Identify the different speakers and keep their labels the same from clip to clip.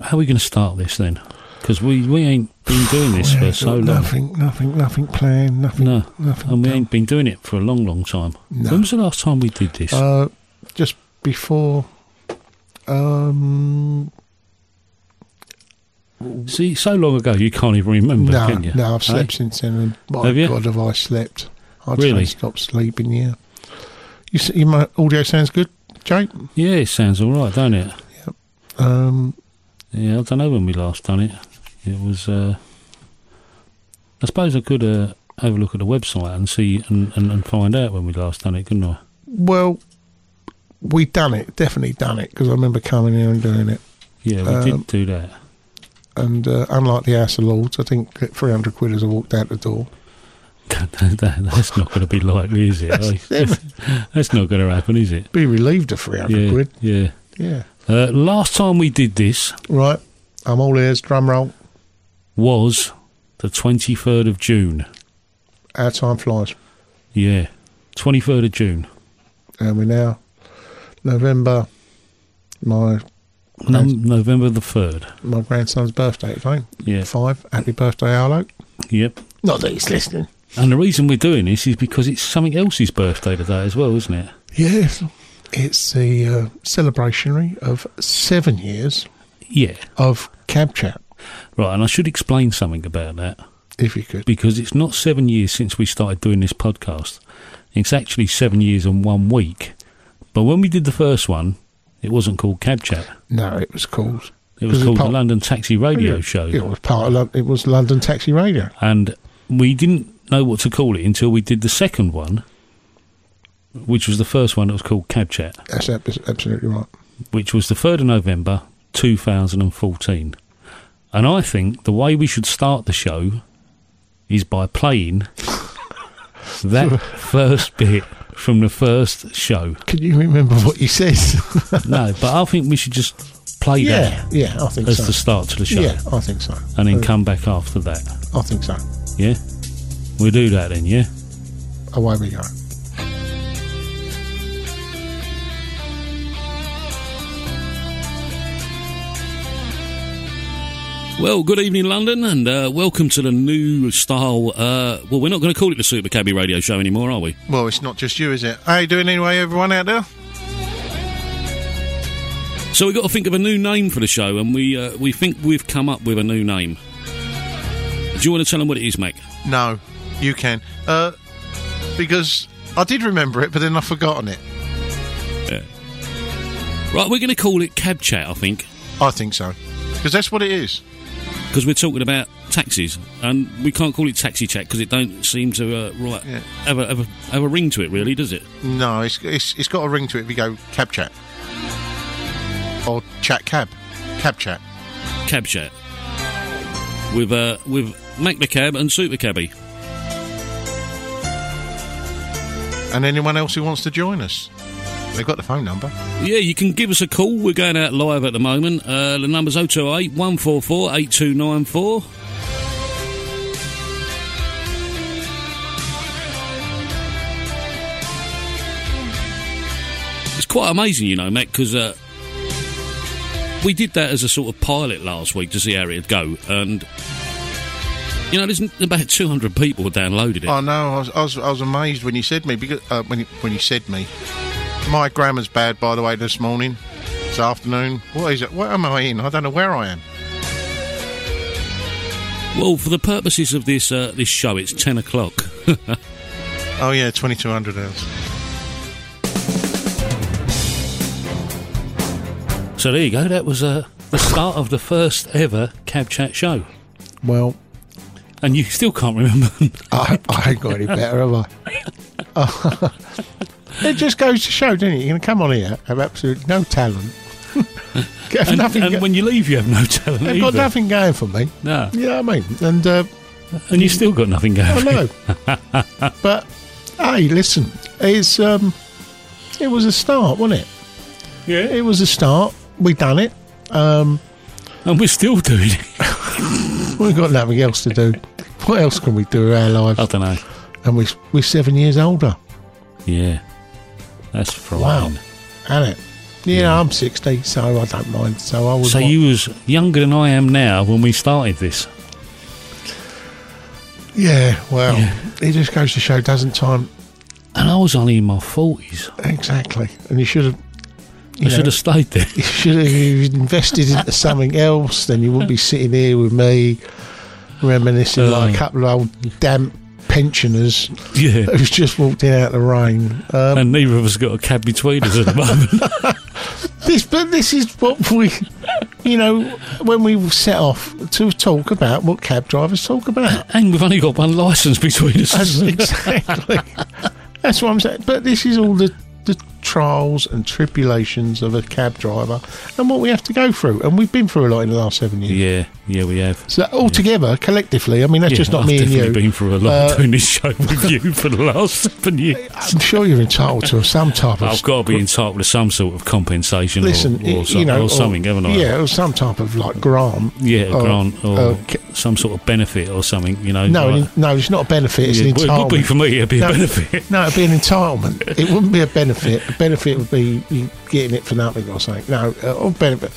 Speaker 1: How are we going to start this then? Because we, we ain't been doing this
Speaker 2: Yeah,
Speaker 1: for so long.
Speaker 2: nothing, nothing, nothing planned, nothing,
Speaker 1: No.
Speaker 2: nothing.
Speaker 1: And we
Speaker 2: done.
Speaker 1: ain't been doing it for a long, long time.
Speaker 2: No.
Speaker 1: When was the last time we did this?
Speaker 2: Uh, just before. Um,
Speaker 1: See, so long ago you can't even remember,
Speaker 2: no,
Speaker 1: can you?
Speaker 2: no, I've
Speaker 1: Eh?
Speaker 2: slept since then. And my
Speaker 1: Have you?
Speaker 2: God, have I slept? I just
Speaker 1: Really?
Speaker 2: can't stop sleeping. Yeah. You, s- you, my audio sounds good, Jake.
Speaker 1: Yeah, it sounds all right, don't it?
Speaker 2: Um,
Speaker 1: Yeah, I don't know when we last done it. It was. Uh, I suppose I could uh, have a look at the website and see and, and, and find out when we last done it, couldn't I?
Speaker 2: well, we done it, definitely done it, because I remember coming here and doing it.
Speaker 1: Yeah, we
Speaker 2: Um,
Speaker 1: did do that.
Speaker 2: And uh, unlike the House of Lords, I think at 300 quid as I walked out the door.
Speaker 1: That- that- that's not going to be likely, is it?
Speaker 2: That's
Speaker 1: that's, that's not going to happen, is it?
Speaker 2: Be relieved of 300
Speaker 1: Yeah,
Speaker 2: quid.
Speaker 1: yeah.
Speaker 2: Yeah.
Speaker 1: Uh, last time we did this
Speaker 2: Right. I'm all ears, drum roll.
Speaker 1: was the 23rd of June.
Speaker 2: Our time flies.
Speaker 1: Yeah, 23rd of June.
Speaker 2: And we're now November, my
Speaker 1: No, November the 3rd.
Speaker 2: my grandson's birthday today.
Speaker 1: Yeah,
Speaker 2: Five. Happy birthday, Arlo.
Speaker 1: yep.
Speaker 2: Not that he's listening.
Speaker 1: And the reason we're doing this is because it's something else's birthday today as well, isn't it?
Speaker 2: Yes. It's the uh, celebrationary of seven years
Speaker 1: Yeah.
Speaker 2: of Cab Chat,
Speaker 1: Right, and I should explain something about that
Speaker 2: if you could.
Speaker 1: because it's not seven years since we started doing this podcast. It's actually seven years and one week. But when we did the first one, it wasn't called Cab Chat.
Speaker 2: No, it was called.
Speaker 1: It was
Speaker 2: Was it
Speaker 1: called the
Speaker 2: part-
Speaker 1: London Taxi Radio Show.
Speaker 2: It was part of Lon- it was London Taxi Radio.
Speaker 1: And we didn't know what to call it until we did the second one, which was the first one that was called Cab Chat,
Speaker 2: That's ab- absolutely right.
Speaker 1: which was the 3rd of November 2014. And I think the way we should start the show is by playing that first bit from the first show.
Speaker 2: Can you remember what you said?
Speaker 1: No, but I think we should just play
Speaker 2: yeah, yeah, I think
Speaker 1: that as
Speaker 2: so.
Speaker 1: the start to the show
Speaker 2: Yeah, I think so.
Speaker 1: and then
Speaker 2: Uh,
Speaker 1: come back after that.
Speaker 2: I think so.
Speaker 1: Yeah? We'll do that then, yeah?
Speaker 2: Away we go.
Speaker 1: Well, good evening, London, and uh, welcome to the new style. Uh, well, we're not going to call it the Super Cabby Radio Show anymore, are we?
Speaker 2: Well, it's not just you, is it? How you doing anyway, everyone out there?
Speaker 1: So we've got to think of a new name for the show, and we uh, we think we've come up with a new name. Do you want to tell them what it is, Mac?
Speaker 2: No, you can. Uh, because I did remember it, but then I've forgotten it.
Speaker 1: Right, we're going to call it Cab Chat, I think,
Speaker 2: I think so. Because that's what it is.
Speaker 1: because we're talking about taxis, and we can't call it Taxi Chat because it don't seem to uh, right
Speaker 2: Yeah.
Speaker 1: have, a, have a have a ring to it, really, does it?
Speaker 2: No, it's, it's, it's got a ring to it if you go cab chat. Or chat cab. Cab chat.
Speaker 1: Cab Chat with uh, with Mac the Cab and Super Cabby.
Speaker 2: And anyone else who wants to join us. They've got the phone number.
Speaker 1: Yeah, you can give us a call. We're going out live at the moment. Uh, the number's 028 144 8294. It's quite amazing, you know, Matt, because uh, we did that as a sort of pilot last week to see how it'd go. And, you know, there's n- about 200 people downloaded it.
Speaker 2: I know. Oh, I was, I was, I was amazed when you said me because uh, when you, when you said me, my grammar's bad by the way this morning, this afternoon. What is it? What am I in? I don't know where I am.
Speaker 1: Well, for the purposes of this, uh, this show, it's 10 o'clock.
Speaker 2: Oh yeah, twenty two hundred hours.
Speaker 1: So there you go. That was uh, the start of the first ever Cab Chat show,
Speaker 2: Well,
Speaker 1: and you still can't remember.
Speaker 2: I, I ain't got any better, have I? it just goes to show, doesn't it? You're going to come on here have absolutely no talent. have
Speaker 1: and
Speaker 2: nothing.
Speaker 1: and
Speaker 2: go-
Speaker 1: when you leave, you have no talent
Speaker 2: I've got
Speaker 1: either.
Speaker 2: nothing going for me.
Speaker 1: No,
Speaker 2: You know what I mean? And uh,
Speaker 1: and you still got nothing going.
Speaker 2: I
Speaker 1: for you.
Speaker 2: know. but hey, listen, it's um, it was a start, wasn't it?
Speaker 1: Yeah,
Speaker 2: It was a start. We done it. Um,
Speaker 1: and we're still doing it.
Speaker 2: we've got nothing else to do. What else can we do with our lives?
Speaker 1: I don't know.
Speaker 2: And we we're seven years older.
Speaker 1: Yeah, that's fine.
Speaker 2: Wow, ain't it? Yeah, I'm 60, so I don't mind. So I was.
Speaker 1: So
Speaker 2: what-
Speaker 1: you was younger than I am now when we started this.
Speaker 2: Yeah, well,
Speaker 1: Yeah.
Speaker 2: it just goes to show, doesn't time?
Speaker 1: And I was only in my 40s.
Speaker 2: Exactly. And you should have.
Speaker 1: I should have stayed there.
Speaker 2: You should have you'd invested into something else, then you wouldn't be sitting here with me reminiscing like a
Speaker 1: Oh.
Speaker 2: couple of old damp pensioners
Speaker 1: Yeah.
Speaker 2: who's just walked in out of the rain. Um,
Speaker 1: And neither of us got a cab between us at the moment.
Speaker 2: this, but this is what we, you know, when we set off to talk about what cab drivers talk about.
Speaker 1: and we've only got one licence between
Speaker 2: That's
Speaker 1: us.
Speaker 2: exactly. That's what I'm saying. But this is all the, the trials and tribulations of a cab driver and what we have to go through. And we've been through a lot in the last seven years.
Speaker 1: yeah, yeah, we have.
Speaker 2: So altogether, collectively, I mean, that's
Speaker 1: yeah,
Speaker 2: just not
Speaker 1: I've
Speaker 2: me and
Speaker 1: definitely
Speaker 2: you.
Speaker 1: been through a lot
Speaker 2: Uh,
Speaker 1: doing this show with you for the last seven years.
Speaker 2: I'm sure you're entitled to some type of.
Speaker 1: I've got to be entitled to some sort of compensation
Speaker 2: Listen,
Speaker 1: or, or,
Speaker 2: you
Speaker 1: some-
Speaker 2: know,
Speaker 1: or Oh, something, haven't I?
Speaker 2: Yeah, or some type of like grant.
Speaker 1: Yeah, a
Speaker 2: or-
Speaker 1: grant or
Speaker 2: or ca-
Speaker 1: some sort of benefit or something, you know.
Speaker 2: no,
Speaker 1: like-
Speaker 2: an- no, it's not a benefit. It's
Speaker 1: Yeah,
Speaker 2: an
Speaker 1: well,
Speaker 2: entitlement.
Speaker 1: it would be for me, it'd be
Speaker 2: No.
Speaker 1: a benefit.
Speaker 2: No, it'd be an entitlement. It wouldn't be a benefit. A benefit would be you getting it for nothing or something. No, uh, or benefit.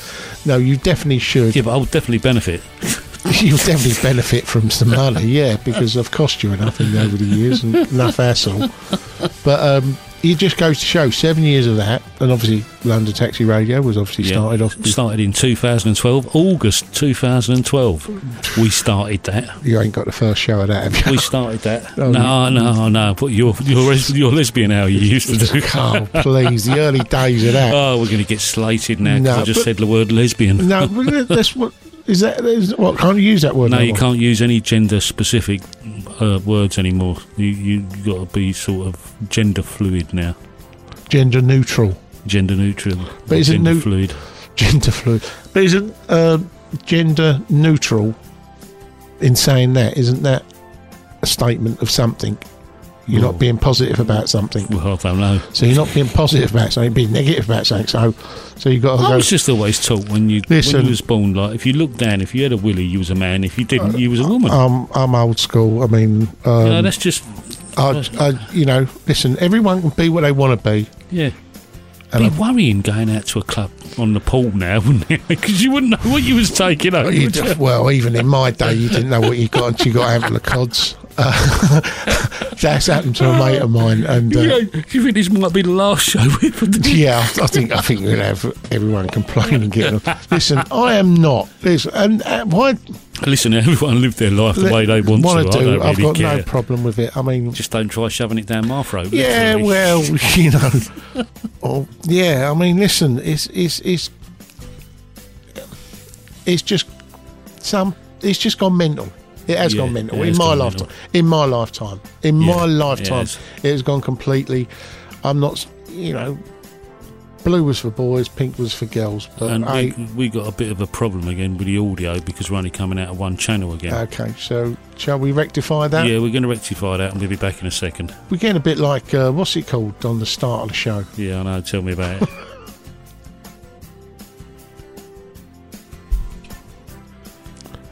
Speaker 2: No, you definitely should.
Speaker 1: Yeah, but I would definitely benefit.
Speaker 2: You'll definitely benefit from some money, yeah, because I've cost you enough in, over the years and enough hassle. But um, it just goes to show seven years of that, and obviously London Taxi Radio was obviously
Speaker 1: Yeah.
Speaker 2: started off. With,
Speaker 1: Started in 2012, August 2012. We started that.
Speaker 2: you ain't got the first show of that, have you?
Speaker 1: We started that.
Speaker 2: Oh,
Speaker 1: no, no, no. But your your res- your lesbian hour you used to do.
Speaker 2: Carl, please, the early days of that.
Speaker 1: Oh, we're going to get slated now because
Speaker 2: No,
Speaker 1: I just
Speaker 2: but-
Speaker 1: said the word lesbian.
Speaker 2: no, but that's what is that? Is, what can't you use that word?
Speaker 1: No, you
Speaker 2: more?
Speaker 1: can't use any gender specific uh, words anymore. You you got to be sort of gender fluid now,
Speaker 2: Gender neutral.
Speaker 1: gender neutral,
Speaker 2: But is it
Speaker 1: gender
Speaker 2: neu-
Speaker 1: fluid.
Speaker 2: gender fluid. But isn't uh, gender neutral in saying that? Isn't that a statement of something? You're
Speaker 1: Oh.
Speaker 2: not being positive about something.
Speaker 1: Well, I don't know.
Speaker 2: So you're not being positive about something, being negative about something. So, so you've got to
Speaker 1: I
Speaker 2: go.
Speaker 1: was just always taught when you when
Speaker 2: Listen.
Speaker 1: you was born, like if you looked down, if you had a willy, you was a man. If you didn't, you was a woman.
Speaker 2: I'm I'm old school. I mean, Uh, um,
Speaker 1: you know, that's just
Speaker 2: I, I, you know, listen. Everyone can be what they want to be.
Speaker 1: yeah.
Speaker 2: And
Speaker 1: Be worrying going out to a club on the pool now, wouldn't it? Because you wouldn't know what you was taking
Speaker 2: Well,
Speaker 1: out.
Speaker 2: you d- well, even in my day, you didn't know what you got until you got out of the cods. Uh, that's happened to a mate of mine, and uh,
Speaker 1: Yeah, you think this might be the last show we put the
Speaker 2: Yeah, I I think I think we'll have everyone complaining. Getting them. listen, I am not. Listen, and uh, why
Speaker 1: Listen, everyone live their life the way they want to. I
Speaker 2: wanna
Speaker 1: don't
Speaker 2: do?
Speaker 1: really
Speaker 2: I've got
Speaker 1: care.
Speaker 2: no problem with it. I mean,
Speaker 1: Just don't try shoving it down my throat.
Speaker 2: yeah,
Speaker 1: literally.
Speaker 2: well, you know, oh, yeah. I mean, listen, it's it's it's it's just some. It's just gone mental. It has
Speaker 1: Yeah,
Speaker 2: gone mental
Speaker 1: it
Speaker 2: in
Speaker 1: has
Speaker 2: my
Speaker 1: gone
Speaker 2: lifetime.
Speaker 1: mental.
Speaker 2: In my lifetime. In
Speaker 1: Yeah,
Speaker 2: my
Speaker 1: it
Speaker 2: lifetime,
Speaker 1: has.
Speaker 2: it has gone completely. I'm not. s- You know, blue was for boys, pink was for girls. But
Speaker 1: And
Speaker 2: I,
Speaker 1: we, we got a bit of a problem again with the audio because we're only coming out of one channel again.
Speaker 2: Okay, so shall we rectify that?
Speaker 1: yeah, we're going to rectify that and we'll be back in a second.
Speaker 2: We're getting a bit like uh, what's it called on the start of the show?
Speaker 1: Yeah, I know. Tell me about it.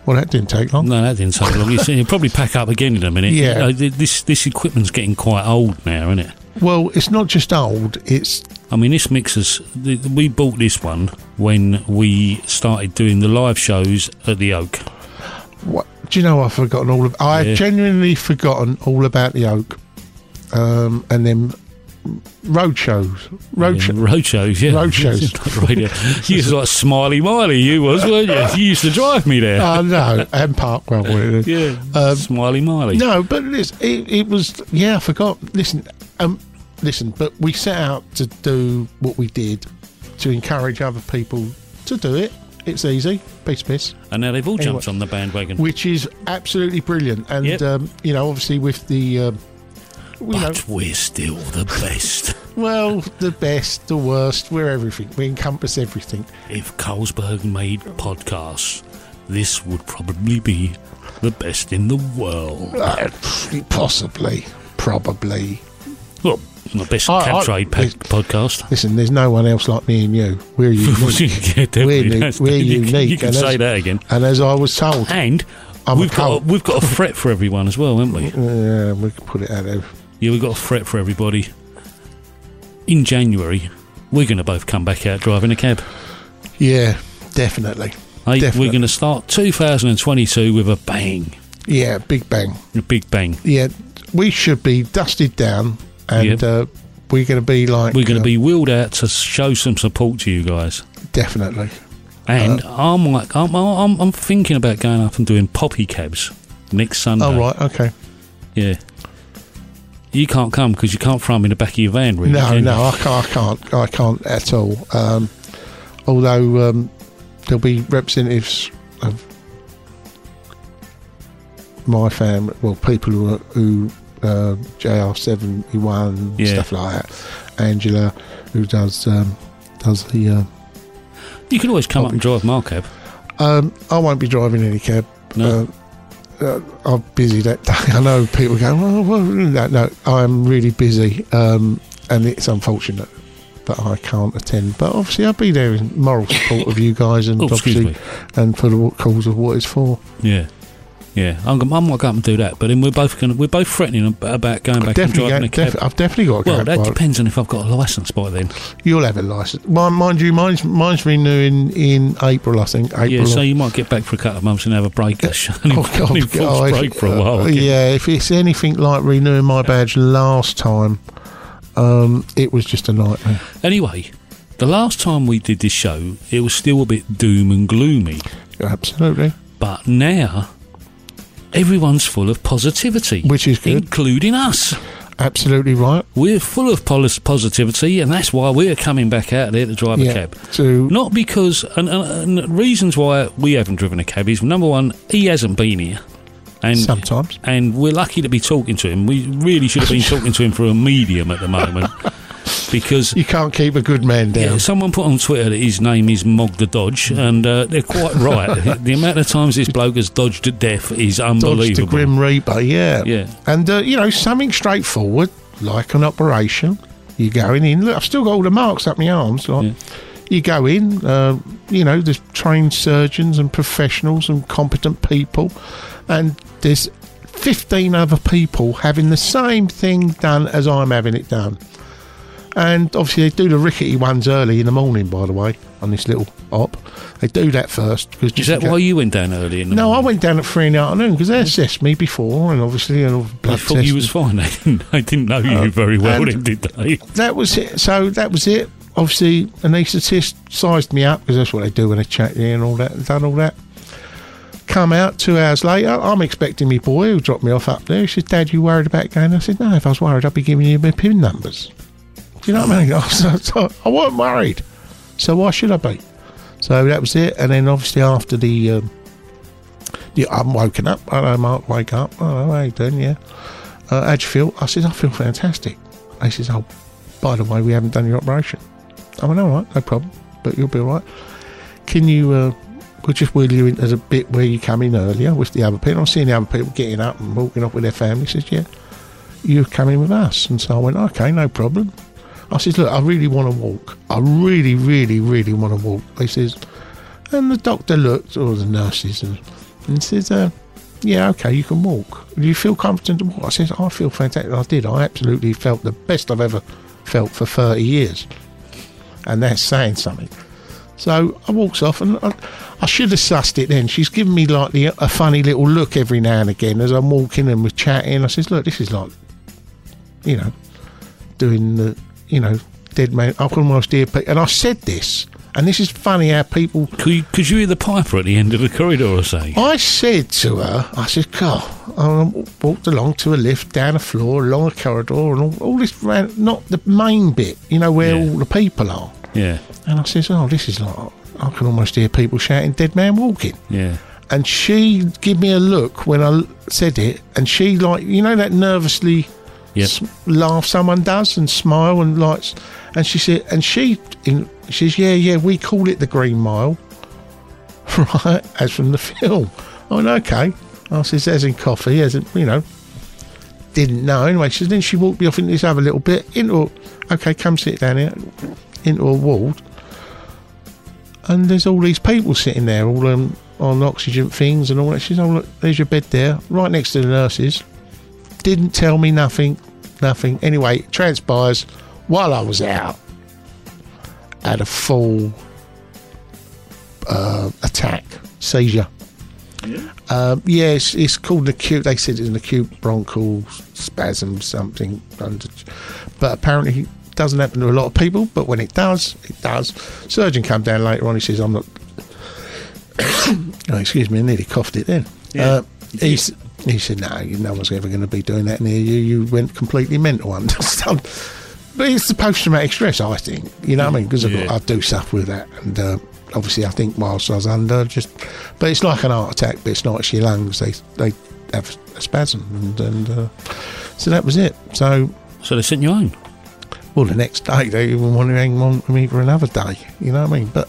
Speaker 2: Well, that didn't take long.
Speaker 1: no, that didn't take long. You see, You'll probably pack up again in a minute.
Speaker 2: Yeah.
Speaker 1: You know, th- this this equipment's getting quite old now, isn't it?
Speaker 2: Well, it's not just old; it's
Speaker 1: I mean, this mixer's. th- We bought this one when we started doing the live shows at the Oak.
Speaker 2: what? Do you know? I've forgotten all of. I
Speaker 1: Yeah.
Speaker 2: genuinely forgotten all about the oak, um, and then road shows. Road
Speaker 1: Yeah,
Speaker 2: show.
Speaker 1: road shows, yeah.
Speaker 2: Road shows.
Speaker 1: Not radio. You was like Smiley Miley, you was, weren't you? You used to drive me there.
Speaker 2: Oh no, and Parkwell. whatever it is.
Speaker 1: yeah.
Speaker 2: Um,
Speaker 1: Uh, Smiley Miley.
Speaker 2: No, but it's, it, it was. Yeah, I forgot. Listen, um, listen. But we set out to do what we did to encourage other people to do it. It's easy. Piece of piss.
Speaker 1: And now they've all
Speaker 2: Anyway.
Speaker 1: jumped on the bandwagon.
Speaker 2: which is absolutely brilliant. And
Speaker 1: Yep.
Speaker 2: um, you know, obviously with the um, we know,
Speaker 1: but we're still the best.
Speaker 2: well, the best, the worst, we're everything. We encompass everything.
Speaker 1: if Carlsberg made podcasts, this would probably be the best in the world.
Speaker 2: Uh, possibly, probably.
Speaker 1: Well, the best
Speaker 2: I-
Speaker 1: cab
Speaker 2: I-
Speaker 1: trade pa-
Speaker 2: it's-
Speaker 1: podcast.
Speaker 2: Listen, there's no one else like me and you. We're unique.
Speaker 1: Yeah, definitely.
Speaker 2: new-
Speaker 1: That's-
Speaker 2: we're
Speaker 1: you, can- You
Speaker 2: unique,
Speaker 1: can
Speaker 2: and
Speaker 1: say
Speaker 2: that's-
Speaker 1: that again.
Speaker 2: and as I was told,
Speaker 1: And
Speaker 2: I'm a
Speaker 1: we've got a,
Speaker 2: cult.
Speaker 1: we've got a threat for everyone as well, haven't we?
Speaker 2: uh, we can put it out there.
Speaker 1: Yeah, we've got a threat for everybody. In January, We're going to both come back out driving a cab.
Speaker 2: Yeah, definitely.
Speaker 1: Hey,
Speaker 2: Definitely.
Speaker 1: we're going to start 2022 with a bang,
Speaker 2: Yeah, big bang.
Speaker 1: a big bang.
Speaker 2: Yeah, we should be dusted down, and
Speaker 1: Yep.
Speaker 2: uh, we're going to be like
Speaker 1: We're going to
Speaker 2: uh,
Speaker 1: be wheeled out to show some support to you guys.
Speaker 2: definitely.
Speaker 1: And
Speaker 2: Uh-huh.
Speaker 1: I'm like, I'm, I'm, I'm thinking about going up and doing poppy cabs next Sunday.
Speaker 2: Oh right, okay.
Speaker 1: Yeah. You can't come because you can't throw 'em in the back of your van, really.
Speaker 2: No,
Speaker 1: can
Speaker 2: no,
Speaker 1: you?
Speaker 2: I can't, I can't, I can't at all. Um, although um, there'll be representatives of my family, well, people who, are- who uh, JR seventy one
Speaker 1: Yeah.
Speaker 2: stuff like that. Angela, who does um, does the. Uh,
Speaker 1: You can always come up and drive my cab.
Speaker 2: Um, I won't be driving any cab.
Speaker 1: No.
Speaker 2: Uh, uh, I'm busy that day. I know people go, well, well, no, no, I'm really busy, um, and it's unfortunate that I can't attend. But obviously, I'll be there in moral support of you guys, and
Speaker 1: Oh, excuse
Speaker 2: obviously,
Speaker 1: me.
Speaker 2: and for the cause of what it's for.
Speaker 1: Yeah. Yeah, I'm, gonna- I might go up and do that, but then we're both going. to We're both threatening ab- about going back and
Speaker 2: definitely,
Speaker 1: driving
Speaker 2: go,
Speaker 1: a cab.
Speaker 2: def- I've definitely got to
Speaker 1: well,
Speaker 2: go.
Speaker 1: that
Speaker 2: Well,
Speaker 1: depends on if I've got a license by then.
Speaker 2: You'll have a license. Mine, mind you, mine's mine's renewing in April, I think. April.
Speaker 1: Yeah, so
Speaker 2: or-
Speaker 1: you might get back for a couple of months and have a break, a shining,
Speaker 2: Oh, God, oh, if-
Speaker 1: break for a while.
Speaker 2: uh,
Speaker 1: again.
Speaker 2: yeah, if it's anything like renewing my badge last time, um, it was just a nightmare.
Speaker 1: Anyway, the last time we did this show, it was still a bit doom and gloomy,
Speaker 2: Absolutely.
Speaker 1: but now everyone's full of positivity,
Speaker 2: Which is good.
Speaker 1: including us.
Speaker 2: Absolutely right.
Speaker 1: We're full of pos- positivity, and that's why we're coming back out there to drive a
Speaker 2: Yeah.
Speaker 1: cab.
Speaker 2: So,
Speaker 1: Not because, and, and, and reasons why we haven't driven a cab is number one, he hasn't been here, and
Speaker 2: Sometimes.
Speaker 1: and we're lucky to be talking to him. We really should have been talking to him for a medium at the moment, because
Speaker 2: you can't keep a good man down.
Speaker 1: yeah, someone put on Twitter that his name is Mog the Dodge, and uh, they're quite right. the amount of times this bloke has dodged at death is
Speaker 2: Dodge the
Speaker 1: unbelievable.
Speaker 2: Grim Reaper, yeah.
Speaker 1: Yeah.
Speaker 2: And, uh, you know, something straightforward, like an operation. You're going in. Look, I've still got all the marks up my arms. Like,
Speaker 1: Yeah.
Speaker 2: You go in, uh, you know, there's trained surgeons and professionals and competent people. And there's 15 other people having the same thing done as I'm having it done. And obviously, they do the rickety ones early in the morning, by the way, on this little op. They do that first. Cause
Speaker 1: is
Speaker 2: just
Speaker 1: that
Speaker 2: in ca-
Speaker 1: why you went down early in the
Speaker 2: no, I
Speaker 1: morning?
Speaker 2: went down at three in the afternoon because they assessed me before, and obviously, and all the
Speaker 1: I
Speaker 2: blood
Speaker 1: thought you was
Speaker 2: tests.
Speaker 1: fine. I didn't, I didn't know you very well,
Speaker 2: Oh, and-
Speaker 1: then, did they?
Speaker 2: That was it. So that was it. Obviously, anaesthetist sized me up because that's what they do when they check you and all that. and Done all that. Come out two hours later. I'm expecting me boy who dropped me off up there. He says, "Dad, you worried about going?" I said, "No. If I was worried, I'd be giving you my pin numbers." Do you know what I mean? I, was, so I wasn't worried, so why should I be? So that was it. And then obviously after the, um, the I'm woken up. I know Mark, wake up. Oh, hey, then yeah. Uh, how do you feel? I said, I feel fantastic. They says, oh, by the way, we haven't done your operation. I went, all right, no problem, but you'll be all right. Can you, uh, we'll just wheel you into the bit where you come in earlier with the other people. I'm seeing the other people getting up and walking off with their family. He says, yeah, you're coming with us. And so I went, okay, no problem. I says, look, I really want to walk. I really, really, really want to walk. They says, and the doctor looked, or the nurses, and, and says, uh, yeah, okay, you can walk. Do you feel confident to walk? I says, I feel fantastic. I did. I absolutely felt the best I've ever felt for 30 years. And that's saying something. So I walks off, and I, I should have sussed it then. She's giving me like the, a funny little look every now and again as I'm walking and we're chatting. I says, look, this is like, you know, doing the, you know, dead man. I can almost hear people. And I said this, and this is funny how people
Speaker 1: Could you, could you hear the piper at the end of the corridor or something?
Speaker 2: I said to her, I said, God, I walked along to a lift, down a floor, along a corridor, and all, all this, ran, not the main bit, you know, where
Speaker 1: Yeah.
Speaker 2: all the people are.
Speaker 1: Yeah,
Speaker 2: And I says, oh, this is like, I can almost hear people shouting, dead man walking.
Speaker 1: yeah.
Speaker 2: And she give me a look when I l- said it, and she like, you know, that nervously
Speaker 1: Yep.
Speaker 2: s- laugh someone does and smile and lights. And she said, and she, in, she says, yeah, yeah, we call it the Green Mile, right, as from the film. I went, okay. I says, as in coffee, as in, you know, didn't know. Anyway, she says, then she walked me off into this other little bit, into, okay, come sit down here, into a ward. And there's all these people sitting there, all um, on oxygen things and all that. She says, oh, look, there's your bed there, right next to the nurses didn't tell me nothing, nothing. Anyway, it transpires while I was out. had a full uh, attack seizure. Um, yeah, it's, it's called an acute. They said it's an acute bronchial spasm, something. under- But apparently, it doesn't happen to a lot of people. But when it does, it does. Surgeon come down later on. He says, "I'm not." oh, excuse me, I nearly coughed it then.
Speaker 3: Yeah.
Speaker 2: Uh, he, s- he said, "No, you- no one's ever going to be doing that near you. You went completely mental under stuff." But it's the post-traumatic stress, I think. You know what I mean? Because
Speaker 3: Yeah.
Speaker 2: I do suffer with that, and uh, obviously, I think whilst I was under, just but it's like an heart attack, but it's not. It's your lungs; they they have a spasm, and, and uh, so that was it. So,
Speaker 1: So they sent you home.
Speaker 2: well, the next day they even want to hang on to me for another day. You know what I mean? But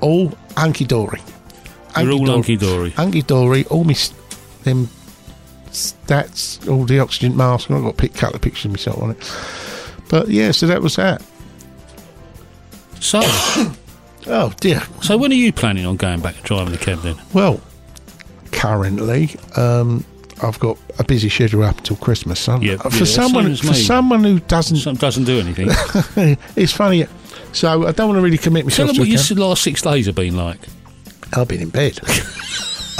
Speaker 2: all hunky dory.
Speaker 1: You're all hunky dory.
Speaker 2: Hunky dory. All my s- them stats, all the oxygen mask. I've got a pic, couple of pictures of myself on it. But yeah, so that was that.
Speaker 1: So,
Speaker 2: Oh dear.
Speaker 1: so when are you planning on going back and driving the cab then?
Speaker 2: Well, currently, um, I've got a busy schedule up until Christmas. So
Speaker 1: Yeah,
Speaker 2: for
Speaker 1: yeah, same
Speaker 2: someone
Speaker 1: as
Speaker 2: for
Speaker 1: me.
Speaker 2: someone who doesn't,
Speaker 1: Something doesn't do anything.
Speaker 2: it's funny. So I don't want to really commit
Speaker 1: Tell
Speaker 2: myself
Speaker 1: them
Speaker 2: to
Speaker 1: what
Speaker 2: a
Speaker 1: your
Speaker 2: cam-
Speaker 1: s- last six days have been like.
Speaker 2: I've been in bed.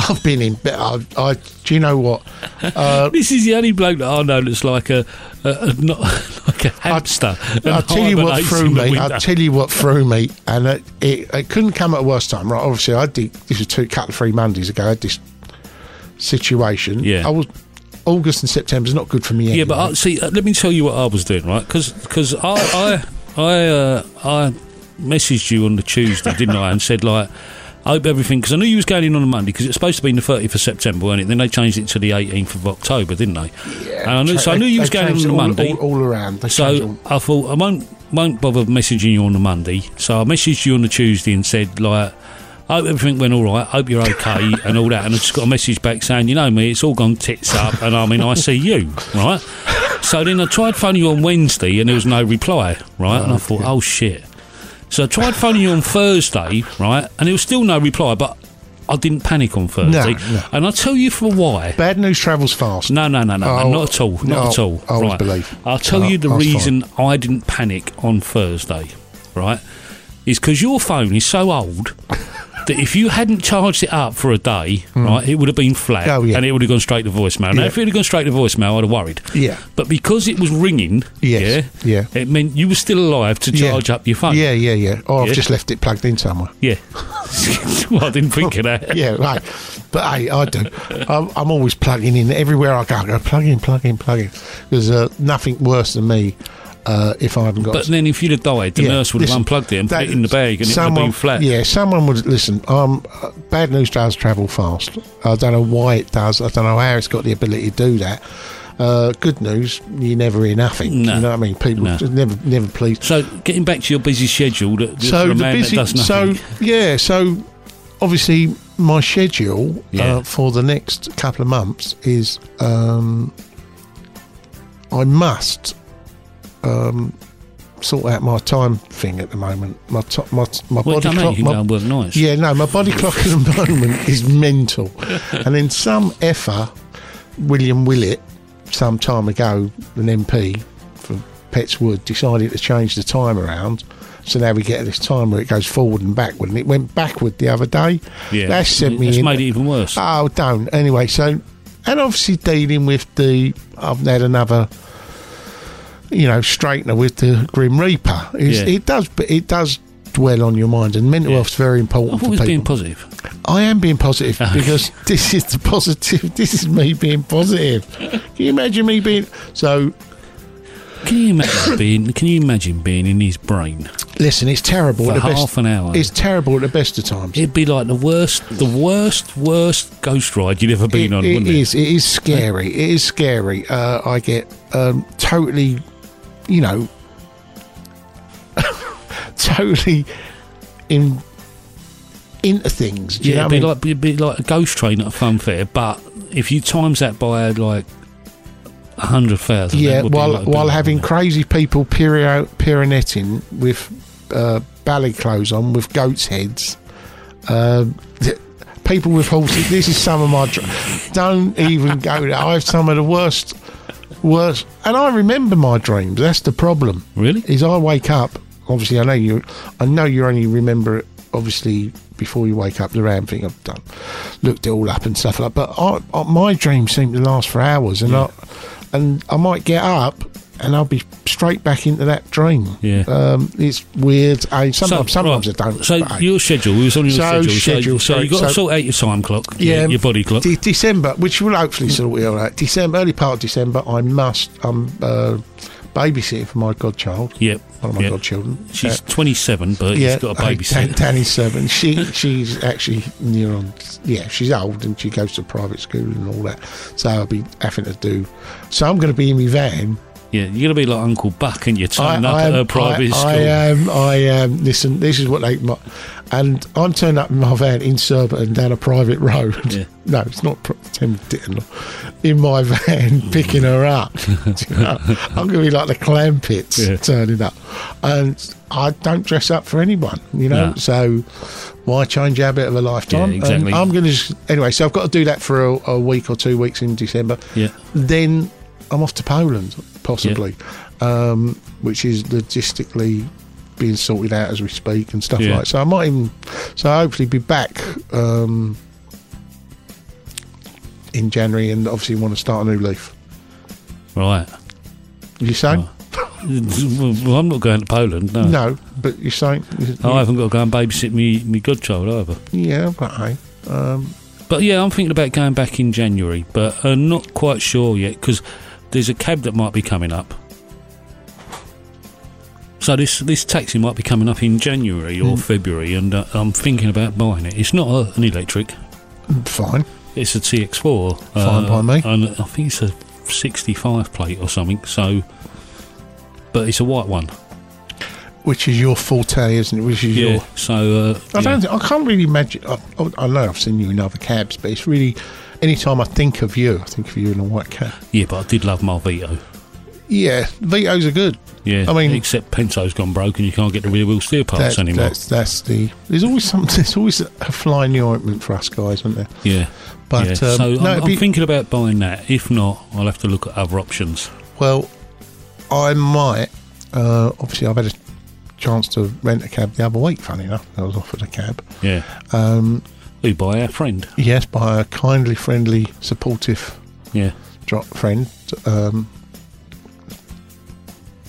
Speaker 2: I've been in bed. I, I, do you know what? Uh,
Speaker 1: This is the only bloke that I know that's like a, a, a not like a hamster. and
Speaker 2: I'll tell you what
Speaker 1: hibernates
Speaker 2: threw
Speaker 1: in the
Speaker 2: me. I'll
Speaker 1: winter.
Speaker 2: tell you what threw me, and it, it, it couldn't come at a worse time, right? Obviously, I did. This was two, couple of three Mondays ago. I had this situation.
Speaker 1: Yeah.
Speaker 2: I was. August and September's not good for me.
Speaker 1: Yeah,
Speaker 2: Anyway.
Speaker 1: but I, see, uh, let me tell you what I was doing, right? Because I I I, uh, I messaged you on the Tuesday, didn't I, and said like. I hope everything because I knew you was going in on a Monday because it was supposed to be in the 30th of September, weren't it? Then they changed it to the 18th of October, didn't they? Yeah. And I knew, so I knew you was
Speaker 2: They
Speaker 1: going in on
Speaker 2: changed
Speaker 1: the
Speaker 2: all-
Speaker 1: Monday.
Speaker 2: All, all around. They changed all-
Speaker 1: So I thought I won't won't bother messaging you on the Monday. So I messaged you on the Tuesday and said like, I hope everything went all right. hope you're okay and all that. And I just got a message back saying, you know me, it's all gone tits up, and I mean I see you, right? So then I tried phoning you on Wednesday and there was no reply, right? and I thought, oh shit. So I tried phoning you on Thursday, right? And there was still no reply, but I didn't panic on Thursday.
Speaker 2: no.
Speaker 1: And I'll tell you for why.
Speaker 2: bad news travels fast.
Speaker 1: No, no, no, no,
Speaker 2: Oh,
Speaker 1: not at all, not
Speaker 2: no,
Speaker 1: at all.
Speaker 2: I always
Speaker 1: Right.
Speaker 2: believe.
Speaker 1: I'll tell
Speaker 2: No,
Speaker 1: you the
Speaker 2: that's fine.
Speaker 1: reason I didn't panic on Thursday, right? Is because your phone is so old that if you hadn't charged it up for a day, right, it would have been flat
Speaker 2: Hmm. Oh, yeah.
Speaker 1: and it would have gone straight to voicemail. Now,
Speaker 2: Yeah.
Speaker 1: if it had gone straight to voicemail, I'd have worried.
Speaker 2: Yeah.
Speaker 1: But because it was ringing,
Speaker 2: Yes,
Speaker 1: yeah,
Speaker 2: yeah.
Speaker 1: it meant you were still alive to
Speaker 2: Yeah.
Speaker 1: charge up your phone.
Speaker 2: Yeah, yeah, yeah. Or
Speaker 1: Yeah.
Speaker 2: I've just left it plugged in somewhere.
Speaker 1: Yeah. well, I didn't think of that.
Speaker 2: Yeah, right. But hey, I do. I'm, I'm always plugging in everywhere I go. I go plug in, plug in, plug in. There's uh, nothing worse than me uh, if I haven't got.
Speaker 1: But then if you'd have died, the
Speaker 2: Yeah,
Speaker 1: nurse would have
Speaker 2: listen,
Speaker 1: unplugged it and put
Speaker 2: that-
Speaker 1: it in the bag and it would have been flat.
Speaker 2: Yeah, someone would listen. Um, uh, bad news does travel fast. I don't know why it does. I don't know how it's got the ability to do that. Uh, good news, you never hear nothing.
Speaker 1: No.
Speaker 2: You know what I mean? People
Speaker 1: No.
Speaker 2: just never, never pleased.
Speaker 1: So, getting back to your busy schedule, that, so
Speaker 2: so
Speaker 1: a
Speaker 2: the
Speaker 1: man
Speaker 2: busy,
Speaker 1: that does
Speaker 2: so
Speaker 1: nothing.
Speaker 2: yeah, so obviously my schedule
Speaker 1: Yeah.
Speaker 2: uh, for the next couple of months is um, I must um, sort out my time thing at the moment. My to- my my
Speaker 1: well, it don't
Speaker 2: body clock.
Speaker 1: matter, you
Speaker 2: my-
Speaker 1: can go and work nights.
Speaker 2: yeah, no, my body clock at the moment is mental. And then some effer, William Willett, some time ago, an MP for Pets Wood, decided to change the time around. So now we get this time where it goes forward and backward. And it went backward the other day.
Speaker 1: Yeah.
Speaker 2: That sent me
Speaker 1: It's
Speaker 2: in.
Speaker 1: made it even worse.
Speaker 2: Oh, don't. Anyway, so, and obviously dealing with the, I've had another, you know, straightener with the Grim Reaper. It's,
Speaker 1: Yeah.
Speaker 2: It does, but it does dwell on your mind, and mental
Speaker 1: Yeah.
Speaker 2: health's very
Speaker 1: I
Speaker 2: important
Speaker 1: thought
Speaker 2: for
Speaker 1: it was
Speaker 2: people.
Speaker 1: being positive.
Speaker 2: I am being positive
Speaker 1: Okay.
Speaker 2: because this is the positive. This is me being positive. Can you imagine me being so?
Speaker 1: Can you imagine being? Can you imagine being in his brain?
Speaker 2: Listen, it's terrible.
Speaker 1: For
Speaker 2: at the
Speaker 1: half
Speaker 2: best,
Speaker 1: an hour.
Speaker 2: It's terrible at the best of times.
Speaker 1: It'd be like the worst, the worst, worst ghost ride you'd ever been
Speaker 2: It-
Speaker 1: on,
Speaker 2: it
Speaker 1: wouldn't it?
Speaker 2: is. It is scary. It is scary. Uh, I get um, totally, you know, totally in into things. Do you
Speaker 1: Yeah,
Speaker 2: know
Speaker 1: it'd
Speaker 2: what I
Speaker 1: be
Speaker 2: mean?
Speaker 1: like it'd be like a ghost train at a fun fair, but if you times that by like a hundred thousand,
Speaker 2: Yeah,
Speaker 1: that would be
Speaker 2: while
Speaker 1: like a
Speaker 2: while
Speaker 1: bit-
Speaker 2: having crazy people pirio- pirouetting with uh, ballet clothes on with goat's heads, Um th- people with horses. this is some of my. Dr- don't even go there. I have some of the worst, worst. And I remember my dreams. That's the problem.
Speaker 1: really,
Speaker 2: Is I wake up obviously I know you I know you only remember it obviously before you wake up the RAM thing I've done looked it all up and stuff like but I, I, my dreams seem to last for hours and I and I might get up and I'll be straight back into that dream
Speaker 1: Yeah.
Speaker 2: um, it's weird I, sometimes sometimes
Speaker 1: right,
Speaker 2: I don't
Speaker 1: So
Speaker 2: but I-
Speaker 1: your schedule, we was on your
Speaker 2: So,
Speaker 1: schedule. so,
Speaker 2: schedule,
Speaker 1: so
Speaker 2: sorry,
Speaker 1: you got to
Speaker 2: so-
Speaker 1: sort out your time clock, yeah,
Speaker 2: Yeah.
Speaker 1: your, body clock.
Speaker 2: De- December, which will hopefully sort it all out. December, early part of December, I must. I'm uh, babysitting for my godchild,
Speaker 1: yep.
Speaker 2: one of my
Speaker 1: yep.
Speaker 2: godchildren.
Speaker 1: She's 27, but
Speaker 2: yeah,
Speaker 1: she's got a
Speaker 2: uh, Dan-
Speaker 1: babysitter.
Speaker 2: Danny's seven. She she's actually near on. Yeah, she's old and she goes to private school and all that. So I'll be having to do. So I'm going to be in my van.
Speaker 1: Yeah, you're going to be like Uncle Buck and you're turning up at
Speaker 2: am-
Speaker 1: her private
Speaker 2: I, uh,
Speaker 1: school.
Speaker 2: I am. I am. Listen, this is what they. My, and I'm turned up in my van in Surbiton down a private road.
Speaker 1: Yeah.
Speaker 2: no, it's not pro- Tim Ditton. In my van,
Speaker 1: Mm.
Speaker 2: picking her up. Do you know? I'm going to be like the clam pits
Speaker 1: Yeah.
Speaker 2: turning up. And I don't dress up for anyone, you know?
Speaker 1: No.
Speaker 2: So why change our bit of a lifetime?
Speaker 1: Yeah, exactly.
Speaker 2: And I'm going to. Anyway, so I've got to do that for a, a week or two weeks in December
Speaker 1: yeah.
Speaker 2: then I'm off to Poland, possibly, um, which is logistically being sorted out as we speak and stuff
Speaker 1: Yeah.
Speaker 2: like. So I might even, so I'll hopefully be back um, in January, and obviously want to start a new leaf.
Speaker 1: Right.
Speaker 2: You saying
Speaker 1: Well, I'm not going to Poland, no.
Speaker 2: no, but you're saying
Speaker 1: Oh, I haven't got to go and babysit me, me godchild either.
Speaker 2: yeah, but hey, um,
Speaker 1: But yeah, I'm thinking about going back in January, but uh, not quite sure yet because there's a cab that might be coming up. So this this taxi might be coming up in January
Speaker 2: Hmm.
Speaker 1: or February, and uh, I'm thinking about buying it. It's not a, an electric;
Speaker 2: fine.
Speaker 1: it's a TX4.
Speaker 2: Fine by me.
Speaker 1: uh, And I think it's a 65 plate or something. So, but it's a white one.
Speaker 2: Which is your forte, isn't it? Which is your
Speaker 1: So uh, yeah.
Speaker 2: I don't. Think, I can't really imagine. I, I- I know I've seen you in other cabs, but it's really any time I think of you, I think of you in a white cab.
Speaker 1: yeah, but I did love my Vito.
Speaker 2: Yeah, Vito's are good.
Speaker 1: Yeah,
Speaker 2: I mean-
Speaker 1: except Pento's gone broken. You can't get the rear wheel steer parts
Speaker 2: That-
Speaker 1: anymore.
Speaker 2: That's that's the. There's always something. There's always a fly in the ointment for us guys, isn't there?
Speaker 1: Yeah.
Speaker 2: But
Speaker 1: yeah. so
Speaker 2: um, no,
Speaker 1: I'm,
Speaker 2: it'd
Speaker 1: I'm
Speaker 2: be-
Speaker 1: thinking about buying that. If not, I'll have to look at other options.
Speaker 2: well, I might. Uh, obviously, I've had a chance to rent a cab the other week. Funny enough, I was offered a cab.
Speaker 1: Yeah.
Speaker 2: Um,
Speaker 1: Who buy our friend?
Speaker 2: yes, by a kindly, friendly, supportive
Speaker 1: Yeah.
Speaker 2: dro- friend. Um,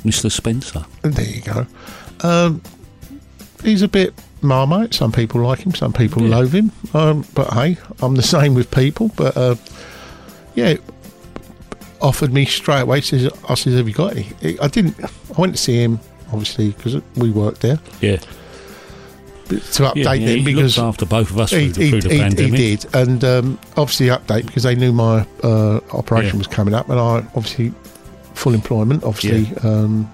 Speaker 1: Mr. Spencer.
Speaker 2: There you go. Um, he's a bit marmite. Some people like him, some people
Speaker 1: Yeah.
Speaker 2: loathe him. Um, but hey, I'm the same with people. But uh, yeah, offered me straight away. Says, I says, have you got any? I didn't. I went to see him obviously because we worked there
Speaker 1: Yeah.
Speaker 2: to update
Speaker 1: yeah, yeah,
Speaker 2: them
Speaker 1: he
Speaker 2: because
Speaker 1: looked after both of us through
Speaker 2: he,
Speaker 1: the, through the
Speaker 2: he- he- he
Speaker 1: pandemic.
Speaker 2: did, and um, obviously update because they knew my uh, operation
Speaker 1: Yeah.
Speaker 2: was coming up, and I obviously full employment. Obviously, um,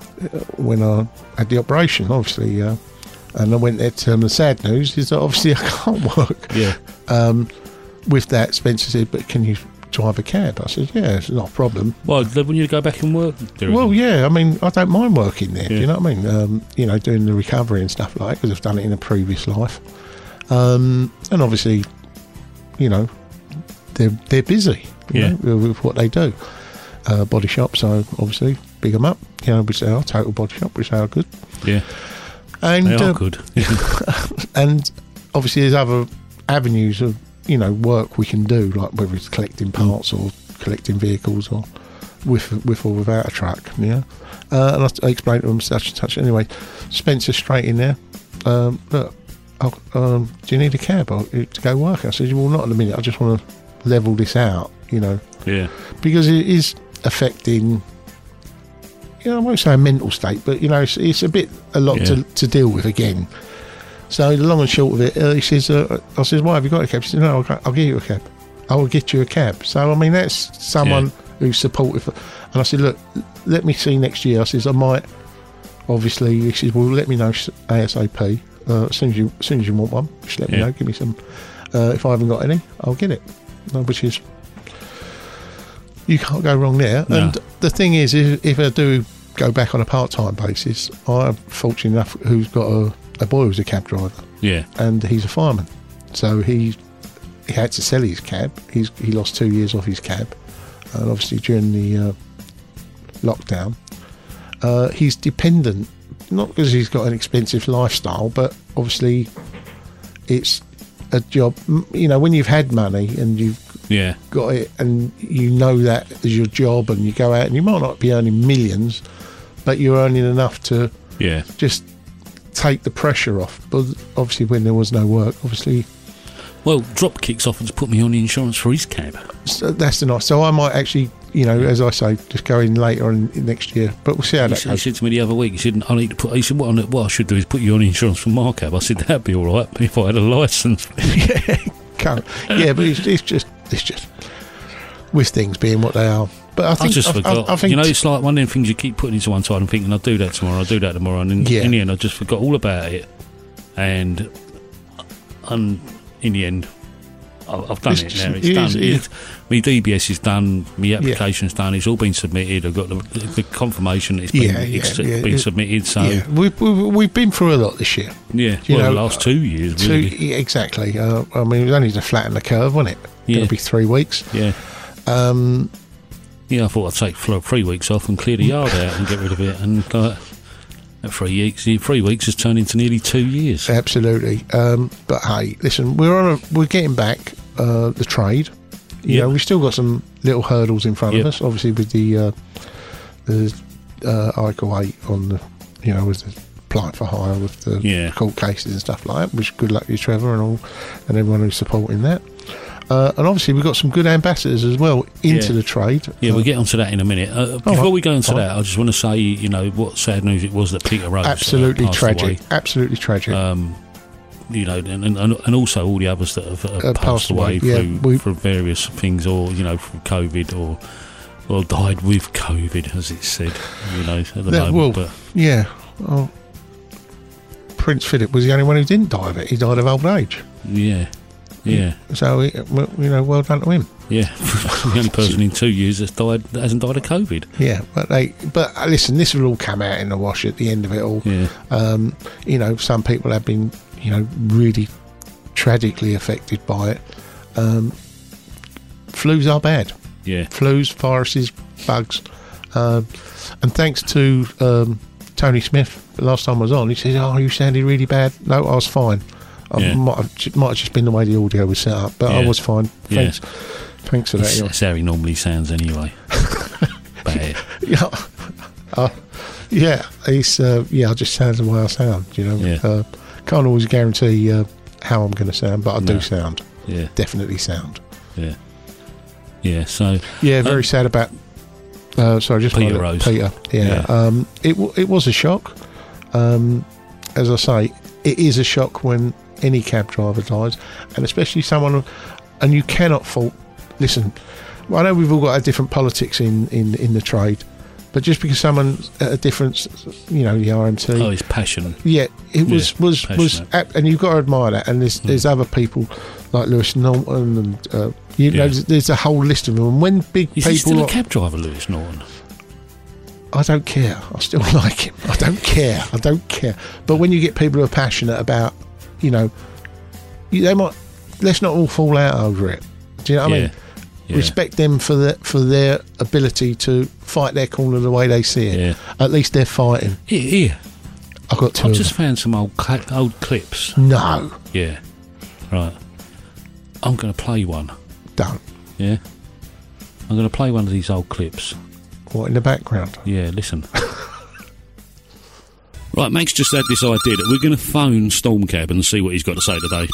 Speaker 2: when I had the operation, obviously, uh, and I went there to tell them the sad news is that obviously I can't work.
Speaker 1: Yeah.
Speaker 2: Um, with that, Spencer said, "But can you drive a cab?" I said, "Yeah, it's not a problem."
Speaker 1: Well, then when you go back and work, do
Speaker 2: Well,
Speaker 1: it.
Speaker 2: yeah, I mean, I don't mind working there. Do
Speaker 1: Yeah.
Speaker 2: you know what I mean? Um, you know, doing the recovery and stuff like because I've done it in a previous life, um, and obviously, you know, they're they're busy. you
Speaker 1: Yeah.
Speaker 2: know, with what they do, uh, body shop. So obviously, big them up. You know, which they are total body shop, which they are good.
Speaker 1: yeah,
Speaker 2: And
Speaker 1: they
Speaker 2: uh,
Speaker 1: are good.
Speaker 2: and obviously, there's other avenues of you know work we can do, like whether it's collecting parts or collecting vehicles or with with or without a truck. Yeah, uh, and I t- I, explained to him such and such. Anyway, Spencer straight in there. Um, look, I'll, um, do you need a cab or- to go work? I said, well, not in a minute. I just want to level this out. You know,
Speaker 1: yeah,
Speaker 2: because it is affecting. You know, I won't say a mental state, but you know, it's, it's a bit a lot
Speaker 1: Yeah.
Speaker 2: to, to deal with again. So the long and short of it, uh, he says, uh, "I says, why have you got a cab?" He says, "No, I'll, go- I'll get you a cab. I will get you a cab." So I mean, that's someone who's supportive. And I said, "Look, let me see next year." I says, "I might." Obviously, he says, "Well, let me know ASAP. Uh, as soon as you, as soon as you want one, just let me
Speaker 1: Yeah.
Speaker 2: know. Give me some. Uh, if I haven't got any, I'll get it." No, which is you can't go wrong there.
Speaker 1: No.
Speaker 2: And the thing is, if, if I do go back on a part time basis, I'm fortunate enough who's got a, a boy who's a cab driver
Speaker 1: yeah,
Speaker 2: and he's a fireman. So he he had to sell his cab. He's, he lost two years off his cab. And obviously during the uh, lockdown, uh, he's dependent not because he's got an expensive lifestyle, but obviously it's a job. m- You know, when you've had money and you've
Speaker 1: Yeah.
Speaker 2: got it and you know that as your job and you go out and you might not be earning millions, but you're earning enough to
Speaker 1: Yeah.
Speaker 2: just take the pressure off. But obviously, when there was no work, obviously
Speaker 1: Well, Dropkick's offered to put me on the insurance for his cab.
Speaker 2: so that's the night. So I might actually, you know, as I say, just go in later on in next year. But we'll see how
Speaker 1: He
Speaker 2: that
Speaker 1: said, he
Speaker 2: goes.
Speaker 1: said to me the other week, he said, I need to put, he said, what, I need- what I should do is put you on insurance for my cab. I said, that'd be all right if I had a license.
Speaker 2: Can't- Yeah, but it's, it's just it's just with things being what they are. But I
Speaker 1: I
Speaker 2: think
Speaker 1: just
Speaker 2: I,
Speaker 1: forgot.
Speaker 2: I, I think
Speaker 1: you know, it's like one of them things you keep putting into one side and thinking, I'll do that tomorrow, I'll do that tomorrow. And in,
Speaker 2: Yeah.
Speaker 1: in the end, I just forgot all about it. And, and in the end, I- I've done
Speaker 2: It's
Speaker 1: it
Speaker 2: just-
Speaker 1: now. It's
Speaker 2: it
Speaker 1: done.
Speaker 2: is- it
Speaker 1: It's- my DBS is done. My application's done. It's all been submitted. I've got the, the confirmation it's been,
Speaker 2: Yeah, yeah,
Speaker 1: it's
Speaker 2: yeah.
Speaker 1: been
Speaker 2: It-
Speaker 1: submitted. So,
Speaker 2: yeah, we've, we've we've been through a lot this year.
Speaker 1: yeah.
Speaker 2: You
Speaker 1: well,
Speaker 2: know,
Speaker 1: the last two years,
Speaker 2: Two,
Speaker 1: really.
Speaker 2: yeah, exactly. Uh, I mean, it was only to flatten the curve, wasn't it?
Speaker 1: Yeah.
Speaker 2: It'll be three weeks.
Speaker 1: Yeah.
Speaker 2: Um,
Speaker 1: Yeah, I thought I'd take fl- three weeks off and clear the yard out and get rid of it. And like, that three weeks, three weeks has turned into nearly two years.
Speaker 2: absolutely. Um, but hey, listen, we're on a, we're getting back uh, the trade. You
Speaker 1: Yep.
Speaker 2: know, we've still got some little hurdles in front
Speaker 1: Yep.
Speaker 2: of us. Obviously, with the uh, the uh, Ico eight on the you know with the applying for hire with the
Speaker 1: Yeah.
Speaker 2: court cases and stuff like that. Which good luck to you, Trevor, and all, and everyone who's supporting that. Uh, and obviously, we've got some good ambassadors as well into
Speaker 1: Yeah.
Speaker 2: the trade.
Speaker 1: Yeah,
Speaker 2: Uh,
Speaker 1: we'll get onto that in a minute. Uh, before
Speaker 2: right.
Speaker 1: we go into
Speaker 2: All
Speaker 1: that, I just want to say, you know, what sad news it was that Peter Rose uh,
Speaker 2: absolutely
Speaker 1: passed
Speaker 2: tragic.
Speaker 1: away.
Speaker 2: Absolutely tragic.
Speaker 1: Um, you know, and, and and also all the others that have uh,
Speaker 2: Uh,
Speaker 1: passed, away,
Speaker 2: yeah,
Speaker 1: through,
Speaker 2: we-
Speaker 1: through various things, or you know, from COVID, or or died with COVID, as it's said. You know, at the
Speaker 2: That-
Speaker 1: moment,
Speaker 2: well,
Speaker 1: but
Speaker 2: Yeah. Well, Prince Philip was the only one who didn't die of it. He died of old age.
Speaker 1: yeah, yeah.
Speaker 2: So, he, well, you know, well done to him.
Speaker 1: Yeah, the only person in two years that's died that hasn't died of COVID.
Speaker 2: Yeah. But they, but uh, listen, this will all come out in the wash at the end of it all.
Speaker 1: Yeah,
Speaker 2: Um, you know, some people have been, you know, really tragically affected by it. Um, flus are bad.
Speaker 1: yeah,
Speaker 2: Flus, viruses, bugs. Um, and thanks to um, Tony Smith, the last time I was on, he said, Oh, you sounded really bad. No, I was fine. I
Speaker 1: Yeah.
Speaker 2: might, have, ju- might have just been the way the audio was set up, but I
Speaker 1: Yeah.
Speaker 2: was fine.
Speaker 1: Yeah.
Speaker 2: Thanks. Thanks for that.
Speaker 1: that's,
Speaker 2: Ian.
Speaker 1: that's how he normally sounds anyway. Bad.
Speaker 2: yeah. Uh, yeah, he's, uh, yeah, I just sound the way I sound, you know.
Speaker 1: Yeah.
Speaker 2: Uh, can't always guarantee uh, how I'm going to sound, but I
Speaker 1: No.
Speaker 2: do sound.
Speaker 1: Yeah,
Speaker 2: Definitely sound.
Speaker 1: yeah, yeah. So
Speaker 2: Yeah, very sad about. Uh, sorry, just
Speaker 1: Um, Peter
Speaker 2: my-
Speaker 1: Rose.
Speaker 2: Peter, yeah.
Speaker 1: Yeah.
Speaker 2: Um, it w- it was a shock. Um, as I say, it is a shock when any cab driver dies, and especially someone, and you cannot fault. Listen, I know we've all got our different politics in in in the trade, but just because someone's at a difference, you know, the RMT.
Speaker 1: oh, his passion.
Speaker 2: Yeah, it was
Speaker 1: Yeah,
Speaker 2: was was,
Speaker 1: passionate. Hmm.
Speaker 2: ab- and you've got to admire that. And there's there's other people like Lewis Norton, and uh, you
Speaker 1: Yeah.
Speaker 2: know, there's, there's a whole list of them. And when big
Speaker 1: Is
Speaker 2: people,
Speaker 1: he still a
Speaker 2: like-
Speaker 1: cab driver, Lewis Norton?
Speaker 2: I don't care. I still like him. I don't care. I don't care. But when you get people who are passionate about, you know, you- they might let's not all fall out over it. Do you know what I
Speaker 1: yeah,
Speaker 2: mean?
Speaker 1: yeah,
Speaker 2: Respect them for the, for their ability to fight their corner the way they see it.
Speaker 1: yeah.
Speaker 2: At least they're fighting.
Speaker 1: Here, here,
Speaker 2: I've got two.
Speaker 1: I've
Speaker 2: of
Speaker 1: just found some old cl- old clips.
Speaker 2: them. No,
Speaker 1: Yeah, right. I'm going to play one.
Speaker 2: don't.
Speaker 1: Yeah, I'm going to play one of these old clips.
Speaker 2: What in the background?
Speaker 1: Yeah, listen. right, Max just had this idea that we're going to phone Stormcab and see what he's got to say today.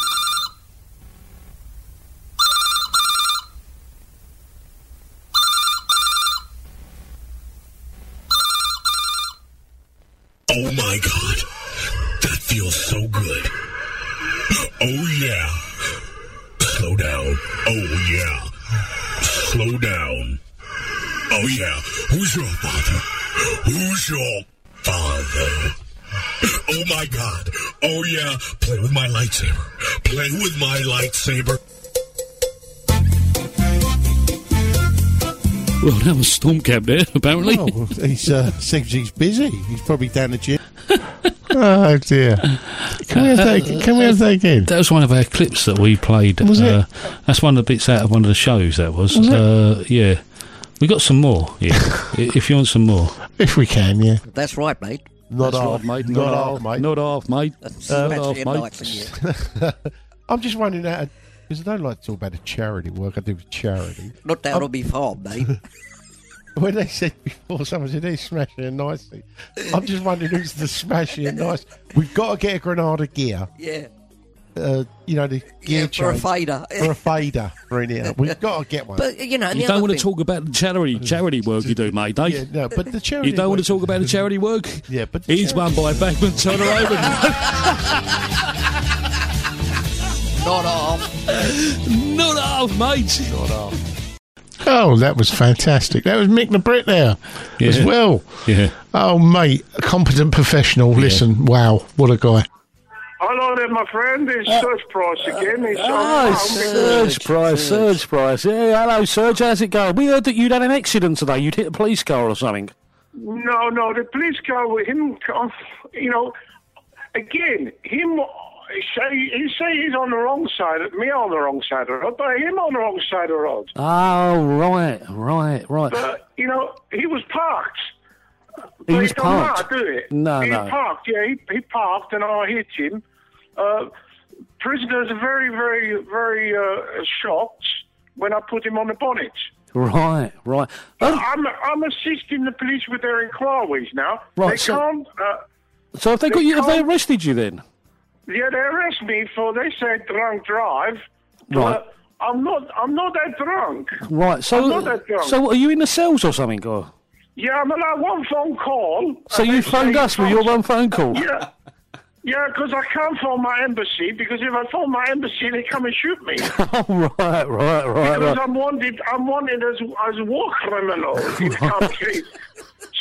Speaker 3: Oh my god. That feels so good. Oh yeah. Slow down. Oh yeah. Slow down. Oh yeah. Who's your father? Who's your father? Oh my god. Oh yeah. Play with my lightsaber. Play with my lightsaber.
Speaker 1: Well, that was Stormcab there, apparently.
Speaker 4: Oh, he's uh, seems he's busy. He's probably down the gym.
Speaker 2: Oh dear! Can we have that? Again? Can we have that again?
Speaker 1: That was one of our clips that we played.
Speaker 2: Was it?
Speaker 1: uh, That's one of the bits out of one of the shows, that was. uh, Yeah. We got some more, yeah. I- if you want some more.
Speaker 2: If we can, yeah.
Speaker 5: That's right, mate.
Speaker 6: Not
Speaker 1: That's
Speaker 6: half,
Speaker 1: right, mate.
Speaker 6: Not half, mate.
Speaker 1: Not half, mate. not
Speaker 5: Especially at
Speaker 1: half,
Speaker 5: night
Speaker 1: mate.
Speaker 5: for you.
Speaker 2: I'm just wondering how, because I don't like to talk about the charity work I do with charity.
Speaker 5: Not down on me farm, mate.
Speaker 2: When they said before, someone said they're smashing it nicely. I'm just wondering who's the smashing it nice. We've got to get a Granada gear.
Speaker 5: Yeah.
Speaker 2: Uh, you know, the gear
Speaker 5: Yeah, for a
Speaker 2: change.
Speaker 5: fader.
Speaker 2: For a fader. For in here. We've got to get one.
Speaker 5: But, you know, and
Speaker 1: You
Speaker 5: the
Speaker 1: don't
Speaker 5: other
Speaker 1: want to
Speaker 5: thing-
Speaker 1: talk about the charity charity work you do, mate, eh?
Speaker 2: yeah, no, but the charity.
Speaker 1: You don't want
Speaker 2: work-
Speaker 1: to talk about the charity work?
Speaker 2: Yeah, but the
Speaker 1: He's
Speaker 2: charity-
Speaker 1: won by Bagman Turner Owen.
Speaker 5: Not half.
Speaker 1: Not half, mate.
Speaker 6: Oh, that was fantastic. That was Mick the Brit there as
Speaker 1: Yeah.
Speaker 6: well.
Speaker 1: Yeah.
Speaker 6: Oh, mate, a competent professional. Listen, wow, what a guy.
Speaker 7: Hello there, my friend. It's Search Price again. It's
Speaker 1: Uh,
Speaker 7: um,
Speaker 1: Oh, Serge,
Speaker 5: Serge,
Speaker 1: Price,
Speaker 5: Serge.
Speaker 1: Serge Price. Yeah, hello, Serge. How's it going? We heard that you'd had an accident today. You'd hit a police car or something.
Speaker 7: No, no, the police car with him. um, You know, again, him. he Say he say he's on the wrong side. of- Me on the wrong side of the road, but him on the wrong side of the road.
Speaker 1: Oh, right, right, right.
Speaker 7: But you know, he was parked.
Speaker 1: He
Speaker 7: But
Speaker 1: was
Speaker 7: it don't matter,
Speaker 1: parked.
Speaker 7: do it?
Speaker 1: No,
Speaker 7: he
Speaker 1: no.
Speaker 7: parked. Yeah, he, he parked, and I hit him. Uh, prisoners are very, very, very uh, shocked when I put him on the bonnet.
Speaker 1: Right, right. Oh,
Speaker 7: I'm I'm assisting the police with their inquiries now.
Speaker 1: Right,
Speaker 7: they
Speaker 1: so-
Speaker 7: can't. Uh,
Speaker 1: so have they got you? Have they
Speaker 7: can't-
Speaker 1: arrested you then?
Speaker 7: yeah, they arrest me for they said drunk drive.
Speaker 1: Right,
Speaker 7: But I'm not. I'm not that drunk.
Speaker 1: right.
Speaker 7: not
Speaker 1: So,
Speaker 7: that drunk.
Speaker 1: so what, are you in the cells or something? Or
Speaker 7: Yeah, I'm allowed one phone call.
Speaker 1: so
Speaker 7: and
Speaker 1: you
Speaker 7: they
Speaker 1: phoned
Speaker 7: say
Speaker 1: us with
Speaker 7: can't-
Speaker 1: your one phone call?
Speaker 7: Yeah. Yeah, because I can't phone my embassy because if I phone my embassy, they come and shoot me
Speaker 1: Oh, right, right, right,
Speaker 7: because
Speaker 1: right.
Speaker 7: I'm wanted. I'm wanted as as a war criminal in the country.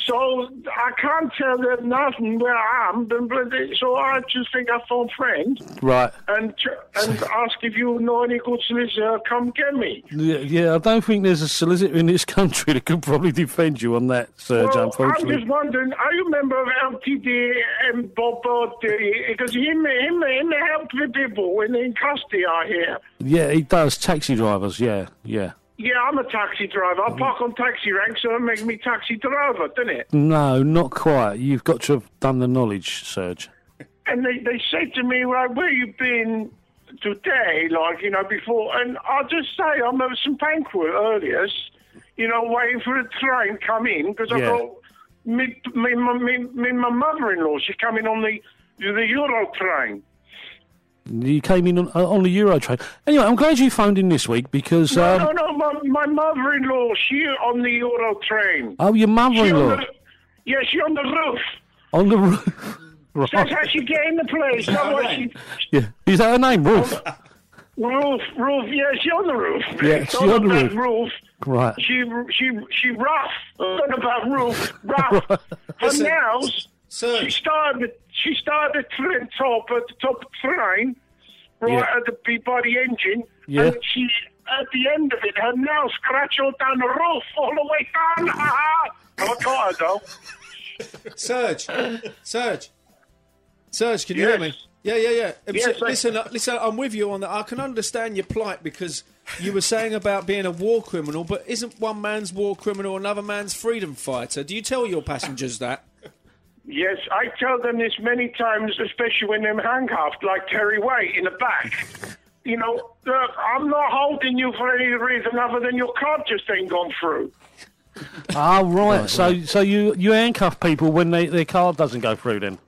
Speaker 7: So I can't tell them nothing where I am. then- but they- So I just think I phone friend
Speaker 1: Right.
Speaker 7: and ch- and ask if you know any good solicitor, come get me.
Speaker 1: Yeah, yeah, I don't think there's a solicitor in this country that could probably defend you on that, Serge,
Speaker 7: Well, I'm
Speaker 1: unfortunately.
Speaker 7: just wondering, are you a member of LTD and Bob Because him, him, him helped the people when in custody are here.
Speaker 1: Yeah, he does. Taxi drivers, yeah, yeah.
Speaker 7: Yeah, I'm a taxi driver. I park on taxi ranks, so that makes me taxi driver, doesn't it?
Speaker 1: No, not quite. You've got to have done the knowledge, Serge.
Speaker 7: And they, they said to me, right, where you been today, like, you know, before? And I'll just say I'm at St Pancras earlier, you know, waiting for a train to come in, because
Speaker 1: Yeah.
Speaker 7: I've got me, me, my- me, me, my mother-in-law, she's coming on the, the Euro train.
Speaker 1: You came in on, uh, on the Euro train. Anyway, I'm glad you phoned in this week because.
Speaker 7: No,
Speaker 1: um,
Speaker 7: no, no, my, my mother-in-law, she on the Euro train.
Speaker 1: Oh, your
Speaker 7: She on
Speaker 1: mother-in-law
Speaker 7: the, yeah, she on the roof.
Speaker 1: on the roof.
Speaker 7: That's
Speaker 1: right.
Speaker 7: how she get in the place. Otherwise, she,
Speaker 1: Yeah. Is that her name, Ruth?
Speaker 7: Roof, roof, yeah, she on the roof.
Speaker 1: Yeah, she on the
Speaker 7: about
Speaker 1: roof.
Speaker 7: roof.
Speaker 1: Right.
Speaker 7: She, she, she rough. Talking about roof, rough. Her nails. She started, she started the top at the top of the train, right
Speaker 1: Yeah.
Speaker 7: at the be- by the engine.
Speaker 1: Yeah.
Speaker 7: And she, at the end of it, her nails scratch all down the roof, all the way down. Ha ha! I caught her though.
Speaker 8: Serge, Serge, Serge, can you
Speaker 7: Yes.
Speaker 8: hear me? Yeah, yeah, yeah. Um,
Speaker 7: Yes,
Speaker 8: so-
Speaker 7: I-
Speaker 8: listen, uh, listen. I'm with you on that. I can understand your plight because you were saying about being a war criminal, but isn't one man's war criminal another man's freedom fighter? Do you tell your passengers that?
Speaker 7: Yes, I tell them this many times, especially when they're handcuffed, like Terry White in the back. You know, look, I'm not holding you for any reason other than your card just ain't gone through.
Speaker 1: Oh, right. So, so you you handcuff people when they, their card doesn't go through. Then.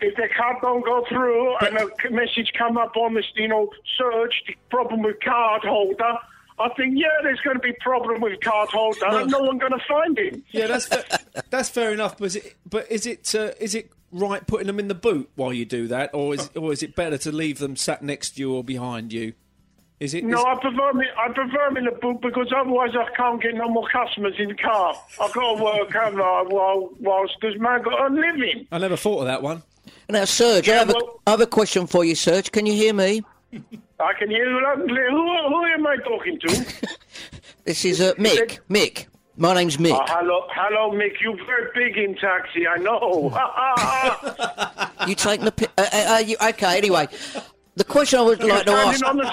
Speaker 7: If their card don't go through and a c- message come up on this, you know, search the problem with card holder, I think, yeah, there's going to be problem with card holder and no one going to find him.
Speaker 8: Yeah, that's fa- that's fair enough. But is it, but is it uh, is it right putting them in the boot while you do that, or is or is it better to leave them sat next to you or behind you? Is it?
Speaker 7: No,
Speaker 8: is-
Speaker 7: I prefer me. I prefer me in the boot because otherwise I can't get no more customers in the car. I got to work, haven't I? While whilst this man got a living.
Speaker 8: I never thought of that one.
Speaker 5: Now, Serge, I, have
Speaker 7: well-
Speaker 5: a, I have a question for you, Serge. Can you hear me?
Speaker 7: I can hear you loud and clear. Who, who am I talking to?
Speaker 5: This is uh, Mick. Mick. My name's Mick.
Speaker 7: oh, hello, hello, Mick. You very big in taxi. I know.
Speaker 5: You taking the pi- uh, uh, uh, you, okay? Anyway, the question I would
Speaker 7: you
Speaker 5: like to
Speaker 7: standing
Speaker 5: ask.
Speaker 7: on the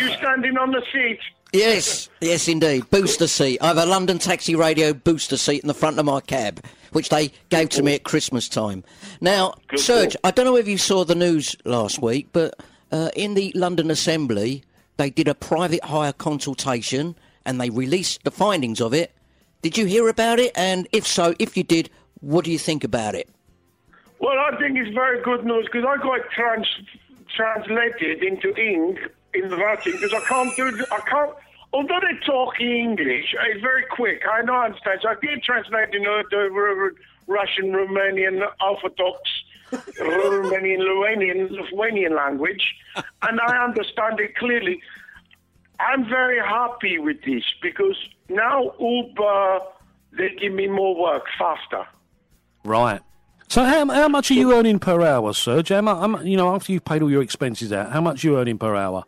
Speaker 7: you standing on the seat.
Speaker 5: Yes, yes, indeed. Booster seat. I have a London Taxi Radio booster seat in the front of my cab, which they gave to me at Christmas time. Now, Serge, I don't know if you saw the news last week, but uh, in the London Assembly, they did a private hire consultation and they released the findings of it. Did you hear about it? And if so, if you did, what do you think about it?
Speaker 7: Well, I think it's very good news because I got trans- translated into ink in the Vatican because I can't do I can't. Although they talk English, it's very quick. I know I understand. So I did translate into the r- r- Russian, Romanian, Orthodox, r- Romanian, Lithuanian, Lithuanian language, and I understand it clearly. I'm very happy with this because now Uber they give me more work faster.
Speaker 1: Right. So how how much are you earning per hour, Serge? How mu- how mu- you know, after you've paid all your expenses out, how much are you earning per hour?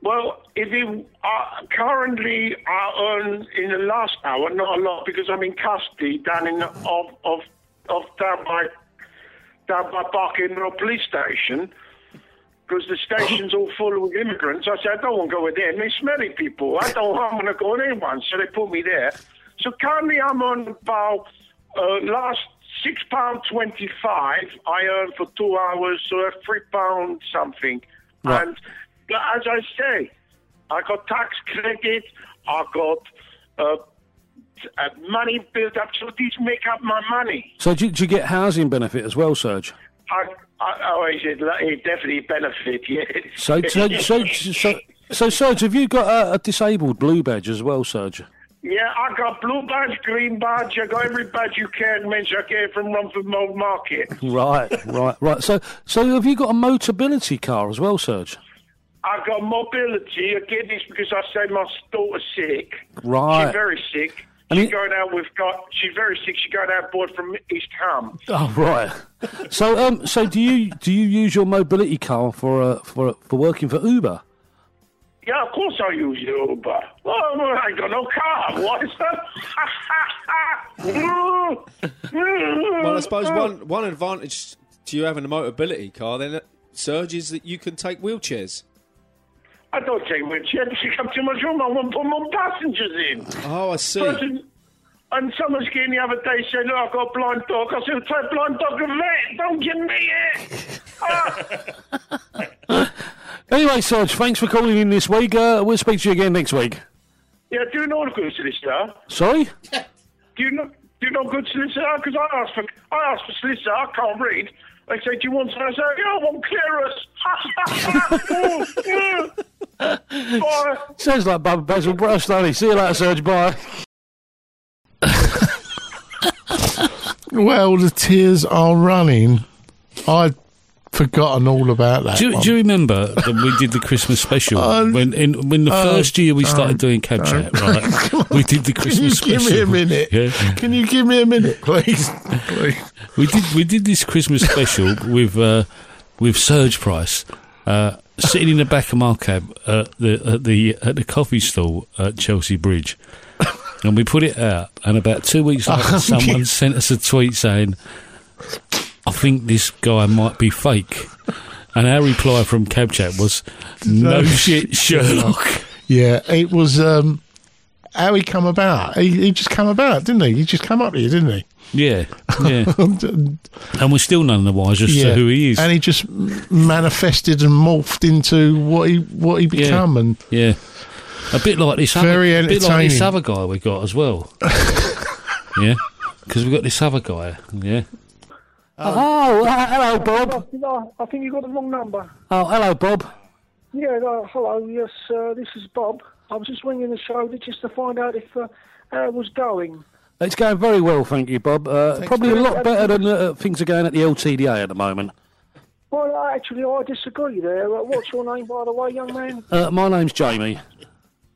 Speaker 7: Well, if you uh, currently I earn in the last hour not a lot because I'm in custody down in of of of down by down by Barking Road police station because the station's all full with immigrants. I said I don't want to go with them. They smelly people. I don't want to go with anyone. So they put me there. So currently I'm on about uh, last six pound twenty five. I earn for two hours, so that's three pound something. And but as I say, I got tax credit, I got uh, t- uh, money built up, so these make up my money.
Speaker 1: So do, you- do you get housing benefit as well, Serge?
Speaker 7: I, I, oh, he said, "Look, it definitely benefit, yes.
Speaker 1: So so so so, so Serge, have you got a, a disabled blue badge as well, Serge?
Speaker 7: yeah, I got blue badge, green badge, I got every badge you can, mention I get from Romford Mold Market.
Speaker 1: Right, right, right. So so have you got a motability car as well, Serge?
Speaker 7: I got mobility, I get this because I say my daughter's sick.
Speaker 1: Right.
Speaker 7: She's very sick.
Speaker 1: And
Speaker 7: She's
Speaker 1: it-
Speaker 7: going out with got. She's very sick. She got outboard from East Ham.
Speaker 1: Oh right. So um so do you do you use your mobility car for uh, for for working for Uber?
Speaker 7: Yeah, of course I use Uber. Well, well, I got no car. What is that?
Speaker 8: Well, I suppose one one advantage to you having a mobility car then, uh, Serge, is that you can take wheelchairs.
Speaker 7: I don't take my chance. She comes to my room. I want to put more passengers in.
Speaker 8: Oh, I see.
Speaker 7: Person- and someone's came the other day said, "Look, I've got a blind dog." I said, "Try blind dog and vet. Don't give me it." Ah.
Speaker 1: Anyway, Serge, thanks for calling in this week. Uh, we'll speak to you again next week.
Speaker 7: yeah, do you know the good solicitor?
Speaker 1: Sorry?
Speaker 7: Do you know? Do you know good solicitor? Because I asked for I asked for solicitor. I can't read. They say, "Do you want?" solicitor?" I said, "Yeah, I want clearance." Mm, mm. Bye.
Speaker 1: Sounds like Bubba Basil Brush, Danny. See you later, Serge. Bye.
Speaker 2: Well, the tears are running. I'd forgotten all about that.
Speaker 9: Do,
Speaker 2: one.
Speaker 9: do you remember that we did the Christmas special
Speaker 2: Uh,
Speaker 9: when in, when the first year we started doing cab chat? Right, we did the
Speaker 2: Can you
Speaker 9: Christmas
Speaker 2: uh, give
Speaker 9: special.
Speaker 2: me a minute?
Speaker 9: Yeah.
Speaker 2: Can you give me a minute, please? please.
Speaker 9: We did we did this Christmas special with uh, with Serge Price uh, sitting in the back of my cab at the at the at the coffee stall at Chelsea Bridge, and we put it out. And about two weeks later, someone sent us a tweet saying, "I think this guy might be fake." And our reply from Cab Chat was, "No, shit, Sherlock."
Speaker 2: Yeah, it was um, how he come about. He, he just come about, didn't he? He just come up here, didn't he?
Speaker 9: Yeah, yeah.
Speaker 2: And- uh,
Speaker 9: And we're still none the wiser as to who he is.
Speaker 2: And he just manifested and morphed into what he what he become. And
Speaker 9: Yeah. A bit like this
Speaker 2: Very
Speaker 9: other, bit like this
Speaker 2: entertaining.
Speaker 9: other guy we got as well. yeah. Because we got this other guy. Yeah.
Speaker 1: Oh, uh, hello, Bob.
Speaker 10: No, I think you got the wrong number.
Speaker 1: Oh, hello, Bob.
Speaker 10: Yeah, no, hello, yes, uh, this is Bob. I was just ringing the show to- just to find out if uh, how it was going.
Speaker 1: It's going very well, thank you, Bob. Uh, probably a lot better than uh, things are going at the LTDA at the moment.
Speaker 10: Well, I- actually, I disagree there. Uh, what's your name, by the way, young man?
Speaker 1: Uh, my name's Jamie.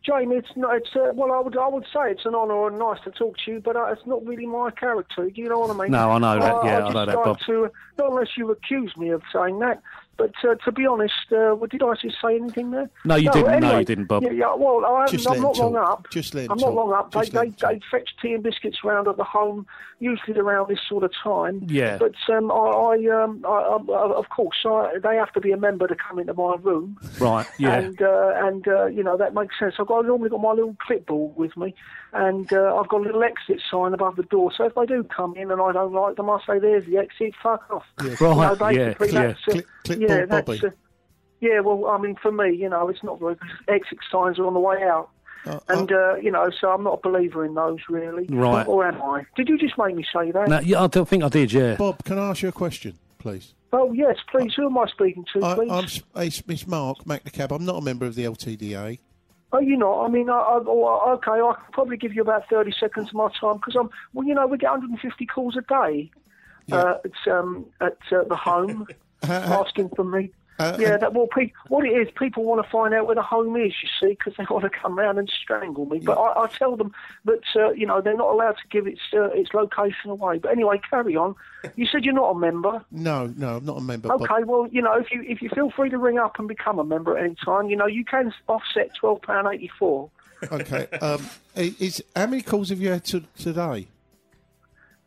Speaker 10: Jamie, it's not. It's uh, well, I would I would say it's an honour and nice to talk to you, but uh, it's not really my character. Do you know what I mean?
Speaker 1: No, I know that, yeah, I
Speaker 10: just
Speaker 7: uh,
Speaker 1: know that,
Speaker 10: like
Speaker 1: Bob.
Speaker 10: To, not unless you accuse me of saying that.
Speaker 7: But uh, to be honest, uh, well, did I just say anything there?
Speaker 1: No, you didn't. No,
Speaker 7: anyway,
Speaker 1: you didn't, Bob.
Speaker 7: Yeah, yeah, well, I haven't,
Speaker 1: Just let
Speaker 7: I'm
Speaker 1: him
Speaker 7: not long
Speaker 1: talk.
Speaker 7: up.
Speaker 1: Just let him
Speaker 7: I'm not
Speaker 1: talk.
Speaker 7: long up. They,
Speaker 1: Just let
Speaker 7: they, they fetch tea and biscuits round at the home, usually around this sort of time.
Speaker 1: Yeah.
Speaker 7: But um, I, I, um, I, I, of course, I, they have to be a member to come into my room.
Speaker 1: Right, yeah.
Speaker 7: And uh, and uh, you know that makes sense. I've got I normally got my little clipboard with me, and uh, I've got a little exit sign above the door. So if they do come in and I don't like them, I say, "There's the exit. Fuck off."
Speaker 2: Yeah.
Speaker 7: You know,
Speaker 2: Right, yeah,
Speaker 7: basically,
Speaker 2: yeah.
Speaker 7: that's, uh,
Speaker 2: Clip- clipboard
Speaker 7: yeah, that's,
Speaker 2: Bobby.
Speaker 7: uh, yeah, well, I mean, for me, you know, it's not very exit signs are on the way out. and, uh, you know, so I'm not a believer in those, really.
Speaker 1: Right.
Speaker 7: Or am I? Did you just make me say that?
Speaker 1: No, yeah, I don't think I did. Yeah.
Speaker 2: Bob, can I ask you a question, please?
Speaker 7: Oh, yes, please. Who am I speaking to,
Speaker 2: I,
Speaker 7: please?
Speaker 2: I'm s- it's Miss Mark McNacab. I'm not a member of the LTDA.
Speaker 7: Oh, you know, I mean, I, I, oh, okay, I can probably give you about 30 seconds of my time because I'm, well, you know, we get 150 calls a day uh, at, um, at uh, the home asking for me. yeah, that, well, pe- what it is, people want to find out where the home is, you see, because they want to come round and strangle me. But I, I tell them that, uh, you know, they're not allowed to give its uh, its location away. But anyway, carry on. You said you're not a member.
Speaker 2: No, no, I'm not a member. Bob.
Speaker 7: Okay, well, you know, if you if you feel free to ring up and become a member at any time, you know, you can offset twelve pound eighty four.
Speaker 2: Okay. Um, i- is how many calls have you had to, today?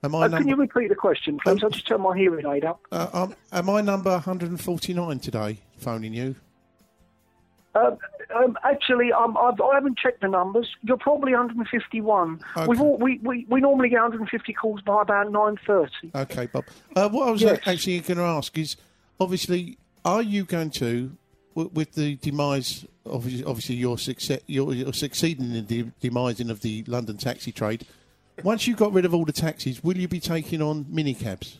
Speaker 2: Am I
Speaker 7: Uh,
Speaker 2: number?
Speaker 7: can you repeat the question, please? I'll just turn my hearing aid up.
Speaker 2: uh, um, am I number 149 today? Phoning you.
Speaker 7: Um, um, actually, um, I've, I haven't checked the numbers. You're probably 151. We've all, we, we, we normally get 150 calls by about 9.30.
Speaker 2: Okay, Bob. Uh, what I was
Speaker 7: Yes.
Speaker 2: actually going to ask is, obviously, are you going to, with, with the demise, obviously, obviously your success, your, your succeeding in the demising of the London taxi trade, once you got rid of all the taxis, will you be taking on minicabs?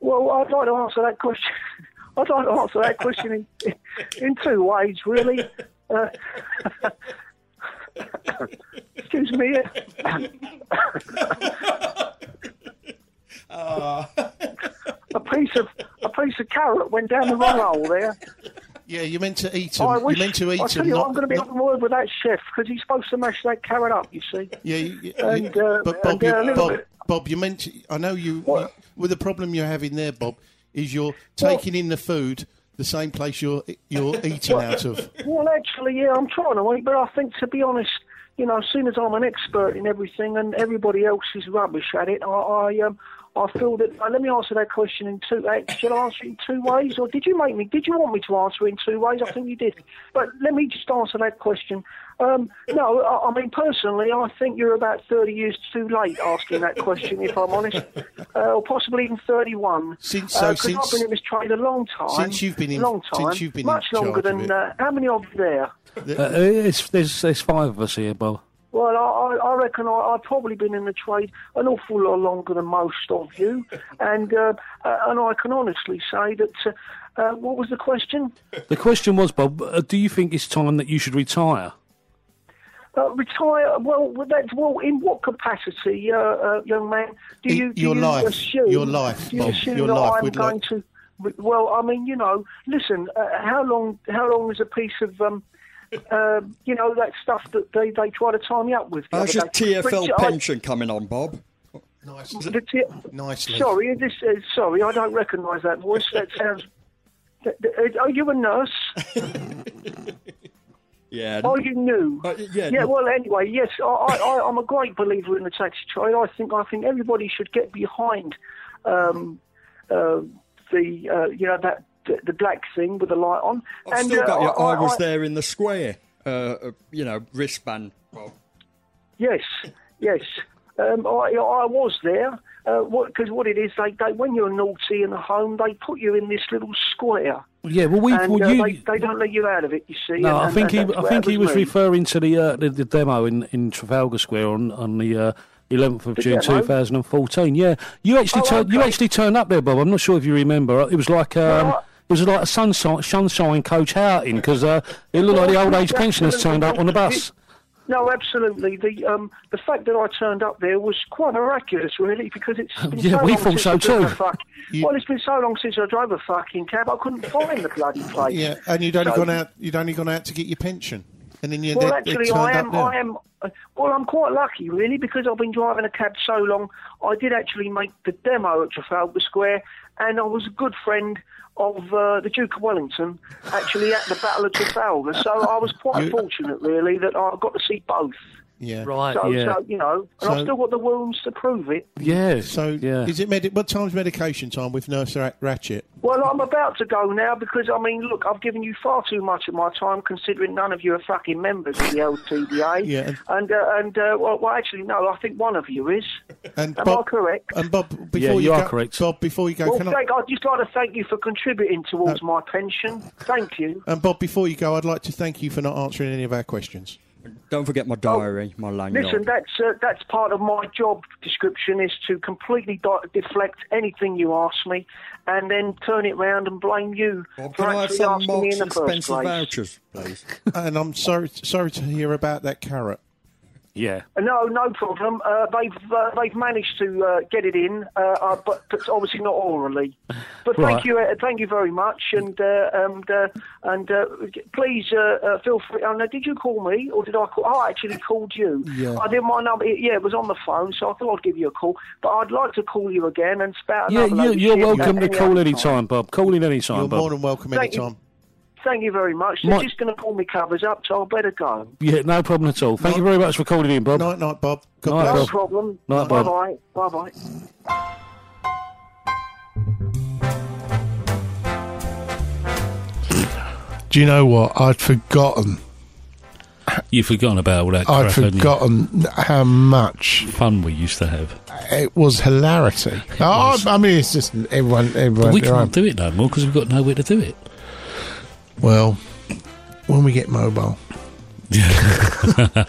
Speaker 7: Well, I'd like to answer that question. I'd like to answer that question in, in, two ways, really. Uh, excuse me. a piece of a piece of carrot went down the wrong hole there.
Speaker 2: Yeah, you're meant to eat them.
Speaker 7: Oh, I
Speaker 2: you're meant to eat
Speaker 7: I tell
Speaker 2: them.
Speaker 7: you,
Speaker 2: not-
Speaker 7: I'm going to be
Speaker 2: not-
Speaker 7: having a word with that chef because he's supposed to mash that carrot up. You see.
Speaker 2: Yeah, you- you-
Speaker 7: And, uh,
Speaker 2: but Bob,
Speaker 7: and, uh, a
Speaker 2: you,
Speaker 7: little
Speaker 2: Bob,
Speaker 7: bit-
Speaker 2: Bob, you meant. to- I know you. With well, the problem you're having there, Bob, is you're taking in the food the same place you're you're eating out of.
Speaker 7: Well, actually, yeah, I'm trying to eat, but I think, to be honest, you know, seeing as I'm an expert in everything and everybody else is rubbish at it, I, I um, I feel that. Uh, let me answer that question in two. Uh, should I answer it in two ways, or did you make me? Did you want me to answer it in two ways? I think you did. But let me just answer that question. Um, no, I, I mean personally, I think you're about 30 years too late asking that question, if I'm honest, uh, or possibly even 31.
Speaker 2: Since- so
Speaker 7: Uh, 'cause I've
Speaker 2: since-
Speaker 7: been in this trade a long time.
Speaker 2: Since you've been in-
Speaker 7: long time,
Speaker 2: since you've been in
Speaker 7: much longer
Speaker 2: charge of
Speaker 7: than
Speaker 2: it.
Speaker 7: uh, how many of you there?
Speaker 1: Uh, it's, there's there's five of us here, Bob.
Speaker 7: Well, I, I I reckon I, I've probably been in the trade an awful lot longer than most of you, and uh, uh, and I can honestly say that. Uh, uh, what was the question?
Speaker 1: The question was, Bob, uh, do you think it's time that you should retire?
Speaker 7: Uh, retire? Well, with that, well, in what capacity, uh, uh, young man? Do
Speaker 2: In
Speaker 7: you do
Speaker 2: your
Speaker 7: you
Speaker 2: life,
Speaker 7: assume
Speaker 2: your life,
Speaker 7: do you
Speaker 2: Bob,
Speaker 7: assume
Speaker 2: your
Speaker 7: that
Speaker 2: life,
Speaker 7: I'm
Speaker 2: we'd
Speaker 7: going
Speaker 2: like-
Speaker 7: to? Well, I mean, you know, listen. Uh, how long? How long is a piece of? Um, uh, you know that stuff that they, they try to tie me up with.
Speaker 2: Oh,
Speaker 7: the
Speaker 8: How's your
Speaker 7: other day.
Speaker 8: TFL
Speaker 7: Richard, I-
Speaker 8: pension coming on, Bob?
Speaker 7: The t-
Speaker 2: Nicely.
Speaker 7: Sorry, this. Uh, sorry, I don't recognise that voice. That sounds. Th- th- Are you a nurse?
Speaker 8: Yeah.
Speaker 7: Are you new?
Speaker 8: yeah, no.
Speaker 7: Oh, Well, anyway, yes, I, I, I- I'm a great believer in the taxi trade. I think I think everybody should get behind um, uh, the uh, you know that the, the black thing with the light on. uh,
Speaker 8: I've still got your I, was
Speaker 7: I-
Speaker 8: there in the square, uh, uh, you know, wristband. Bob.
Speaker 7: Yes, yes. Um, I, I was there. Because uh, what, 'cause what it is, they, they when you're naughty in the home, they put you in this little square.
Speaker 1: Yeah, well, we
Speaker 7: and,
Speaker 1: well,
Speaker 7: uh,
Speaker 1: you.
Speaker 7: they, they don't let you out of it. You see.
Speaker 1: no,
Speaker 7: and-
Speaker 1: I think he
Speaker 7: and that's
Speaker 1: I
Speaker 7: where
Speaker 1: think
Speaker 7: it
Speaker 1: he was
Speaker 7: me.
Speaker 1: referring to the uh, the, the demo in, in Trafalgar Square on on the uh, eleventh of
Speaker 7: The
Speaker 1: June
Speaker 7: demo?
Speaker 1: two thousand and fourteen. Yeah, you actually
Speaker 7: Oh,
Speaker 1: turned you actually turned up there, Bob. I'm not sure if you remember. It was like um,
Speaker 7: Well, I-
Speaker 1: it was like a sunshine sunshine coach outing because uh, it looked like the old age pensioners turned up on the bus.
Speaker 7: No, absolutely. The um, the fact that I turned up there was quite miraculous, really, because it's been
Speaker 1: Yeah,
Speaker 7: so
Speaker 1: we
Speaker 7: long
Speaker 1: thought
Speaker 7: since
Speaker 1: so
Speaker 7: I drove
Speaker 1: too.
Speaker 7: a Fuck. Well, it's been so long since I drove a fucking cab, I couldn't find the bloody place.
Speaker 2: Yeah, and you'd only
Speaker 7: So-
Speaker 2: gone out. You'd only gone out to get your pension, and then you
Speaker 7: Well,
Speaker 2: they- they
Speaker 7: actually,
Speaker 2: turned
Speaker 7: I
Speaker 2: up
Speaker 7: am.
Speaker 2: there.
Speaker 7: I am. uh, Well, I'm quite lucky, really, because I've been driving a cab so long. I did actually make the demo at Trafalgar Square, and I was a good friend of uh, the Duke of Wellington actually at the Battle of Trafalgar. So I was quite fortunate, really, that I got to see both.
Speaker 4: Yeah.
Speaker 2: Uh,
Speaker 11: Right,
Speaker 7: so,
Speaker 11: yeah.
Speaker 7: so, you know, and I've
Speaker 4: So-
Speaker 7: still got the wounds to prove it.
Speaker 11: Yeah.
Speaker 4: So
Speaker 11: yeah.
Speaker 4: is it medi- what time's medication time with Nurse Ra- Ratchet?
Speaker 7: Well, I'm about to go now because, I mean, look, I've given you far too much of my time considering none of you are fucking members of the LTDA.
Speaker 4: Yeah.
Speaker 7: And, uh, and uh, well, well, actually, no, I think one of you is.
Speaker 4: And
Speaker 7: Am I
Speaker 4: Bob,
Speaker 7: correct?
Speaker 4: and Bob, before
Speaker 11: Yeah,
Speaker 4: you,
Speaker 11: you are
Speaker 4: go,
Speaker 11: correct.
Speaker 4: Bob, before you
Speaker 12: uh,
Speaker 4: go,
Speaker 7: well,
Speaker 4: can I?
Speaker 7: thank, I'd just like to thank you for contributing towards my pension. Thank you.
Speaker 4: And Bob, before you go, I'd like to thank you for not answering any of our questions.
Speaker 12: Don't forget my diary, my lanyard.
Speaker 7: Oh, Listen, that's uh, that's part of my job description is to completely di- deflect anything you ask me, and then turn it round and blame you
Speaker 12: Bob,
Speaker 7: for
Speaker 12: can I have
Speaker 7: actually
Speaker 12: some
Speaker 7: asking me
Speaker 12: Marks
Speaker 7: in the
Speaker 12: and
Speaker 7: first
Speaker 12: Spencer
Speaker 7: place.
Speaker 12: vouchers, please?
Speaker 4: and I'm sorry, sorry to hear about that carrot.
Speaker 11: Yeah.
Speaker 7: No, no problem. Uh, they've uh, they've managed to uh, get it in, uh, uh, but, but obviously not orally. But
Speaker 11: Right.
Speaker 7: thank you, uh, thank you very much, and uh, and uh, and uh, please uh, uh, feel free. Oh, now, did you call me or did I call? I actually called you.
Speaker 4: Yeah.
Speaker 7: I didn't my number. Yeah, it was on the phone, so I thought I'd give you a call. But I'd like to call you again and spout.
Speaker 11: Yeah, you,
Speaker 7: another load of
Speaker 11: you're
Speaker 7: shit about
Speaker 11: welcome to
Speaker 7: any
Speaker 11: call
Speaker 7: other
Speaker 11: any
Speaker 7: time.
Speaker 11: time, Bob. Call in any
Speaker 4: You're
Speaker 11: time,
Speaker 4: more
Speaker 11: Bob.
Speaker 4: than welcome
Speaker 7: Thank you.
Speaker 4: anytime.
Speaker 7: Thank you very much. They're
Speaker 11: My-
Speaker 7: just going to call me covers up, so I better go.
Speaker 11: Yeah, no problem at all. Thank you very much for calling in, Bob.
Speaker 4: Night, night, Bob. God
Speaker 11: Night,
Speaker 4: bless.
Speaker 7: No
Speaker 11: Bob.
Speaker 7: problem.
Speaker 11: Night,
Speaker 7: bye
Speaker 11: Bob.
Speaker 7: bye. Bye bye.
Speaker 2: Do you know what? I'd forgotten.
Speaker 1: You've forgotten about all that
Speaker 2: I'd
Speaker 1: crap, hadn't you?
Speaker 2: forgotten how much
Speaker 1: Fun we used to have.
Speaker 2: it was hilarity. I, I mean, it's just everyone.
Speaker 1: But
Speaker 2: everyone
Speaker 1: we
Speaker 2: their own.
Speaker 1: can't do it no more because we've got nowhere to do it.
Speaker 2: Well, when we get mobile. next
Speaker 1: Well,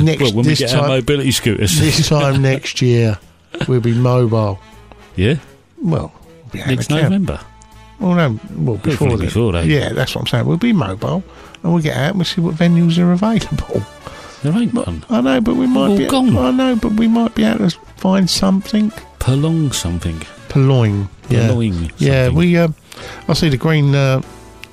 Speaker 1: when we
Speaker 2: this
Speaker 1: get our
Speaker 2: time,
Speaker 1: mobility scooters.
Speaker 2: this time next year, we'll be mobile.
Speaker 1: yeah?
Speaker 2: Well, we'll be out
Speaker 1: Next
Speaker 2: of town.
Speaker 1: November.
Speaker 2: Well, no, well before
Speaker 1: Hopefully
Speaker 2: then.
Speaker 1: before eh? then.
Speaker 2: Yeah, that's what I'm saying. We'll be mobile, and we'll get out and we'll see what venues are available.
Speaker 1: There ain't one.
Speaker 2: I know, but we might
Speaker 1: all
Speaker 2: be.
Speaker 1: gone.
Speaker 2: I know, but we might be able to find something.
Speaker 1: Prolong something.
Speaker 2: Purloin. Yeah.
Speaker 1: Purloin
Speaker 2: Yeah,
Speaker 1: something.
Speaker 2: we. Um, I see the green. Uh,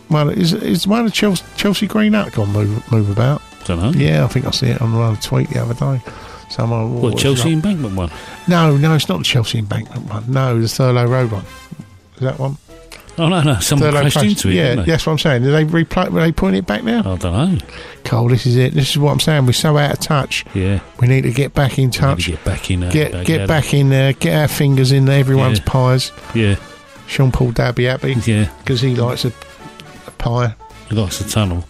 Speaker 2: well, is is one of Chelsea, Chelsea Green up gone move move about?
Speaker 1: Don't know.
Speaker 2: Yeah, I think I see it on another tweet the other day. Someone.
Speaker 1: What, Chelsea Embankment one?
Speaker 2: No, no, it's not the Chelsea Embankment one. No, the Thurlow Road one. Is that one?
Speaker 1: Oh, no, no. Someone
Speaker 2: Thurlow
Speaker 1: crashed
Speaker 2: Place.
Speaker 1: into it,
Speaker 2: Yeah,
Speaker 1: didn't they?
Speaker 2: that's what I'm saying. Did they repla- were they putting it back now?
Speaker 1: I don't know.
Speaker 2: Cole, this is it. This is what I'm saying. We're so out of touch.
Speaker 1: Yeah.
Speaker 2: We need to get back in
Speaker 1: Maybe
Speaker 2: touch.
Speaker 1: get back in there.
Speaker 2: Get
Speaker 1: Baghdad.
Speaker 2: get, back in there. Get our fingers in everyone's
Speaker 1: Yeah.
Speaker 2: pies.
Speaker 1: Yeah,
Speaker 2: Sean Paul Dabby happy
Speaker 1: yeah.
Speaker 2: because he likes a, a pie.
Speaker 1: He likes the tunnel.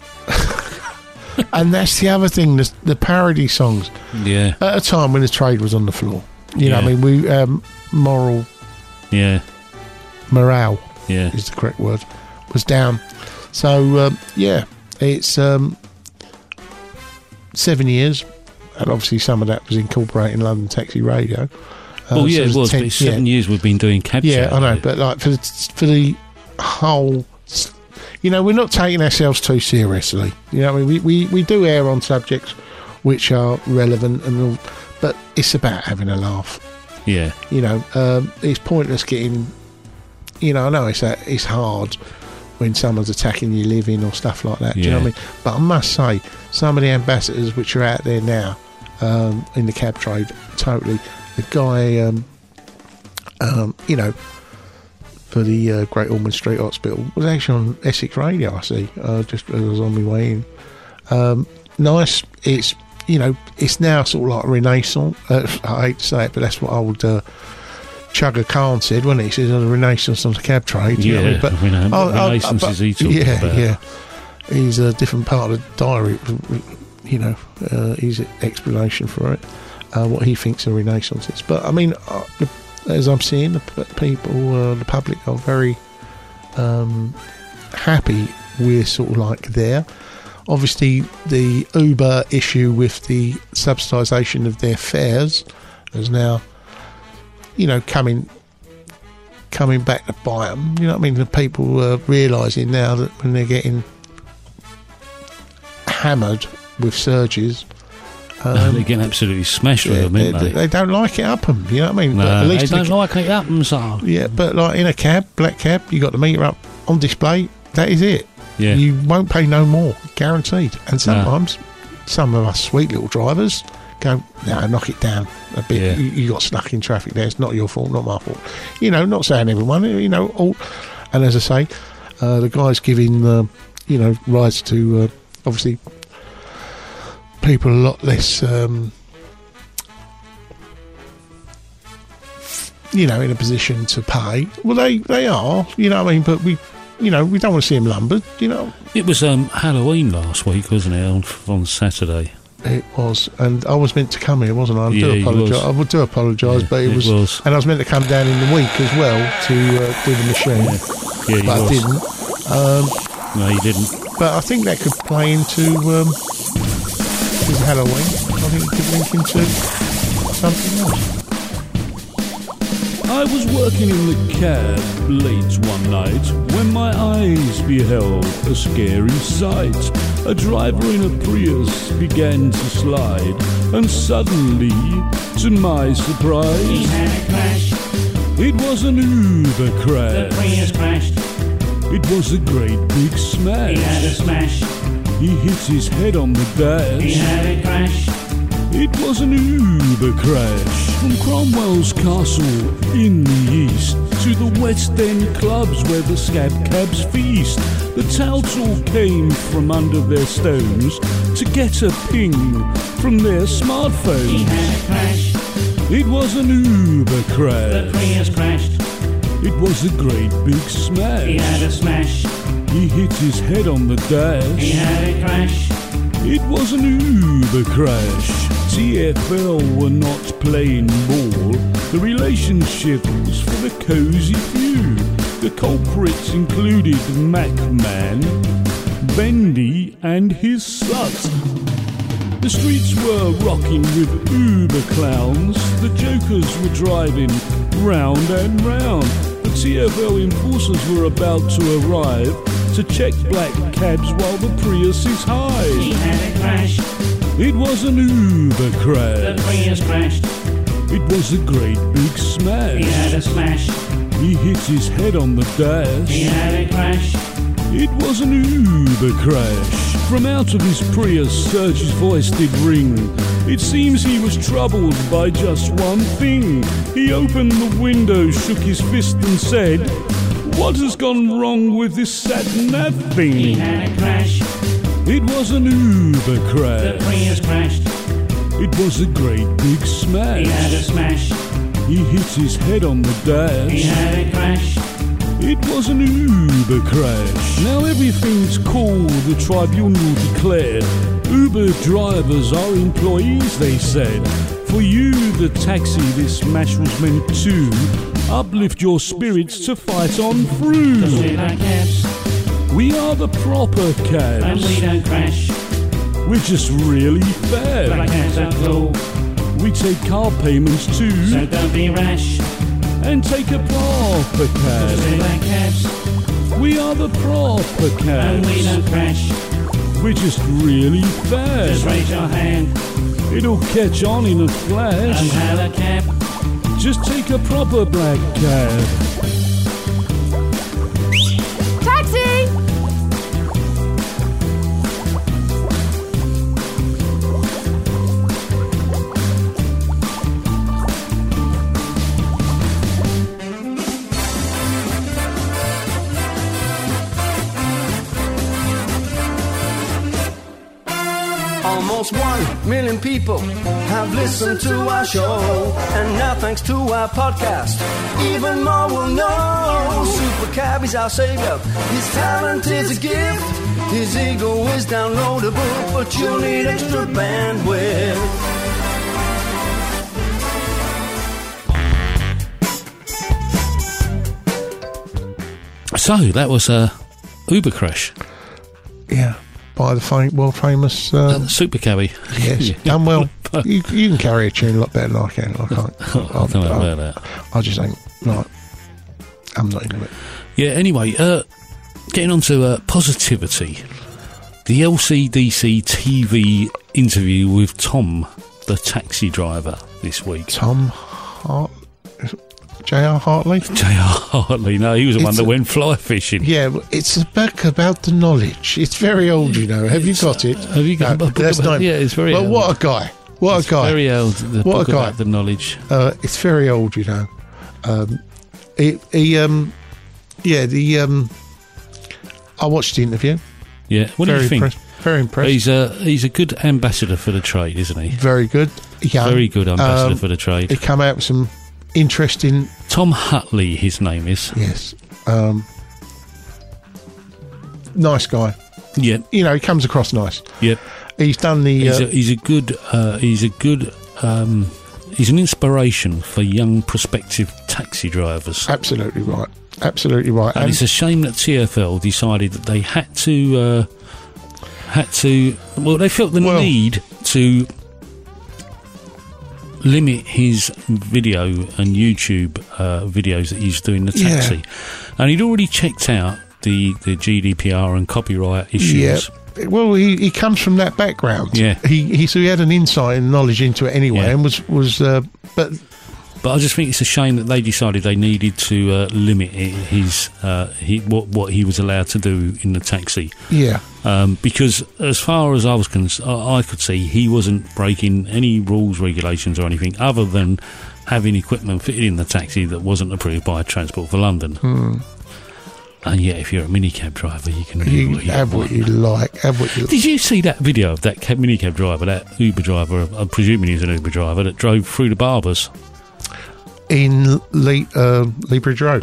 Speaker 2: And that's the other thing, the, the parody songs.
Speaker 1: Yeah,
Speaker 2: At a time when the trade was on the floor, you know,
Speaker 1: Yeah.
Speaker 2: what I mean, we um, moral
Speaker 1: yeah,
Speaker 2: morale
Speaker 1: yeah.
Speaker 2: is the correct word was down. So um, yeah, it's um, seven years, and obviously some of that was incorporating London Taxi Radio. Uh,
Speaker 1: oh,
Speaker 2: so
Speaker 1: yeah, it was. but it's
Speaker 2: yeah.
Speaker 1: seven years we've been doing capture.
Speaker 2: Yeah, I know, but like for the, for the whole, s- you know, we're not taking ourselves too seriously. You know, what I mean, we, we, we do air on subjects which are relevant and all, but it's about having a laugh.
Speaker 1: yeah,
Speaker 2: You know, um, it's pointless getting. You know, I know it's that it's hard when someone's attacking your living or stuff like that. Do you know
Speaker 1: Yeah.
Speaker 2: what I mean? But I must say, some of the ambassadors which are out there now um, in the cab trade, totally. The guy, um, um, you know, for the uh, Great Ormond Street Hospital was actually on Essex Radio. I see. Uh, just as I was on my way in. Um, nice. It's you know it's now sort of like Renaissance. Uh, I hate to say it, but that's what old uh, Chugger Khan said, wasn't he? He says oh, the Renaissance of the cab trade. you know what I
Speaker 1: yeah.
Speaker 2: mean? But
Speaker 1: we know.
Speaker 2: Oh,
Speaker 1: What
Speaker 2: oh,
Speaker 1: relations
Speaker 2: but-
Speaker 1: is he talking
Speaker 2: yeah,
Speaker 1: about?
Speaker 2: Yeah, He's a different part of the diary. You know, uh, his explanation for it, uh, what he thinks a renaissance is. But I mean, uh, the, as I'm seeing, the p- people, uh, the public are very um, happy. We're sort of like there. Obviously, the Uber issue with the subsidisation of their fares has now, you know, coming coming back to buy them. You know what I mean? The people are realising now that when they're getting hammered with surges, um,
Speaker 1: they get absolutely smashed with them,
Speaker 2: they,
Speaker 1: ain't they?
Speaker 2: they don't like it up them. You know what I mean?
Speaker 1: no,
Speaker 2: But at
Speaker 1: they
Speaker 2: least in a
Speaker 1: don't like it Ah, happens. So.
Speaker 2: yeah, but like in a cab, black cab, you got the meter up on display. That is it.
Speaker 1: Yeah,
Speaker 2: You won't pay no more, guaranteed. And sometimes, some of us sweet little drivers go, "No, knock it down a bit.
Speaker 1: Yeah.
Speaker 2: You, you got stuck in traffic there. It's not your fault, not my fault." You know, not saying everyone. You know, all And as I say, uh, the guy's giving, uh, you know, rights to uh, obviously people a lot less, um, you know, in a position to pay. Well, they they are, you know, what I mean, but we, you know, we don't want to see him lumbered, you know.
Speaker 1: It was um, Halloween last week, wasn't it? On, on Saturday.
Speaker 2: It was, and I was meant to come here, wasn't I? I
Speaker 1: Yeah,
Speaker 2: do
Speaker 1: you
Speaker 2: apologise.
Speaker 1: was.
Speaker 2: I would do apologise,
Speaker 1: Yeah,
Speaker 2: but it,
Speaker 1: it
Speaker 2: was,
Speaker 1: was.
Speaker 2: and I was meant to come down in the week as well to uh, do the machine,
Speaker 1: Yeah, you
Speaker 2: but I
Speaker 1: was.
Speaker 2: didn't. Um,
Speaker 1: No, you didn't.
Speaker 2: but I think that could play into um, with Halloween. I think it could link into something else.
Speaker 9: I was working in the cab late one night when my eyes beheld a scary sight. A driver in a Prius began to slide, and suddenly, to my surprise,
Speaker 13: He had a crash.
Speaker 9: It was an Uber
Speaker 13: The
Speaker 9: crash.
Speaker 13: Prius crashed.
Speaker 9: It was a great big smash.
Speaker 13: He had a smash.
Speaker 9: He hit his head on the dash.
Speaker 13: He had a crash.
Speaker 9: It was an Uber crash from Cromwell's castle in the east to the West End clubs where the scab cabs feast. The touts came from under their stones to get a ping from their smartphones.
Speaker 13: He had a crash.
Speaker 9: It was an Uber crash.
Speaker 13: The Prius crashed.
Speaker 9: It was a great big smash.
Speaker 13: He had a smash.
Speaker 9: He hit his head on the dash.
Speaker 13: He had a crash.
Speaker 9: It was an Uber crash. TFL were not playing ball. The relationship was for the cozy few. The culprits included Macman, Bendy, and his slut. The streets were rocking with Uber clowns. The jokers were driving round and round. The TFL enforcers were about to arrive to check black cabs while the Prius is high.
Speaker 13: He had a crash.
Speaker 9: It was an Uber
Speaker 13: The
Speaker 9: crash.
Speaker 13: Prius crashed.
Speaker 9: It was a great big smash.
Speaker 13: He had a smash.
Speaker 9: He hit his head on the dash.
Speaker 13: He had a crash.
Speaker 9: It was an Uber crash. From out of his Prius, Serge's voice did ring. It seems he was troubled by just one thing. He opened the window, shook his fist, and said, What has gone wrong with this sat nav thing?
Speaker 13: He had a crash.
Speaker 9: It was an Uber
Speaker 13: The
Speaker 9: crash.
Speaker 13: Prius crashed.
Speaker 9: It was a great big smash.
Speaker 13: He had a smash.
Speaker 9: He hit his head on the dash.
Speaker 13: He had a crash.
Speaker 9: It was an Uber crash. Now everything's cool, the tribunal declared. Uber drivers are employees, they said. For you, the taxi, this mash was meant to uplift your spirits to fight on through.
Speaker 13: Cause we like cabs.
Speaker 9: We are the proper cabs.
Speaker 13: And we don't crash.
Speaker 9: We're just really bad.
Speaker 13: Black cabs are cool.
Speaker 9: We take car payments too.
Speaker 13: So don't be rash.
Speaker 9: and take a proper
Speaker 13: Cause we
Speaker 9: cab.
Speaker 13: like cabs.
Speaker 9: We are the proper
Speaker 13: And
Speaker 9: cabs.
Speaker 13: we don't crash.
Speaker 9: We're just really
Speaker 13: Just raise your
Speaker 9: fast.
Speaker 13: hand.
Speaker 9: It'll catch on in a
Speaker 13: And
Speaker 9: flash.
Speaker 13: have a cab.
Speaker 9: Just take a proper black cab.
Speaker 8: Taxi!
Speaker 14: Almost one million people have listened to our show, and now thanks to our podcast, even more will know. Super Cab is our savior. His talent is a gift. His ego is downloadable, but you need extra bandwidth.
Speaker 1: So that was uh, Uber crash.
Speaker 2: Yeah, by the fam- world famous um,
Speaker 1: Super cabby.
Speaker 2: Yes, done well. You, you can carry a tune a lot better than I can. I can't.
Speaker 1: Oh, I don't know about that.
Speaker 2: I just ain't like. I'm not into it.
Speaker 1: Yeah, anyway, uh, getting on to uh, positivity. The LCDC TV interview with Tom, the taxi driver, this week.
Speaker 2: Tom Hart. J.R. Hartley?
Speaker 1: J.R. Hartley, no, he was the one
Speaker 2: It's
Speaker 1: that
Speaker 2: a-
Speaker 1: went fly fishing.
Speaker 2: Yeah, well, it's a book about the knowledge. It's very old, you know. Have you got it? Have
Speaker 1: you got a book
Speaker 2: that's
Speaker 1: about-
Speaker 2: not-
Speaker 1: yeah, it's very
Speaker 2: Well,
Speaker 1: old.
Speaker 2: what a guy! What
Speaker 1: It's
Speaker 2: a guy!
Speaker 1: Very old. The
Speaker 2: What
Speaker 1: book
Speaker 2: a guy.
Speaker 1: about the knowledge.
Speaker 2: Uh, it's very old, you know. Um, he, he um, yeah, the um, I watched the interview.
Speaker 1: Yeah. What
Speaker 2: very
Speaker 1: do you think?
Speaker 2: impressed- very impressed.
Speaker 1: He's a he's a good ambassador for the trade, isn't he?
Speaker 2: Very good. Young.
Speaker 1: Very good ambassador
Speaker 2: Um,
Speaker 1: for the trade.
Speaker 2: He come out with some interesting.
Speaker 1: Tom Hutley, his name is.
Speaker 2: Yes. Um, nice guy.
Speaker 1: Yeah.
Speaker 2: You know, he comes across nice.
Speaker 1: Yep.
Speaker 2: He's done the.
Speaker 1: He's
Speaker 2: uh,
Speaker 1: a, he's a good. Uh, he's a good. Um, he's an inspiration for young prospective taxi drivers.
Speaker 2: Absolutely right. Absolutely right.
Speaker 1: And,
Speaker 2: And-
Speaker 1: it's a shame that TFL decided that they had to uh, had to. Well, they felt the need to limit his video and YouTube uh, videos that he's doing the
Speaker 2: Yeah.
Speaker 1: taxi, and he'd already checked out the the GDPR and copyright issues.
Speaker 2: Yeah. Well, he, he comes from that background.
Speaker 1: Yeah.
Speaker 2: He, he so he had an insight and knowledge into it anyway,
Speaker 1: Yeah.
Speaker 2: and was was uh, but
Speaker 1: But I just think it's a shame that they decided they needed to uh, limit i- his uh, he, what what he was allowed to do in the taxi.
Speaker 2: Yeah.
Speaker 1: Um, because as far as I was concerned, I I could see he wasn't breaking any rules, regulations, or anything other than having equipment fitted in the taxi that wasn't approved by Transport for London.
Speaker 2: hmm,
Speaker 1: And yet, if you're a minicab driver, you can do
Speaker 2: you
Speaker 1: what you
Speaker 2: have what
Speaker 1: want.
Speaker 2: you like, have what you.
Speaker 1: Did you see that video of that cab, minicab driver, that Uber driver? I'm presuming he's an Uber driver that drove through the barbers.
Speaker 2: in Le, uh, Leapridge Road.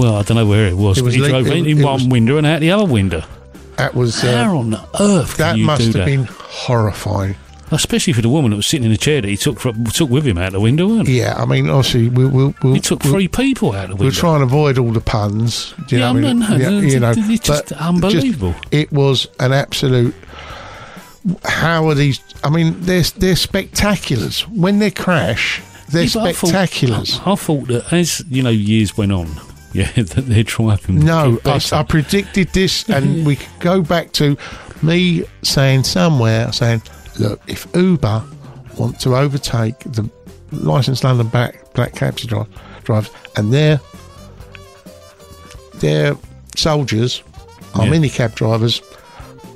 Speaker 1: well, I don't know where it was.
Speaker 2: It was
Speaker 1: he
Speaker 2: le-
Speaker 1: drove
Speaker 2: it-
Speaker 1: in, in
Speaker 2: it
Speaker 1: one
Speaker 2: was-
Speaker 1: window and out the other window.
Speaker 2: That was uh,
Speaker 1: How on earth can
Speaker 2: That
Speaker 1: you
Speaker 2: must
Speaker 1: do
Speaker 2: have
Speaker 1: that?
Speaker 2: been horrifying.
Speaker 1: Especially for the woman that was sitting in a chair that he took fro- took with him out the window, weren't it?
Speaker 2: Yeah, I mean, obviously, we we'll, we'll,
Speaker 1: He took
Speaker 2: we'll-
Speaker 1: three people out the window.
Speaker 2: We'll try and avoid all the puns. Do you
Speaker 1: Yeah,
Speaker 2: know what I
Speaker 1: no,
Speaker 2: mean?
Speaker 1: no,
Speaker 2: Yeah,
Speaker 1: no,
Speaker 2: you know,
Speaker 1: it's just
Speaker 2: but
Speaker 1: unbelievable.
Speaker 2: it was an absolute. How are these? I mean, they're they're spectaculars when they crash. They're
Speaker 1: Yeah, but I thought-
Speaker 2: spectaculars.
Speaker 1: I, I thought that as you know, years went on, yeah, that their driving.
Speaker 2: No,
Speaker 1: got
Speaker 2: I,
Speaker 1: better.
Speaker 2: I predicted this, and we could go back to me saying somewhere, saying, look, if Uber want to overtake the licensed London black, black taxi dri- drivers and their their soldiers are
Speaker 1: Yeah.
Speaker 2: minicab drivers,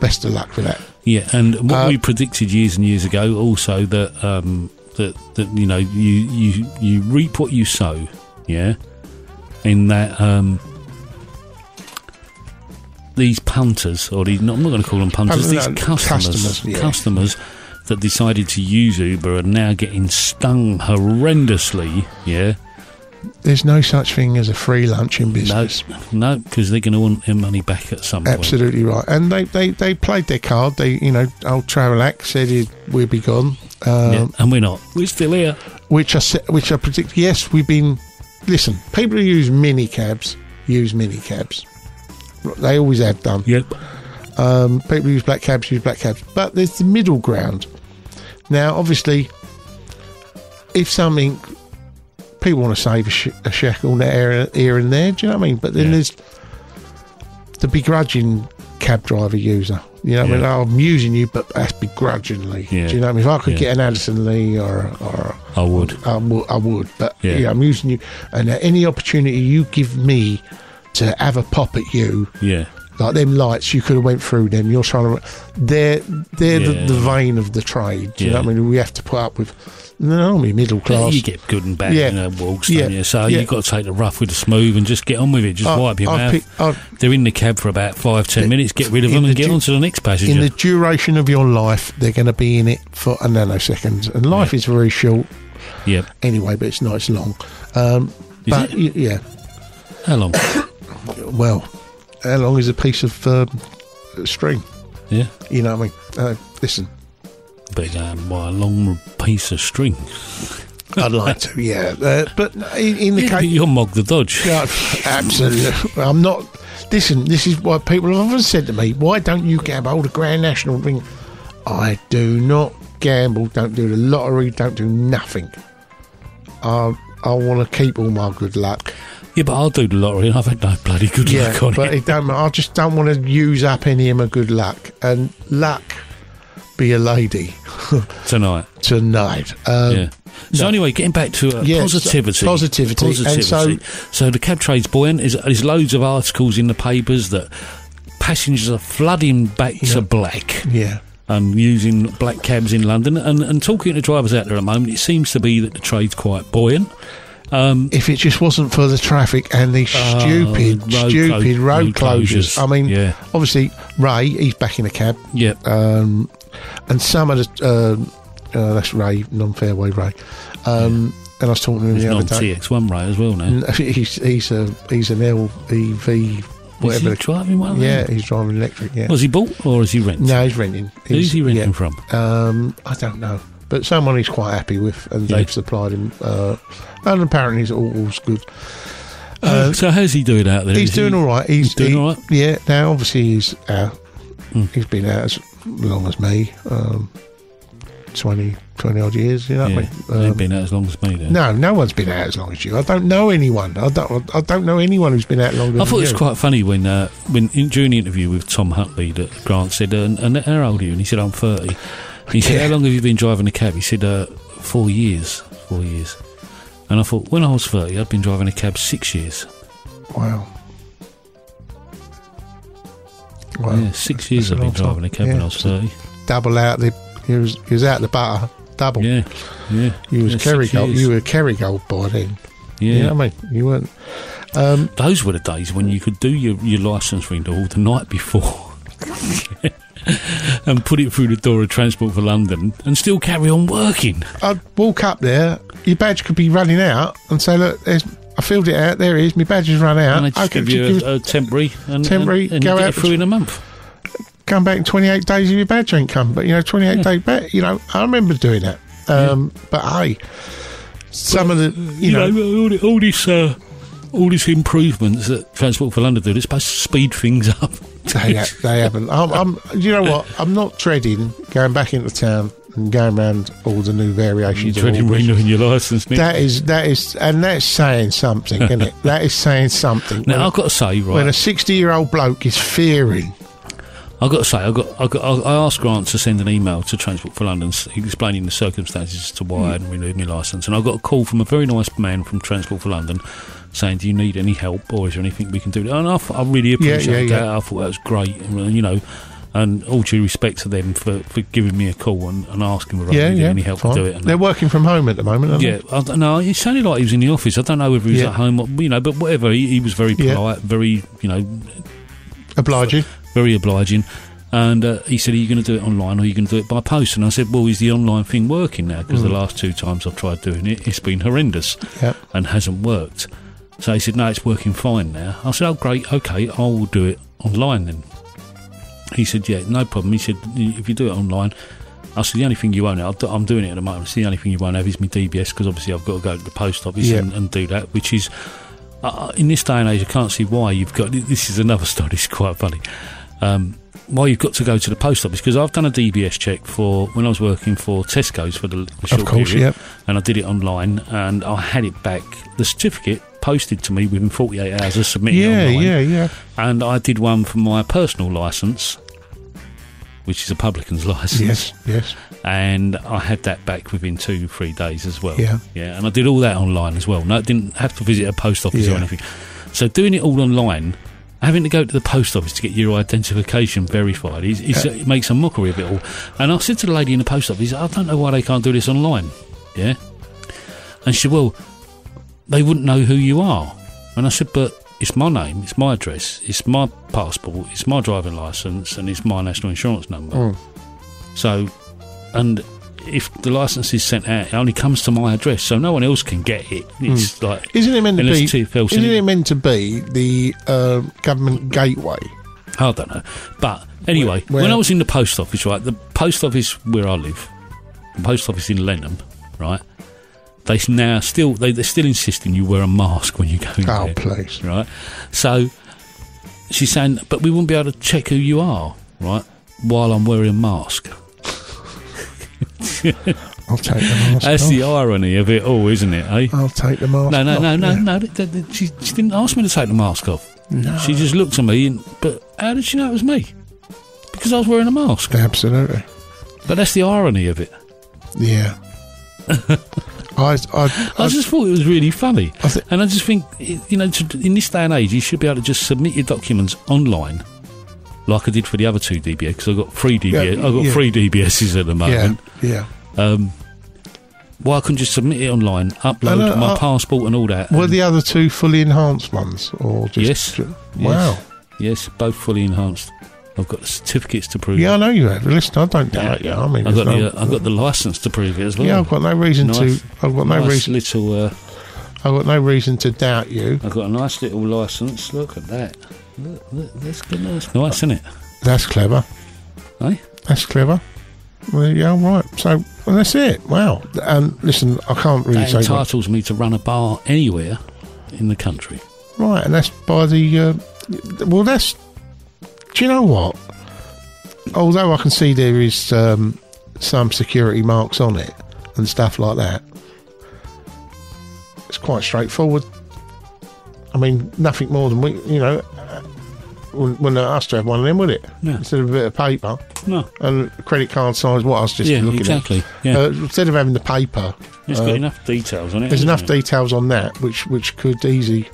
Speaker 2: best of luck with that.
Speaker 1: Yeah, and what
Speaker 2: Uh,
Speaker 1: we predicted years and years ago also that um, that that you know you you you reap what you sow. Yeah, in that um, these punters or these not, I'm not going to call them punters.
Speaker 2: Punters,
Speaker 1: these
Speaker 2: no,
Speaker 1: customers,
Speaker 2: customers, yeah.
Speaker 1: customers that decided to use Uber are now getting stung horrendously. Yeah.
Speaker 2: There's no such thing as a free lunch in business.
Speaker 1: No, because they're going to want their money back at some point.
Speaker 2: Absolutely right, and they, they, they played their card. They you know old Travelak said he'd, we'd be gone, um,
Speaker 1: Yeah, and we're not. We're still here.
Speaker 2: which I se- which I predict. Yes, we've been. Listen, people who use mini cabs use mini cabs. They always have done.
Speaker 1: Yep.
Speaker 2: Um, people who use black cabs use black cabs, but there's the middle ground. Now, obviously, if something people want to save a, sh- a shekel there, here and there, do you know what I mean? But then there's the begrudging cab driver user. You know, what
Speaker 1: Yeah.
Speaker 2: I mean, Oh, I'm using you, but that's begrudgingly.
Speaker 1: Yeah.
Speaker 2: Do you know what I mean? If I could
Speaker 1: Yeah.
Speaker 2: get an Addison Lee or or
Speaker 1: I would.
Speaker 2: I would, I would but
Speaker 1: Yeah.
Speaker 2: yeah. I'm using you. And uh, any opportunity you give me to have a pop at you,
Speaker 1: Yeah.
Speaker 2: like them lights, you could have went through them. You're trying to, they're they're
Speaker 1: Yeah.
Speaker 2: the, the vein of the trade. Do you know
Speaker 1: Yeah.
Speaker 2: what I mean? We have to put up with. No, we middle class.
Speaker 1: You get good and bad,
Speaker 2: Yeah.
Speaker 1: you know, walks, don't
Speaker 2: Yeah.
Speaker 1: you? So
Speaker 2: Yeah.
Speaker 1: you've got to take the rough with the smooth and just get on with it. Just
Speaker 2: I-
Speaker 1: wipe your
Speaker 2: I've
Speaker 1: mouth.
Speaker 2: pick- I've-
Speaker 1: They're in the cab for about five, ten minutes. Get rid of
Speaker 2: in
Speaker 1: them and
Speaker 2: the
Speaker 1: get
Speaker 2: du-
Speaker 1: on to the next
Speaker 2: in
Speaker 1: passenger.
Speaker 2: the duration of your life, they're going to be in it for a nanosecond, and life is very short
Speaker 1: yep.
Speaker 2: anyway. But it's not; it's long. Um,
Speaker 1: Is
Speaker 2: but y yeah,
Speaker 1: How long?
Speaker 2: well, how long is a piece of um, string?
Speaker 1: yeah.
Speaker 2: You know what I mean? Uh, listen,
Speaker 1: But um, by a long piece of string.
Speaker 2: I'd like to, yeah. Uh, but in, in the
Speaker 1: Yeah,
Speaker 2: case,
Speaker 1: but you'll mog the dodge.
Speaker 2: Yeah, absolutely. I'm not. Listen, this is what people have often said to me. Why don't you gamble the Grand National ring? I do not gamble. Don't do the lottery. Don't do nothing. I I want to keep all my good luck.
Speaker 1: Yeah, but I'll do the lottery and I've had no bloody good luck on
Speaker 2: but
Speaker 1: it.
Speaker 2: it don't. I just don't want to use up any of my good luck. And luck, be a lady
Speaker 1: Tonight.
Speaker 2: tonight. Um,
Speaker 1: yeah. So anyway, getting back to uh,
Speaker 2: Yeah, so-
Speaker 1: positivity,
Speaker 2: positivity, and
Speaker 1: positivity.
Speaker 2: so-
Speaker 1: So the cab trade's buoyant. There's, there's loads of articles in the papers that passengers are flooding back to black.
Speaker 2: Yeah.
Speaker 1: And using black cabs in London, and, and talking to drivers out there at the moment, it seems to be that the trade's quite buoyant. Um,
Speaker 2: if it just wasn't for the traffic and the
Speaker 1: Oh,
Speaker 2: stupid,
Speaker 1: road clo-
Speaker 2: stupid road,
Speaker 1: road
Speaker 2: closures.
Speaker 1: closures.
Speaker 2: I mean,
Speaker 1: Yeah.
Speaker 2: obviously Ray, he's back in a cab.
Speaker 1: Yep.
Speaker 2: Um, and some of the uh, uh, that's Ray, non-fairway Ray. Um, And I was talking to him
Speaker 1: There's
Speaker 2: the
Speaker 1: non
Speaker 2: other day.
Speaker 1: TX1 Ray as well now.
Speaker 2: N- He's he's a he's an LEV. Whatever.
Speaker 1: he driving one of them?
Speaker 2: Yeah, he's driving electric. Yeah.
Speaker 1: Was he bought or is he renting?
Speaker 2: No, he's renting.
Speaker 1: Who's he renting from?
Speaker 2: Um, I don't know, but someone he's quite happy with, and they've supplied him. Uh, and apparently, it's all, all's good.
Speaker 1: Uh, so how's he doing out there?
Speaker 2: He's
Speaker 1: Is
Speaker 2: doing
Speaker 1: he-
Speaker 2: all right. He's,
Speaker 1: doing
Speaker 2: he-
Speaker 1: all right. Hmm.
Speaker 2: Yeah. Now, obviously, he's out. He's been out as long as me. Um, 20, 20 odd years. You know
Speaker 1: Yeah,
Speaker 2: what I mean?
Speaker 1: they've
Speaker 2: Um,
Speaker 1: been out as long as me. Then.
Speaker 2: no, no one's been out as long as you. I don't know anyone. I don't. I don't know anyone who's been out longer.
Speaker 1: I thought
Speaker 2: than
Speaker 1: it was
Speaker 2: you.
Speaker 1: quite funny when, uh, when in, during the interview with Tom Huntley, that Grant said, uh, and, and how old are you? And he said, I'm 30. And he said,
Speaker 2: Yeah.
Speaker 1: How long have you been driving a cab? He said, uh, Four years. Four years. And I thought, when I was 30, I'd been driving a cab six years.
Speaker 2: Wow. Wow.
Speaker 1: yeah, six years I've
Speaker 2: That's a
Speaker 1: been
Speaker 2: long
Speaker 1: driving
Speaker 2: time.
Speaker 1: a cab when
Speaker 2: Yeah.
Speaker 1: I was 30.
Speaker 2: double out the he was he was out the butter double.
Speaker 1: Yeah, yeah.
Speaker 2: You was
Speaker 1: Yeah, six
Speaker 2: Kerrygold.
Speaker 1: years.
Speaker 2: You were Kerrygold by then.
Speaker 1: Yeah.
Speaker 2: you know what I mean you weren't. Um,
Speaker 1: Those were the days when you could do your, your licence renewal the night before and put it through the door of Transport for London and still carry on working.
Speaker 2: I'd walk up there. Your badge could be running out, and say, "Look, there's, I filled it out. There it is. My badge has run out.
Speaker 1: And they just
Speaker 2: okay,
Speaker 1: give you a, a temporary and, and-
Speaker 2: Temporary,
Speaker 1: and,
Speaker 2: go
Speaker 1: you get
Speaker 2: out
Speaker 1: it through in a month.
Speaker 2: come back in 28 days if your badge ain't come. But you know,
Speaker 1: Hmm.
Speaker 2: 28 day badge. You know, I remember doing that. Um, But hey, some of the
Speaker 1: You
Speaker 2: you,
Speaker 1: know,
Speaker 2: know,
Speaker 1: all, the- all this, uh, all these improvements that Transport for London do, they're supposed to speed things up.
Speaker 2: They, ha- they haven't. I'm, I'm, you know what? I'm not treading going back into town and going round all the new variations.
Speaker 1: You're
Speaker 2: of
Speaker 1: treading
Speaker 2: Orbis.
Speaker 1: renewing your licence. Nick.
Speaker 2: That is that is, and that's saying something, isn't it? That is saying something.
Speaker 1: Now
Speaker 2: When-
Speaker 1: I've got to say, right,
Speaker 2: when a sixty-year-old bloke is fearing,
Speaker 1: I've got to say, I got, I got, I I asked Grant to send an email to Transport for London s- explaining the circumstances as to why
Speaker 2: Hmm.
Speaker 1: I hadn't renewed my licence, and I got a call from a very nice man from Transport for London saying, "Do you need any help, or is there anything we can do?" And I, thought- I really appreciate
Speaker 2: yeah,
Speaker 1: that. I thought that was great, and, uh, you know. And all due respect to them for, for giving me a call and, and asking whether I
Speaker 2: yeah,
Speaker 1: needed
Speaker 2: yeah,
Speaker 1: any help
Speaker 2: fine.
Speaker 1: to do it. And
Speaker 2: They're working from home at the moment, aren't
Speaker 1: yeah,
Speaker 2: they?
Speaker 1: I don't know. It sounded like he was in the office. I don't know whether he was
Speaker 2: Yeah.
Speaker 1: at home, or, you know. But whatever, he, he was very
Speaker 2: Yeah.
Speaker 1: polite, very you know,
Speaker 2: obliging.
Speaker 1: very obliging. And uh, he said, "Are you going to do it online, or are you going to do it by post?" And I said, "Well, is the online thing working now? Because the last two times I've tried doing it, it's been horrendous
Speaker 2: Yeah.
Speaker 1: and hasn't worked." So he said, "No, it's working fine now." I said, "Oh, great. Okay, I will do it online then." He said, "Yeah, no problem." He said, "If you do it online." I said, the only thing you won't have, I'm doing it at the moment, it's the only thing you won't have is my DBS because obviously I've got to go to the post office
Speaker 2: Yeah.
Speaker 1: and, and do that, which is, uh, in this day and age, I can't see why you've got, this is another story, it's quite funny, um, why you've got to go to the post office because I've done a DBS check for when I was working for Tesco's for the, the short
Speaker 2: course,
Speaker 1: period
Speaker 2: yep.
Speaker 1: and I did it online and I had it back, the certificate posted to me within 48 hours of submitting it
Speaker 2: Yeah,
Speaker 1: online
Speaker 2: yeah, yeah.
Speaker 1: and I did one for my personal license, which is a publican's license.
Speaker 2: Yes, yes.
Speaker 1: And I had that back within two, three days as well.
Speaker 2: Yeah.
Speaker 1: Yeah. And I did all that online as well. No, I didn't have to visit a post office or
Speaker 2: Yeah.
Speaker 1: anything. So doing it all online, having to go to the post office to get your identification verified, is, is, it makes a mockery of it all. And I said to the lady in the post office, I don't know why they can't do this online. Yeah. And she said, Well, they wouldn't know who you are. And I said, But it's my name, it's my address, it's my passport, it's my driving license, and it's my national insurance number.
Speaker 2: Mm.
Speaker 1: So, and if the license is sent out, it only comes to my address, so no one else can get it.
Speaker 2: Hmm.
Speaker 1: It's like,
Speaker 2: Isn't it meant to
Speaker 1: Unless
Speaker 2: be?
Speaker 1: TfL
Speaker 2: Isn't
Speaker 1: send it-
Speaker 2: it meant to be the uh, government gateway?
Speaker 1: I don't know. But anyway,
Speaker 2: Where-
Speaker 1: when I was in the post office, right, the post office where I live, the post office in Lenham, right, they s- now still they, they're still insisting you wear a mask when you go in
Speaker 2: Oh,
Speaker 1: there,
Speaker 2: please.
Speaker 1: right? So she's saying, but we wouldn't be able to check who you are, right, while I'm wearing a mask.
Speaker 2: I'll take the mask
Speaker 1: That's
Speaker 2: off.
Speaker 1: the irony of it all, isn't it? Eh?
Speaker 2: I'll take the mask.
Speaker 1: No, no,
Speaker 2: off,
Speaker 1: no, no,
Speaker 2: yeah.
Speaker 1: no. th- th- th- She, she didn't ask me to take the mask off.
Speaker 2: No.
Speaker 1: She just looked at me, and but how did she know it was me? Because I was wearing a mask.
Speaker 2: Absolutely.
Speaker 1: But that's the irony of it.
Speaker 2: Yeah. I, I,
Speaker 1: I just thought it was really funny,
Speaker 2: I thi-
Speaker 1: and I just think y- you know, to, in this day and age, you should be able to just submit your documents online, like I did for the other two DBS. Because I got three DBS,
Speaker 2: Yeah,
Speaker 1: I got
Speaker 2: yeah.
Speaker 1: three DBSs at the
Speaker 2: yeah,
Speaker 1: moment.
Speaker 2: yeah.
Speaker 1: Um, Why couldn't you submit it online, upload
Speaker 2: I know,
Speaker 1: my
Speaker 2: I-
Speaker 1: passport and all that?
Speaker 2: Were uh, the other two fully enhanced ones, or just
Speaker 1: yes.
Speaker 2: ju-
Speaker 1: Yes.
Speaker 2: wow?
Speaker 1: Yes, both fully enhanced. I've got the certificates to prove
Speaker 2: Yeah, I
Speaker 1: it.
Speaker 2: know you have. Listen, I don't doubt you. I mean,
Speaker 1: I've got,
Speaker 2: there's
Speaker 1: the, uh,
Speaker 2: no-
Speaker 1: I've got the license to prove it as well.
Speaker 2: Yeah, I've got no reason to-
Speaker 1: Hmm. Nice-
Speaker 2: I've got no
Speaker 1: nice
Speaker 2: reason-
Speaker 1: Little, uh,
Speaker 2: I've got no reason to doubt you.
Speaker 1: I've got a nice little license. Look at that. Look, look, that's good. That's nice, isn't it?
Speaker 2: That's clever.
Speaker 1: Eh?
Speaker 2: That's clever. Well, yeah, all right. So well, that's it. Wow. And listen, I can't really
Speaker 1: That
Speaker 2: say. much.
Speaker 1: entitles me to run a bar anywhere in the country.
Speaker 2: Right, and that's by the. Uh, well, that's. Do you know what? Although I can see there is um, some security marks on it and stuff like that, it's quite straightforward. I mean, nothing more than we, you know, uh, wouldn't wouldn't hurt us to have one of them, would it?
Speaker 1: No.
Speaker 2: Instead of a bit of paper.
Speaker 1: No.
Speaker 2: And credit card size, what I was just
Speaker 1: Yeah,
Speaker 2: looking
Speaker 1: exactly,
Speaker 2: at.
Speaker 1: yeah.
Speaker 2: Uh, instead of having the paper.
Speaker 1: It's
Speaker 2: uh,
Speaker 1: got enough details on it.
Speaker 2: there's
Speaker 1: hasn't
Speaker 2: enough
Speaker 1: it?
Speaker 2: details on that which which could easy.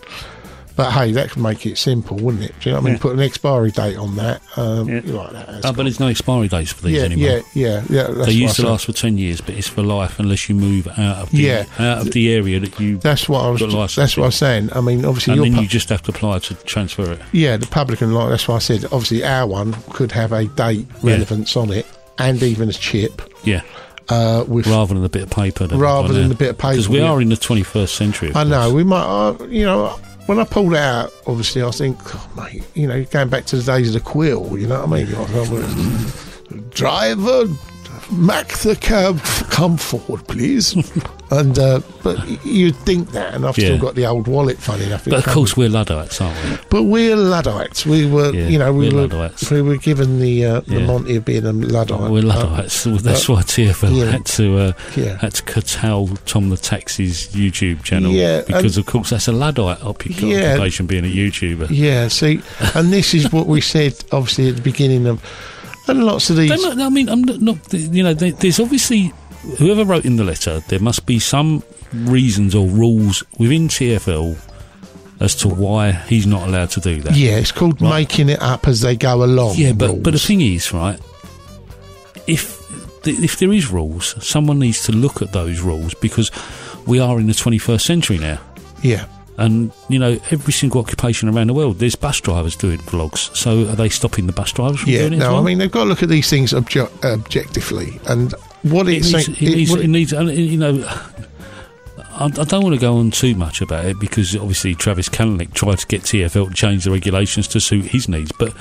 Speaker 2: But hey, that could make it simple, wouldn't it? Do you know what I mean?
Speaker 1: Yeah.
Speaker 2: Put an expiry date on that. Um, you like that.
Speaker 1: Oh, but there's no expiry dates for these
Speaker 2: Yeah,
Speaker 1: anymore.
Speaker 2: yeah, yeah, yeah, that's
Speaker 1: they
Speaker 2: what
Speaker 1: used
Speaker 2: I
Speaker 1: to
Speaker 2: said.
Speaker 1: last for ten years, but it's for life unless you move out of the,
Speaker 2: Yeah.
Speaker 1: out of the area that you.
Speaker 2: That's what I was.
Speaker 1: Got license
Speaker 2: That's what I was
Speaker 1: in.
Speaker 2: saying. I mean, obviously,
Speaker 1: and
Speaker 2: your
Speaker 1: then
Speaker 2: pu-
Speaker 1: you just have to apply to transfer it.
Speaker 2: yeah, the public and like that's why I said. Obviously, our one could have a date
Speaker 1: Yeah.
Speaker 2: relevance on it, and even a chip.
Speaker 1: Yeah.
Speaker 2: Uh, with
Speaker 1: rather than a bit of paper. that we've
Speaker 2: Rather
Speaker 1: got
Speaker 2: than
Speaker 1: now.
Speaker 2: the bit of paper,
Speaker 1: Because we
Speaker 2: yeah.
Speaker 1: are in the 21st century.
Speaker 2: I know we might. Uh, you know, when I pulled it out, obviously, I think, oh, mate, you know, going back to the days of the quill. You know what I mean? I thought, well, Driver, Mac the cab, f- come forward, please. and uh, but y- you'd think that, and I've still
Speaker 1: Yeah.
Speaker 2: got the old wallet. Funny enough, in
Speaker 1: But of
Speaker 2: front
Speaker 1: course,
Speaker 2: me.
Speaker 1: we're Luddites, aren't we?
Speaker 2: But we're Luddites. We were,
Speaker 1: Yeah,
Speaker 2: you know, we
Speaker 1: we're
Speaker 2: were,
Speaker 1: Luddites.
Speaker 2: we were given the uh, the
Speaker 1: Yeah.
Speaker 2: Monty of being a Luddite.
Speaker 1: We're
Speaker 2: Uh,
Speaker 1: Luddites. so that's
Speaker 2: uh,
Speaker 1: why TFL
Speaker 2: yeah.
Speaker 1: had to uh,
Speaker 2: Yeah.
Speaker 1: had to curtail Tom the Taxi's YouTube channel.
Speaker 2: Yeah,
Speaker 1: because of course that's a Luddite op-
Speaker 2: Yeah.
Speaker 1: occupation being a YouTuber.
Speaker 2: Yeah, see, and this is what we said, obviously, at the beginning of, and lots of these.
Speaker 1: They might- I mean, I'm not, not- You know, there- there's obviously whoever wrote in the letter. There must be some reasons or rules within TFL as to why he's not allowed to do that.
Speaker 2: Yeah, it's called making it up as they go along.
Speaker 1: Yeah, but but the
Speaker 2: rules.
Speaker 1: thing is, right? If th- if there is rules, someone needs to look at those rules because we are in the 21st century now,
Speaker 2: yeah,
Speaker 1: and you know every single occupation around the world, there's bus drivers doing vlogs. So are they stopping the bus drivers from
Speaker 2: yeah.
Speaker 1: doing it? as
Speaker 2: No,
Speaker 1: well?
Speaker 2: I mean they've got to look at these things obje- objectively, and what
Speaker 1: it
Speaker 2: it's
Speaker 1: needs,
Speaker 2: saying-
Speaker 1: it
Speaker 2: it-
Speaker 1: needs,
Speaker 2: what
Speaker 1: it needs and, you know. I, I don't want to go on too much about it because obviously Travis Kalanick tried to get TFL to change the regulations to suit his needs, but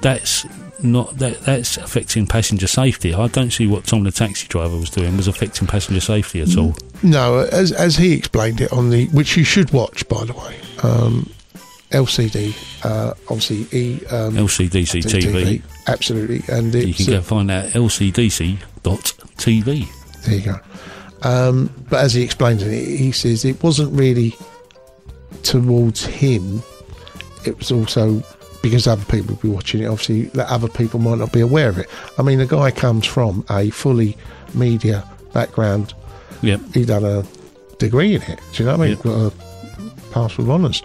Speaker 1: that's not that that's affecting passenger safety. I don't see what Tom the taxi driver was doing was affecting passenger safety at all.
Speaker 2: Mm-hmm. No, as as he explained it on the which you should watch by the way. Um, LCD, uh, obviously E um,
Speaker 1: LCDC TV.
Speaker 2: absolutely, and
Speaker 1: You
Speaker 2: it's
Speaker 1: can go find out lcdc.tv.
Speaker 2: There you go. Um, but as he explains it, he says it wasn't really towards him. It was also because other people would be watching it. Obviously, that other people might not be aware of it. I mean, the guy comes from a fully media background.
Speaker 1: Yep.
Speaker 2: He done a degree in it. Do you know what I mean?
Speaker 1: Yep.
Speaker 2: Got a pass with honours.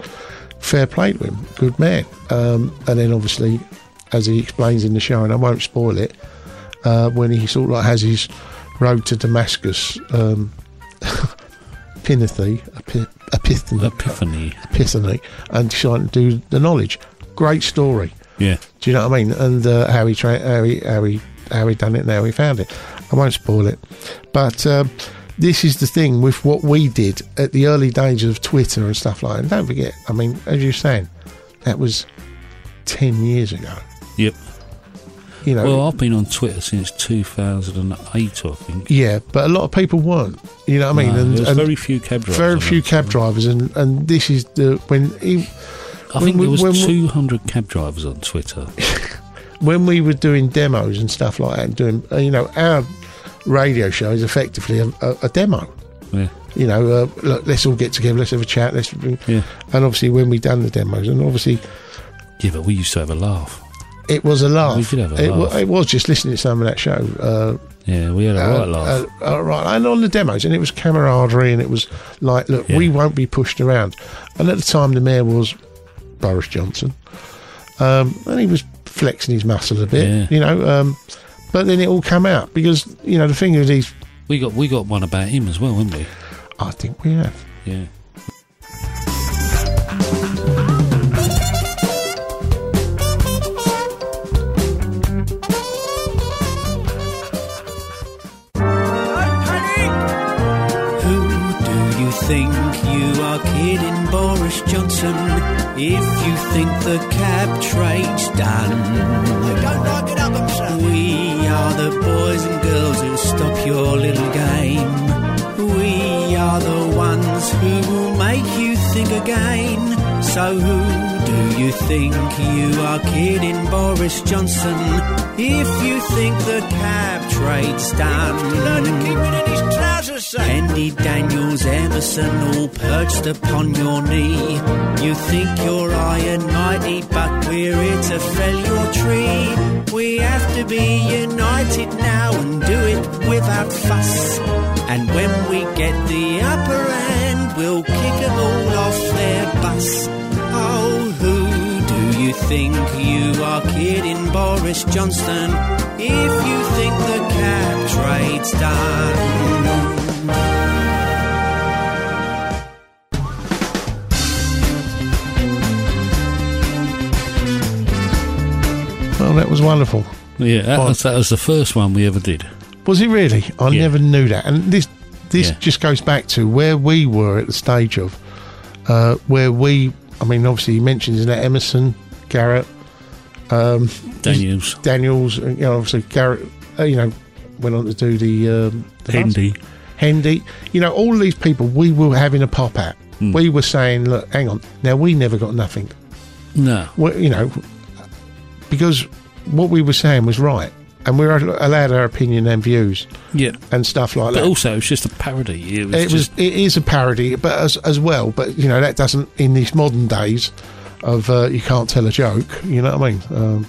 Speaker 2: Fair play to him. Good man. Um, and then obviously, as he explains in the show, and I won't spoil it, uh, when he sort of like has his road to Damascus um, pinathy, epi- epiphany,
Speaker 1: Epiphany.
Speaker 2: epiphany, and deciding to do the knowledge. Great story.
Speaker 1: Yeah.
Speaker 2: Do you know what I mean? And uh, how he tra- how he how he how he done it and how he found it. I won't spoil it, but. Um, this is the thing with what we did at the early days of Twitter and stuff like that. And don't forget, I mean, as you're saying, that was 10 years ago.
Speaker 1: Yep.
Speaker 2: You know,
Speaker 1: well, I've been on Twitter since 2008, I think.
Speaker 2: Yeah, but a lot of people weren't. You know what I mean?
Speaker 1: No,
Speaker 2: and,
Speaker 1: there was
Speaker 2: and
Speaker 1: very few cab drivers
Speaker 2: Very
Speaker 1: on
Speaker 2: few cab drivers, and, and this is the when. He,
Speaker 1: I
Speaker 2: when
Speaker 1: think
Speaker 2: we-
Speaker 1: there was
Speaker 2: when we-
Speaker 1: 200 cab drivers on Twitter.
Speaker 2: when we were doing demos and stuff like that, and doing uh, you know our radio show is effectively a, a, a demo.
Speaker 1: Yeah.
Speaker 2: You know, uh, look, let's all get together, let's have a chat, let's.
Speaker 1: Yeah.
Speaker 2: And obviously, when we done the demos, and obviously,
Speaker 1: Yeah, but we used to have a laugh.
Speaker 2: it was a laugh.
Speaker 1: We did have a
Speaker 2: it, wa-
Speaker 1: laugh.
Speaker 2: it was just listening to some of that show. Uh,
Speaker 1: Yeah, we had a right laugh.
Speaker 2: uh, uh, right, and on the demos, and it was camaraderie, and it was like, look, we won't be pushed around. And at the time, the mayor was Boris Johnson, um, and he was flexing his muscle a bit,
Speaker 1: Yeah.
Speaker 2: you know. Um, but then it all came out because you know the thing with these
Speaker 1: We got we got one about him as well, haven't we?
Speaker 2: I think we have.
Speaker 1: Yeah.
Speaker 8: Who do you think you are kidding, Boris Johnson? If you think the cab train's done, I don't like it up, We are the boys and girls who stop your little game. We are the ones who will make you think again. So who do you think you are kidding, Boris Johnson? If you think the cab trade's done, Andy Daniels, Emerson, all perched upon your knee. You think you're iron mighty, but we're here to fell your tree. We have to be united now and do it without fuss. And when we get the upper hand, we'll kick 'em all off their bus. Oh, who do you think you are kidding, Boris Johnston? If you think the cab trade's done.
Speaker 2: Well, that was wonderful.
Speaker 1: Yeah, that, was, that was the first one we ever did.
Speaker 2: Was it really? I never knew that. And this this
Speaker 1: Yeah.
Speaker 2: just goes back to where we were at the stage of uh, where we. I mean, obviously, he mentions in that Emerson, Garrett, um,
Speaker 1: Daniels.
Speaker 2: Daniels, and, you know, obviously Garrett. Uh, you know, went on to do the, um, the
Speaker 1: Hendy.
Speaker 2: Hendy. You know, all these people we were having a pop at. We were saying, look, hang on. Now we never got nothing.
Speaker 1: No.
Speaker 2: Well, you know, because what we were saying was right, and we were allowed our opinion and views
Speaker 1: Yeah.
Speaker 2: and stuff like
Speaker 1: But
Speaker 2: that.
Speaker 1: also, it's just a parody. It was,
Speaker 2: it was
Speaker 1: just-
Speaker 2: it is a parody, but as as well, but you know that doesn't in these modern days of uh, you can't tell a joke. You know what I mean? Um,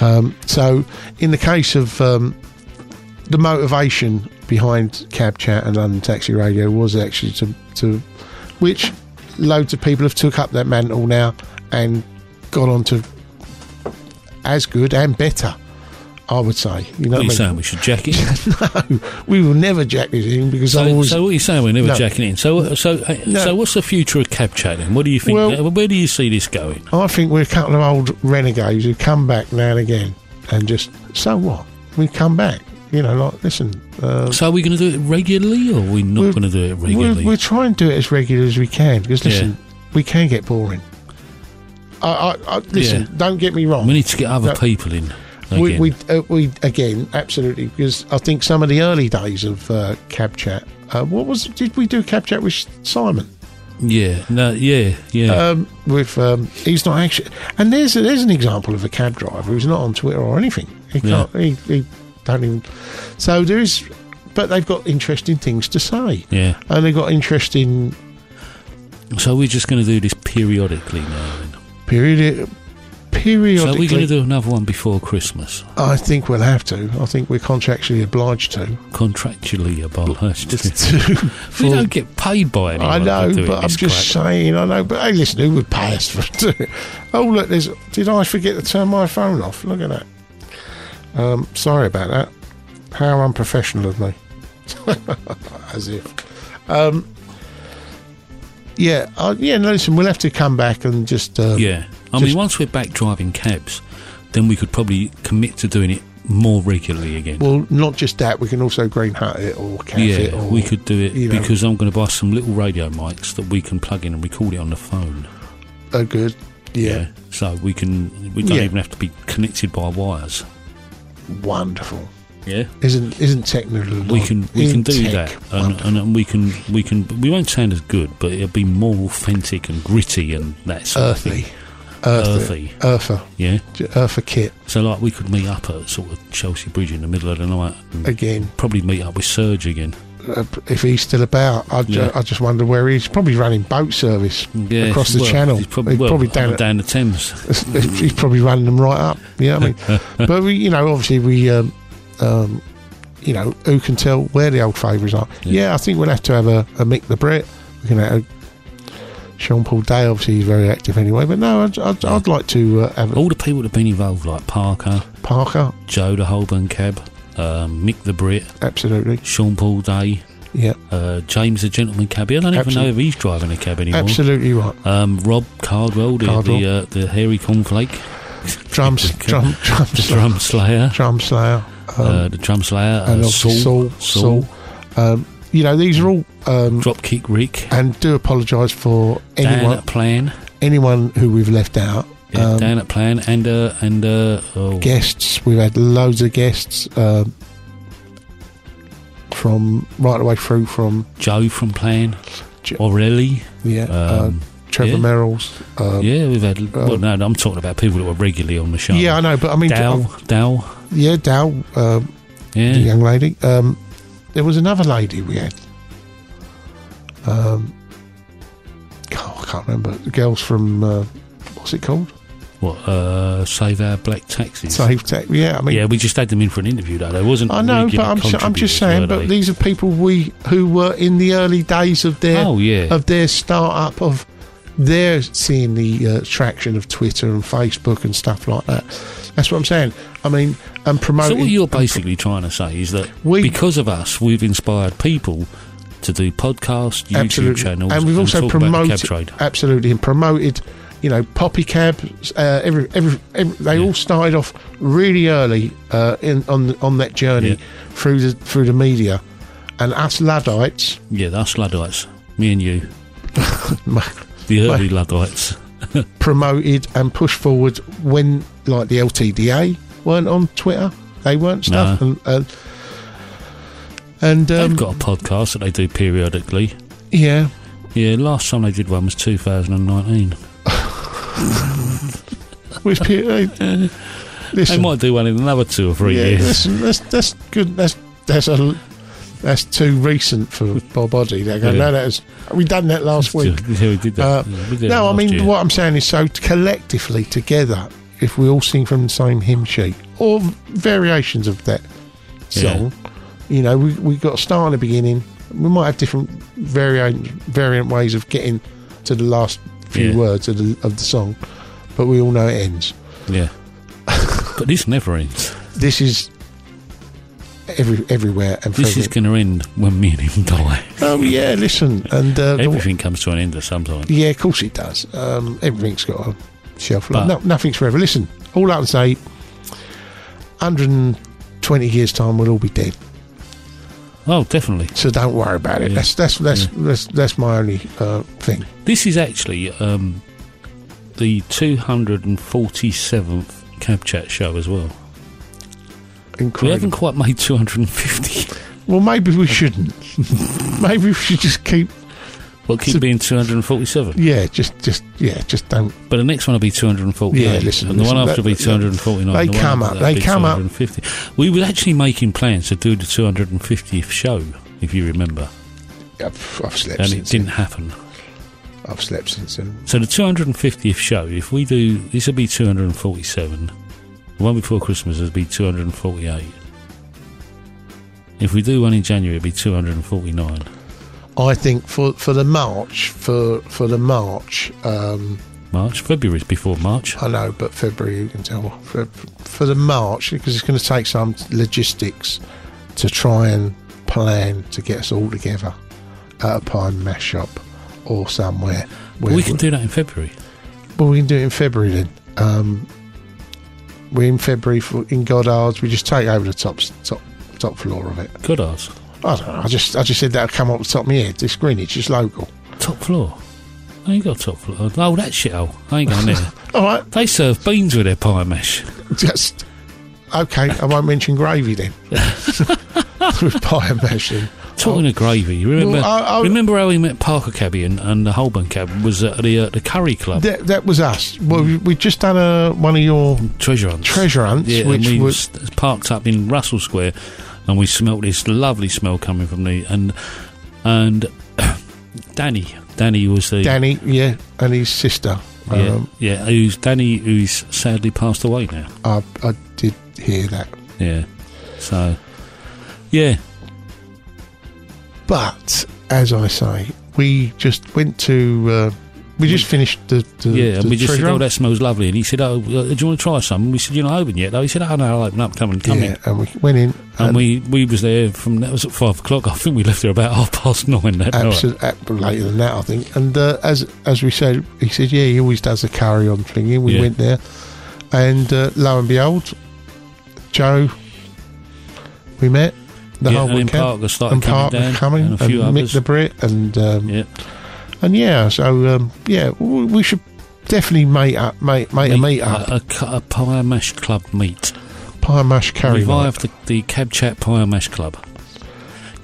Speaker 2: um, so in the case of um, the motivation behind Cab Chat and London Taxi Radio was actually to to which loads of people have took up that mantle now and gone on to as good and better. I would say, you know,
Speaker 1: what are you
Speaker 2: what I
Speaker 1: saying? We should jack it.
Speaker 2: mean? no, we will never jack this in because I
Speaker 1: So,
Speaker 2: always
Speaker 1: so what are you saying? We're never
Speaker 2: No.
Speaker 1: jacking in. So, uh, so, hey,
Speaker 2: No.
Speaker 1: so, what's the future of cab chatting? What do you think? Uh,
Speaker 2: Well-
Speaker 1: where do you see this going?
Speaker 2: I think we're a couple of old renegades who come back now and again and just, so what? We come back. You know, like, listen, uh,
Speaker 1: So, are we going to do it regularly, or are we not going to do it
Speaker 2: we'll,
Speaker 1: regularly?
Speaker 2: we'll try and do it as regular as we can because,
Speaker 1: Yeah.
Speaker 2: listen, we can get boring. I, I, I, listen,
Speaker 1: Yeah.
Speaker 2: don't get me wrong.
Speaker 1: We need to get other
Speaker 2: No.
Speaker 1: people in. Again.
Speaker 2: We, we, uh, we, again, absolutely, because I think some of the early days of uh, Cab Chat, uh, what was, did we do Cab Chat with Simon?
Speaker 1: yeah, no, yeah, yeah.
Speaker 2: Um, with um, he's not actually, and there's there's an example of a cab driver who's not on Twitter or anything. He
Speaker 1: Yeah.
Speaker 2: can't. He, he don't even. So there is, but they've got interesting things to say,
Speaker 1: yeah.
Speaker 2: and they've got interesting
Speaker 1: So we're just going to do this periodically now. Then.
Speaker 2: period periodically.
Speaker 1: So we're going to do another one before Christmas,
Speaker 2: I think we'll have to. I think we're contractually obliged to.
Speaker 1: contractually obliged.
Speaker 2: to
Speaker 1: we don't get paid by anyone.
Speaker 2: I know,
Speaker 1: for doing
Speaker 2: but I'm
Speaker 1: this
Speaker 2: just
Speaker 1: crap.
Speaker 2: saying. I know, but hey, listen, who would pay us for doing it? Oh, look, there's. Did I forget to turn my phone off? Look at that. Um, sorry about that. How unprofessional of me. As if. Um, yeah, I, yeah. No, listen, we'll have to come back and just. Um,
Speaker 1: Yeah, I mean,
Speaker 2: just-
Speaker 1: once we're back driving cabs, then we could probably commit to doing it more regularly again.
Speaker 2: Well, not just that. We can also green hat it or calf
Speaker 1: yeah,
Speaker 2: it. Or,
Speaker 1: we could do it
Speaker 2: you know.
Speaker 1: because I'm going to buy some little radio mics that we can plug in and record it on the phone.
Speaker 2: Oh, good. Yeah.
Speaker 1: So we can. We don't
Speaker 2: Yeah.
Speaker 1: even have to be connected by wires.
Speaker 2: Wonderful.
Speaker 1: Yeah.
Speaker 2: Isn't isn't technical?
Speaker 1: We can we can do that, and, and, and we can we can we won't sound as good, but it'll be more authentic and gritty and that sort
Speaker 2: Earthy.
Speaker 1: of thing.
Speaker 2: Earthy. Eartha.
Speaker 1: Yeah.
Speaker 2: J- Eartha kit.
Speaker 1: So like we could meet up at sort of Chelsea Bridge in the middle of the night and
Speaker 2: Again.
Speaker 1: Probably meet up with Serge again.
Speaker 2: Uh, if he's still about, I, ju-
Speaker 1: Yeah.
Speaker 2: I just wonder where he's probably running boat service
Speaker 1: Yeah,
Speaker 2: across the
Speaker 1: well,
Speaker 2: channel.
Speaker 1: He's probably,
Speaker 2: He's
Speaker 1: well,
Speaker 2: probably down,
Speaker 1: down the Thames.
Speaker 2: at- he's probably running them right up. You know what I mean? but we, you know, obviously we, um, um, you know, who can tell where the old favourites are? Yeah. I think we'll have to have a, a Mick the Brit. We can have Sean Paul Day. Obviously, he's very active anyway. But no, I'd, I'd, I'd like to uh, have a
Speaker 1: Oh. All the people that have been involved, like Parker,
Speaker 2: Parker.
Speaker 1: Joe the Holborn Cab, um, Mick the Brit,
Speaker 2: absolutely,
Speaker 1: Sean Paul Day,
Speaker 2: Yep.
Speaker 1: uh, James the Gentleman Cabbie. I don't even know
Speaker 2: Absolute-
Speaker 1: if he's driving a cab anymore.
Speaker 2: Absolutely right.
Speaker 1: Um, Rob Cardwell, the
Speaker 2: Cardwell.
Speaker 1: the, uh, the hairy cornflake,
Speaker 2: Drums, drum, drum,
Speaker 1: drum slayer,
Speaker 2: drum slayer, um,
Speaker 1: uh, the drum slayer,
Speaker 2: and
Speaker 1: uh,
Speaker 2: obviously
Speaker 1: Saul,
Speaker 2: Saul, Saul. Um, you know, these are all um,
Speaker 1: Dropkick Rick.
Speaker 2: And do apologise for
Speaker 1: Dan uh,
Speaker 2: anyone
Speaker 1: at Plan,
Speaker 2: anyone who we've left out.
Speaker 1: yeah,
Speaker 2: Um,
Speaker 1: Dan at Plan, and uh, and uh, oh,
Speaker 2: guests, we've had loads of guests um, from right the way through from
Speaker 1: Joe from Plan, O'Reilly,
Speaker 2: yeah,
Speaker 1: um,
Speaker 2: uh, Trevor
Speaker 1: yeah.
Speaker 2: Merrill's. Um,
Speaker 1: yeah, we've had. well, no, I'm talking about people that were regularly on the show.
Speaker 2: Yeah, I know, but I mean, um,
Speaker 1: Dow, Dow,
Speaker 2: yeah, Dow, um,
Speaker 1: Yeah.
Speaker 2: the young lady. Um, there was another lady we had. Um, God, I can't remember. The girls from uh, what's it called?
Speaker 1: what? Uh, Save our black taxis.
Speaker 2: Save Tax- yeah, I mean-
Speaker 1: yeah, we just had them in for an interview though. There wasn't.
Speaker 2: I know, but
Speaker 1: regular
Speaker 2: I'm, ju- I'm
Speaker 1: contributors,
Speaker 2: just saying.
Speaker 1: were
Speaker 2: But
Speaker 1: they?
Speaker 2: these are people we who were in the early days of their
Speaker 1: Oh, yeah.
Speaker 2: of their startup of their seeing the uh, traction of Twitter and Facebook and stuff like that. That's what I'm saying. I mean, and
Speaker 1: So
Speaker 2: promoting.
Speaker 1: what you're basically trying to say is that because of us, we've inspired people to do podcasts, YouTube
Speaker 2: absolutely,
Speaker 1: channels,
Speaker 2: and we've also
Speaker 1: talk about the cab
Speaker 2: promoted
Speaker 1: trade.
Speaker 2: absolutely and promoted. You know, Poppy Cabs. Uh, every, every, every, they all started off really early uh, in on on that journey through the through the media, and us Luddites.
Speaker 1: Yeah, that's Luddites. Me and you, the early Luddites.
Speaker 2: promoted and pushed forward when like the LTDA weren't on Twitter. They weren't stuff.
Speaker 1: No.
Speaker 2: And, and, and um,
Speaker 1: They've got a podcast that they do periodically.
Speaker 2: yeah,
Speaker 1: Yeah, last time they did one was 2019.
Speaker 2: which pe- they,
Speaker 1: They
Speaker 2: listen,
Speaker 1: might do one in another two or three
Speaker 2: yeah,
Speaker 1: years.
Speaker 2: listen, that's that's good. That's that's a that's too recent for Bob Oddy. They go,
Speaker 1: Yeah.
Speaker 2: no, that's we done that last week.
Speaker 1: Yeah, we did that.
Speaker 2: Uh,
Speaker 1: Yeah, we did that
Speaker 2: no, I
Speaker 1: last
Speaker 2: mean
Speaker 1: year.
Speaker 2: what I'm saying is so collectively together, if we all sing from the same hymn sheet or variations of that
Speaker 1: Yeah.
Speaker 2: song, you know, we we got to start in the beginning. We might have different variant variant ways of getting to the last few
Speaker 1: Yeah.
Speaker 2: words of the, of the song, but we all know it ends.
Speaker 1: Yeah. but this never ends.
Speaker 2: This is every everywhere and
Speaker 1: This is
Speaker 2: forever.
Speaker 1: going to end when me and him die.
Speaker 2: Oh yeah, listen, and uh, the-
Speaker 1: Everything comes to an end at some time.
Speaker 2: Yeah, of course it does. Um, everything's got a shelf life. No,
Speaker 1: But-
Speaker 2: nothing's forever. Listen, all I can say, 120 years' time, we'll all be dead.
Speaker 1: Oh, definitely.
Speaker 2: So don't worry about it.
Speaker 1: Yeah.
Speaker 2: That's that's that's, that's that's my only uh, thing.
Speaker 1: This is actually um, the 247th Cab Chat show as well.
Speaker 2: Incredible.
Speaker 1: We haven't quite made 250.
Speaker 2: Well, maybe we shouldn't. maybe we should just keep.
Speaker 1: Well, keep being 247.
Speaker 2: Yeah, just just yeah, just don't.
Speaker 1: But the next one will be 248.
Speaker 2: Yeah, listen,
Speaker 1: and the
Speaker 2: listen,
Speaker 1: one after
Speaker 2: that-
Speaker 1: will be
Speaker 2: that-
Speaker 1: 249.
Speaker 2: they
Speaker 1: the one
Speaker 2: come
Speaker 1: after
Speaker 2: up,
Speaker 1: that will
Speaker 2: they
Speaker 1: be
Speaker 2: come up.
Speaker 1: 250. We were actually making plans to do the 250th show, if you remember.
Speaker 2: I've, I've slept
Speaker 1: and it
Speaker 2: since.
Speaker 1: didn't happen.
Speaker 2: I've slept since then.
Speaker 1: So the 250th show, if we do, this will be 247. The one before Christmas will be 248. If we do one in January, it'll be 249.
Speaker 2: I think for for the March for for the March. Um,
Speaker 1: March, February's before March.
Speaker 2: I know, but February you can tell for, for the March because it's going to take some logistics to try and plan to get us all together at a pine mash shop or somewhere.
Speaker 1: But we can do that in February.
Speaker 2: Well, we can do it in February then. Um, we're in February for, in Goddard's. We just take over the top top top floor of it.
Speaker 1: Goddard's.
Speaker 2: I don't know. I just I just said that'll come up the top of my head. It's Greenwich. It's local.
Speaker 1: Top floor. I ain't got top floor. Oh, that shithole. I ain't going there.
Speaker 2: All right.
Speaker 1: They serve beans with their pie mash.
Speaker 2: Just okay. I won't mention gravy then. With pie and mash then.
Speaker 1: Talking of gravy, you remember
Speaker 2: Oh. Well, I- I-
Speaker 1: remember how we met Parker Cabby and, and the Holborn Cab was at the uh, the Curry Club
Speaker 2: That, that was us. Well, we we just done a, one of your
Speaker 1: treasure hunts.
Speaker 2: treasure hunts,
Speaker 1: yeah,
Speaker 2: which
Speaker 1: and we
Speaker 2: was
Speaker 1: was parked up in Russell Square, and we smelt this lovely smell coming from the and and Danny, Danny was the
Speaker 2: Danny, yeah, and his sister.
Speaker 1: yeah,
Speaker 2: Um,
Speaker 1: yeah, who's Danny, who's sadly passed away now.
Speaker 2: I, I did hear that,
Speaker 1: Yeah, so yeah,
Speaker 2: but as I say, we just went to uh, We just finished the, the
Speaker 1: yeah, and
Speaker 2: the
Speaker 1: we just said,
Speaker 2: treasure
Speaker 1: "Oh,
Speaker 2: hunt.
Speaker 1: that smells lovely." And he said, "Oh, uh, do you want to try some?" And we said, "You're not open yet, though." He said, "Oh no, I'll open up. Come and come
Speaker 2: yeah, and we went in.
Speaker 1: in." And we we was there from that was at five o'clock. I think we left there about half past nine that night.
Speaker 2: Absolutely, later than that, I think. And uh, as as we said, he said, "Yeah, he always does the carry on thingy." We
Speaker 1: Yeah.
Speaker 2: went there, and uh, lo and behold, Joe, we met the
Speaker 1: Yeah,
Speaker 2: whole
Speaker 1: and then
Speaker 2: weekend.
Speaker 1: Parker started
Speaker 2: and
Speaker 1: coming
Speaker 2: Parker
Speaker 1: down,
Speaker 2: coming,
Speaker 1: and a few
Speaker 2: and Mick
Speaker 1: others.
Speaker 2: the Brit, and um, and yeah, so um, yeah, we, we should definitely mate up, mate, mate, a meet up,
Speaker 1: a, a, a pie mash club meet.
Speaker 2: pie mash carry.
Speaker 1: Revive the, the Cab Chat Pie Mash Club.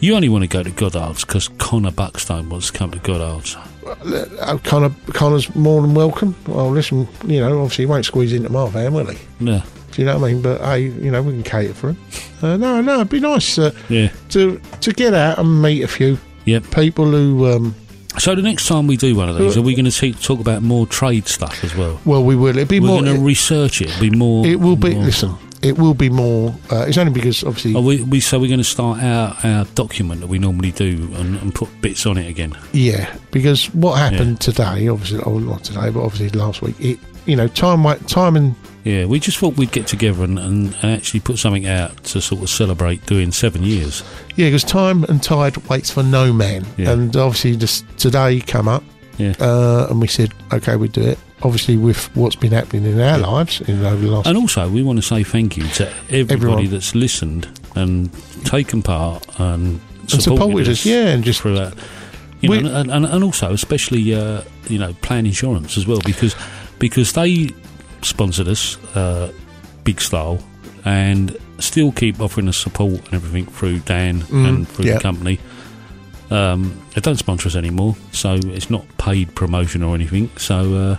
Speaker 1: You only want to go to Goddard's because Connor Buckstone wants to come to Goddard's.
Speaker 2: Uh, Connor, Connor's more than welcome. Well, listen, you know, obviously he won't squeeze into my van, will he?
Speaker 1: No.
Speaker 2: Do you know what I mean? But hey, you know, we can cater for him. Uh, no, no, it'd be nice uh,
Speaker 1: Yeah.
Speaker 2: to to get out and meet a few
Speaker 1: Yep.
Speaker 2: people who. Um,
Speaker 1: So the next time we do one of these, are we going to te- talk about more trade stuff as well?
Speaker 2: well, we will. It'd be
Speaker 1: We're
Speaker 2: more.
Speaker 1: going to research it. Be more.
Speaker 2: It will be.
Speaker 1: more- Oh.
Speaker 2: Listen, it will be more. Uh, it's only because obviously.
Speaker 1: Are we, we so we're going to start our, our document that we normally do and, and put bits on it again.
Speaker 2: Yeah, because what happened today? Obviously, oh, not today, but obviously last week. It, you know, time, wa- time, and
Speaker 1: Yeah, we just thought we'd get together and, and actually put something out to sort of celebrate doing seven years.
Speaker 2: Yeah, because time and tide waits for no man. And obviously, just today come up,
Speaker 1: Yeah.
Speaker 2: uh, and we said, okay, we do it. Obviously, with what's been happening in our lives in over the last,
Speaker 1: And also, we want to say thank you to everybody
Speaker 2: Everyone.
Speaker 1: that's listened and taken part and supported,
Speaker 2: And supported us, yeah, and just
Speaker 1: for that. You know, and, and, and also, especially uh, you know, plan insurance as well because because they sponsored us, uh, big style, and still keep offering us support and everything through Dan
Speaker 2: Mm,
Speaker 1: and through
Speaker 2: yeah.
Speaker 1: the company. Um, they don't sponsor us anymore, so it's not paid promotion or anything. So, uh,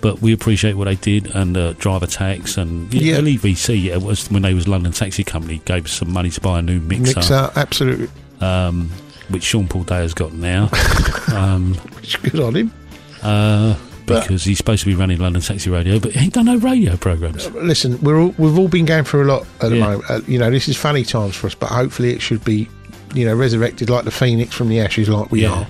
Speaker 1: but we appreciate what they did and uh, driver tax and
Speaker 2: Yeah.
Speaker 1: yeah, E LEVC. Yeah, was when they was London Taxi Company gave us some money to buy a new mixer,
Speaker 2: mix up, absolutely.
Speaker 1: Um, which Sean Paul Day has got now. um,
Speaker 2: which good on him.
Speaker 1: Uh, because he's supposed to be running London Taxi Radio, but he ain't done no radio programs.
Speaker 2: Listen, we're all, we've all been going through a lot at the
Speaker 1: Yeah.
Speaker 2: moment. Uh, you know, this is funny times for us, but hopefully, it should be, you know, resurrected like the phoenix from the ashes, like we
Speaker 1: Yeah.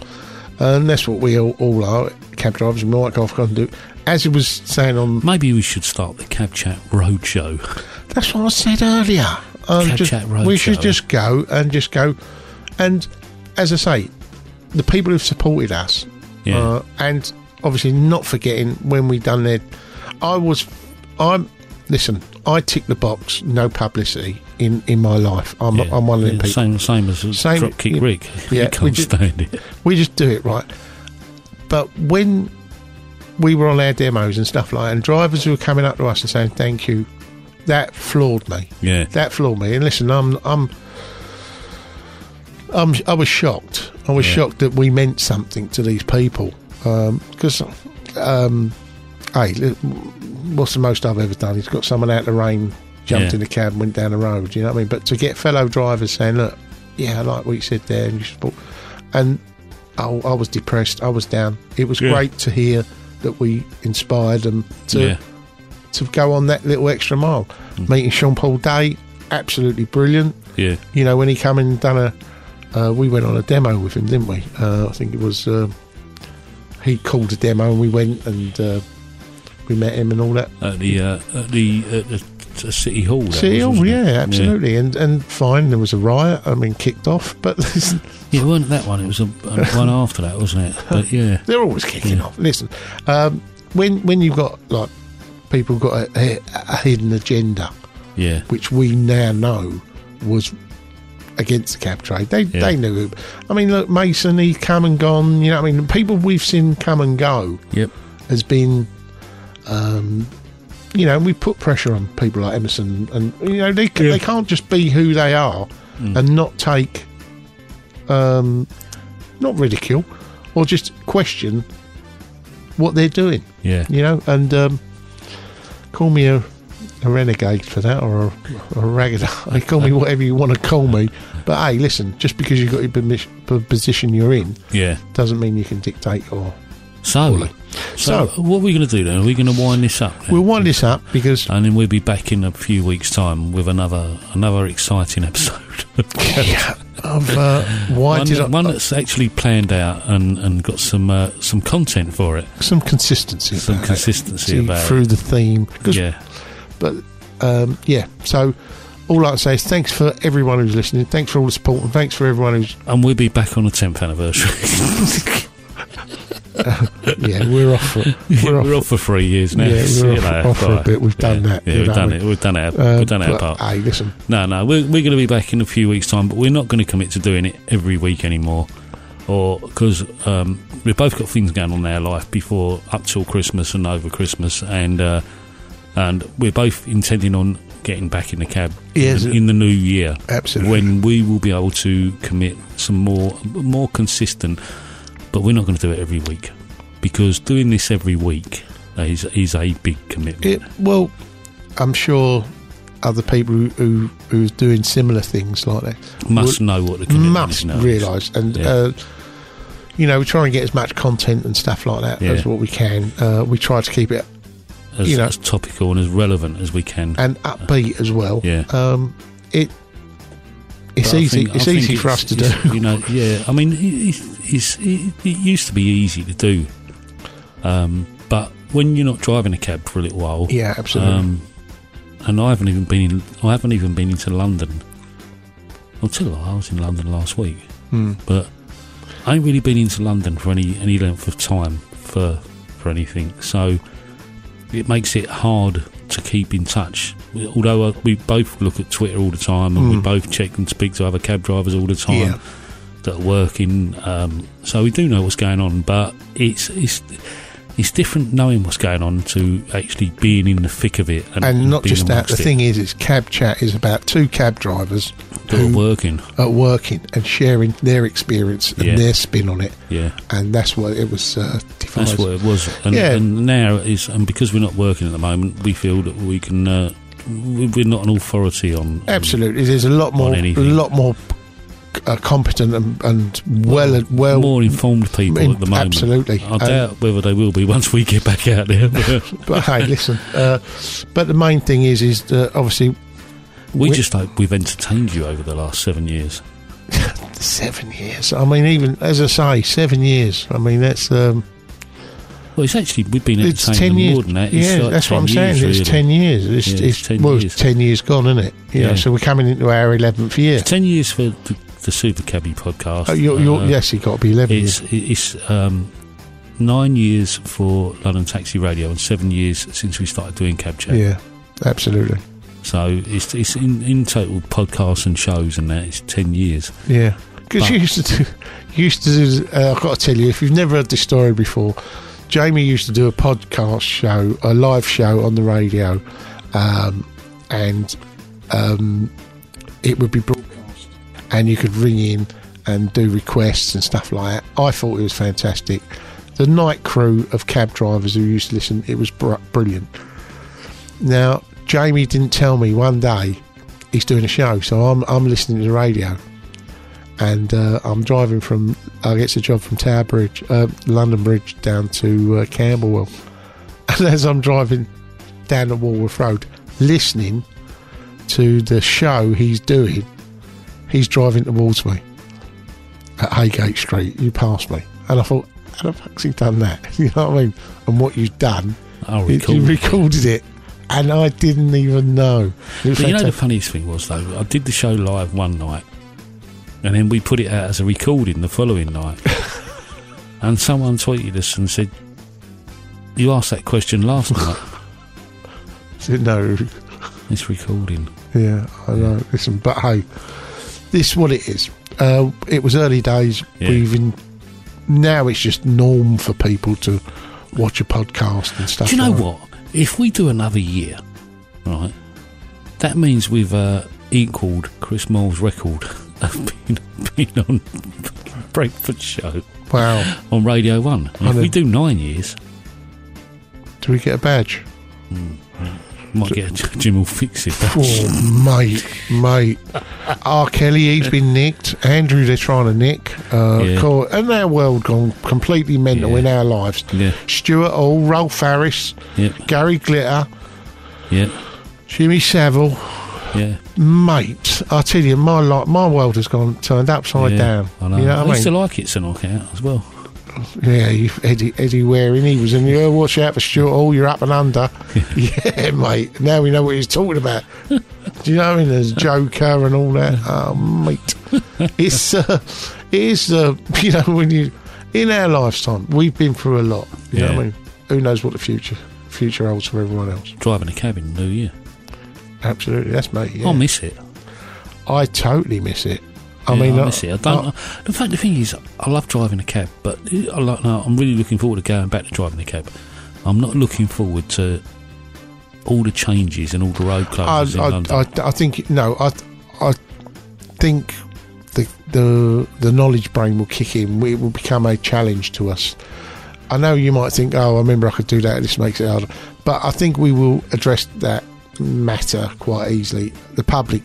Speaker 2: are. And that's what we all, all are, cab drivers. and Mike Off can do. As he was saying on,
Speaker 1: maybe we should start the cab chat roadshow.
Speaker 2: That's what I said earlier. Um,
Speaker 1: Cab
Speaker 2: just-
Speaker 1: Chat Roadshow.
Speaker 2: we should just go and just go. And as I say, the people who've supported us,
Speaker 1: Yeah.
Speaker 2: uh, and obviously not forgetting when we done their. I was, I'm. Listen, I tick the box. No publicity in in my life. I'm
Speaker 1: Yeah.
Speaker 2: I'm one of them
Speaker 1: Yeah,
Speaker 2: people.
Speaker 1: Same, same as
Speaker 2: Same-
Speaker 1: Dropkick
Speaker 2: yeah,
Speaker 1: Rick.
Speaker 2: yeah,
Speaker 1: he
Speaker 2: we
Speaker 1: can't
Speaker 2: ju-
Speaker 1: stand it.
Speaker 2: We just do it right. But when we were on our demos and stuff like, that, and drivers who were coming up to us and saying thank you, that floored me.
Speaker 1: Yeah.
Speaker 2: that floored me. And listen, I'm I'm I'm I was shocked. I was
Speaker 1: Yeah.
Speaker 2: shocked that we meant something to these people because um, hey, li- what's the most I've ever done? He's got someone out the rain, jumped
Speaker 1: Yeah.
Speaker 2: in the cab, and went down the road. You know what I mean? But to get fellow drivers saying, look, yeah, I like what you said there, and you support, and oh, I was depressed. I was down. It was
Speaker 1: Yeah.
Speaker 2: great to hear that we inspired them to
Speaker 1: yeah. Mm.
Speaker 2: to go on that little extra mile. Meeting Sean Paul Day, absolutely brilliant.
Speaker 1: Yeah.
Speaker 2: You know, when he come and done a, uh, we went on a demo with him, didn't we? Uh, I think it was uh, he called a demo and we went and uh, we met him and all that.
Speaker 1: At the, uh, at the, at the t- City Hall. that
Speaker 2: See,
Speaker 1: was,
Speaker 2: oh
Speaker 1: wasn't it?
Speaker 2: yeah, absolutely. And and fine, there was a riot. I mean, kicked off, but listen,
Speaker 1: Yeah, it wasn't that one. It was a, a one after that, wasn't it? But yeah.
Speaker 2: they're always kicking
Speaker 1: Yeah.
Speaker 2: off. Listen, um, when when you've got like people got a, a hidden agenda,
Speaker 1: Yeah.
Speaker 2: which we now know was against the cab trade. They
Speaker 1: Yeah.
Speaker 2: they knew. it. I mean, look, Mason, he come and gone. You know, what I mean, the people we've seen come and go
Speaker 1: Yep.
Speaker 2: has been, um, you know, we put pressure on people like Emerson, and you know, they ca- they can't just be who they are and not take, um, not ridicule, or just question what they're doing.
Speaker 1: Yeah.
Speaker 2: You know, and um, call me a, a renegade for that or a, a ragged. eye. call me whatever you want to call me. But hey, listen, just because you've got your permis- p- position you're in
Speaker 1: Yeah.
Speaker 2: doesn't mean you can dictate or.
Speaker 1: So, so, what are we going to do then? Are we going to wind this up? Then?
Speaker 2: We'll wind this up because.
Speaker 1: and then we'll be back in a few weeks' time with another another exciting episode.
Speaker 2: yeah, I've uh,
Speaker 1: one,
Speaker 2: whited up
Speaker 1: one that's actually planned out and, and got some uh, some content for it.
Speaker 2: some consistency,
Speaker 1: Some
Speaker 2: about it.
Speaker 1: consistency
Speaker 2: See,
Speaker 1: about it.
Speaker 2: through the theme. 'Cause-
Speaker 1: Yeah.
Speaker 2: but um, yeah. So all I can say is thanks for everyone who's listening. Thanks for all the support, and thanks for everyone who's
Speaker 1: And we'll be back on the 10th anniversary.
Speaker 2: yeah. We're off for
Speaker 1: we're, off for three years now.
Speaker 2: Yeah, we're
Speaker 1: See you
Speaker 2: off-
Speaker 1: later.
Speaker 2: off for a
Speaker 1: Bye.
Speaker 2: bit. We've done
Speaker 1: Yeah,
Speaker 2: that.
Speaker 1: Yeah,
Speaker 2: You
Speaker 1: we've
Speaker 2: know
Speaker 1: done
Speaker 2: what I
Speaker 1: it.
Speaker 2: mean?
Speaker 1: We've done our,
Speaker 2: Um,
Speaker 1: we've done our
Speaker 2: but,
Speaker 1: part.
Speaker 2: Hey, listen.
Speaker 1: No, no, we're, we're going to be back in a few weeks' time, but we're not going to commit to doing it every week anymore. Or because um, we've both got things going on in our life before up till Christmas and over Christmas, and uh, and we're both intending on getting back in the cab
Speaker 2: Yes.
Speaker 1: in, in the new year.
Speaker 2: Absolutely.
Speaker 1: when we will be able to commit some more more consistent. But we're not going to do it every week because doing this every week is is a big commitment.
Speaker 2: It, well, I'm sure other people who, who who's doing similar things like that
Speaker 1: Must know what the commitment
Speaker 2: must
Speaker 1: is now.
Speaker 2: realise and.
Speaker 1: Yeah.
Speaker 2: Uh, you know, we try and get as much content and stuff like that
Speaker 1: Yeah.
Speaker 2: as what we can. Uh, we try to keep it
Speaker 1: as,
Speaker 2: you know-
Speaker 1: as topical and as relevant as we can.
Speaker 2: and upbeat as well.
Speaker 1: Yeah.
Speaker 2: Um, it it's
Speaker 1: But I
Speaker 2: easy.
Speaker 1: think- I
Speaker 2: it's
Speaker 1: think
Speaker 2: easy for us to do.
Speaker 1: it's- You know, yeah. I mean, it, it's, it, it used to be easy to do, um, but when you're not driving a cab for a little while,
Speaker 2: Yeah, absolutely.
Speaker 1: Um, and I haven't even been. In, I haven't even been into London until I was in London last week.
Speaker 2: Hmm.
Speaker 1: But I ain't really been into London for any any length of time for for anything. So it makes it hard to keep in touch. We- Although uh, we both look at Twitter all the time, and we
Speaker 2: Mm.
Speaker 1: both check and speak to other cab drivers all the time
Speaker 2: Yeah.
Speaker 1: that are working. Um, so we do know what's going on, but it's it's it's different knowing what's going on to actually being in the thick of it and,
Speaker 2: and not
Speaker 1: being
Speaker 2: just that. The
Speaker 1: amongst it.
Speaker 2: thing is, is cab chat is about two cab drivers
Speaker 1: That are working.
Speaker 2: are working and sharing their experience and
Speaker 1: Yeah.
Speaker 2: their spin on it.
Speaker 1: Yeah.
Speaker 2: and that's what it was uh, devised.
Speaker 1: That's what it was, and,
Speaker 2: Yeah.
Speaker 1: and now it is, and because we're not working at the moment, we feel that we can. Uh, we- we're not an authority on
Speaker 2: Absolutely, there's a lot more, a
Speaker 1: anything.
Speaker 2: lot more uh, competent and, and well, well,
Speaker 1: more informed people
Speaker 2: In-
Speaker 1: at the moment.
Speaker 2: absolutely. Um,
Speaker 1: I
Speaker 2: And-
Speaker 1: doubt whether they will be once we get back out there.
Speaker 2: but hey, listen. Uh, but the main thing is, is that obviously
Speaker 1: we
Speaker 2: we-
Speaker 1: just hope we've entertained you over the last seven years.
Speaker 2: seven years. I mean, even as I say, seven years. I mean, that's um,
Speaker 1: Well, it's actually we've been
Speaker 2: it's
Speaker 1: entertaining
Speaker 2: ten
Speaker 1: them
Speaker 2: years.
Speaker 1: more than that. It's
Speaker 2: Yeah,
Speaker 1: like
Speaker 2: that's
Speaker 1: 10
Speaker 2: what I'm saying.
Speaker 1: years, really.
Speaker 2: It's ten years. It's,
Speaker 1: Yeah,
Speaker 2: it's,
Speaker 1: it's 10
Speaker 2: well,
Speaker 1: years.
Speaker 2: it's ten years gone, isn't it? You know,
Speaker 1: Yeah.
Speaker 2: so we're coming into our eleventh year.
Speaker 1: It's ten years for the, the Super Cabby podcast.
Speaker 2: Oh, you're, you're,
Speaker 1: Uh,
Speaker 2: yes, you got to be eleven
Speaker 1: it's,
Speaker 2: years.
Speaker 1: It's um, nine years for London Taxi Radio and seven years since we started doing Cab Chat.
Speaker 2: Yeah, absolutely.
Speaker 1: So it's it's in, in total podcasts and shows and that it's ten years.
Speaker 2: Yeah, because
Speaker 1: But-
Speaker 2: you used to do. You used to do. Uh, I've got to tell you, if you've never heard this story before, Jamie used to do a podcast show, a live show on the radio, um, and um, it would be broadcast, and you could ring in and do requests and stuff like that. I thought it was fantastic. The night crew of cab drivers who used to listen, it was br- brilliant. Now, Jamie didn't tell me one day he's doing a show, so I'm I'm listening to the radio, and uh, I'm driving from I gets a job from Tower Bridge, uh, London Bridge, down to uh, Camberwell, and as I'm driving down the Walworth Road, listening to the show he's doing, he's driving towards me at Haygate Street. You passed me, and I thought, how the fuck's he done that? You know what I mean? And what you've done,
Speaker 1: I
Speaker 2: you-
Speaker 1: recall.
Speaker 2: you recorded it, and I didn't even know. It was
Speaker 1: But you know the
Speaker 2: fantastic.
Speaker 1: funniest thing was though, I did the show live one night, and then we put it out as a recording the following night. and someone tweeted us and said, "You asked that question last night.
Speaker 2: no,
Speaker 1: It's recording."
Speaker 2: yeah, I know. Listen, but hey, this is what it is. Uh, it was early days.
Speaker 1: Yeah.
Speaker 2: We've in, now it's just norm for people to watch a podcast and stuff.
Speaker 1: Do you know
Speaker 2: like
Speaker 1: what? If we do another year, right, that means we've uh, equalled Chris Mole's record of being, being on Breakfast Show
Speaker 2: that. Wow.
Speaker 1: on Radio 1. And
Speaker 2: I
Speaker 1: if we
Speaker 2: mean-
Speaker 1: do nine years,
Speaker 2: Do we get a badge?
Speaker 1: might get a Jim will fix it.
Speaker 2: Oh, mate, mate. R. Kelly, he's been nicked. Andrew, they're trying to nick. Uh,
Speaker 1: Yeah.
Speaker 2: Cor- and our world gone completely mental
Speaker 1: Yeah.
Speaker 2: in our lives.
Speaker 1: Yeah.
Speaker 2: Stuart Hall, Rolf Harris,
Speaker 1: Yep,
Speaker 2: Gary Glitter,
Speaker 1: yep,
Speaker 2: Jimmy Savile,
Speaker 1: Yeah.
Speaker 2: Mate, I tell you, my life, my world has gone turned upside
Speaker 1: yeah,
Speaker 2: down.
Speaker 1: I know.
Speaker 2: You know
Speaker 1: I,
Speaker 2: what I mean?
Speaker 1: used to like it to knock out as well.
Speaker 2: Yeah, you, Eddie, Eddie Waring, he was in the oh, watch out for Stuart Hall, you're up and under. yeah, mate, now we know what he's talking about. Do you know what I mean? There's Joker and all that. Oh, mate. It's, uh, it is, uh, you know, when you, in our lifetime, we've been through a lot. You know
Speaker 1: Yeah.
Speaker 2: what I mean? Who knows what the future future holds for everyone else?
Speaker 1: Driving a cab in the new year.
Speaker 2: Absolutely, that's me. Yeah.
Speaker 1: I miss it.
Speaker 2: I totally miss it. I
Speaker 1: Yeah,
Speaker 2: mean, uh,
Speaker 1: I miss it. I don't. in fact, the thing is, I love driving a cab, but I like, no, I'm really looking forward to going back to driving a cab. I'm not looking forward to all the changes and all the road
Speaker 2: I,
Speaker 1: closures Oh, in
Speaker 2: I,
Speaker 1: London.
Speaker 2: I, I think no, I, I think the the the knowledge brain will kick in. It will become a challenge to us. I know you might think, oh, I remember I could do that. This makes it harder, but I think we will address that matter quite easily. The public,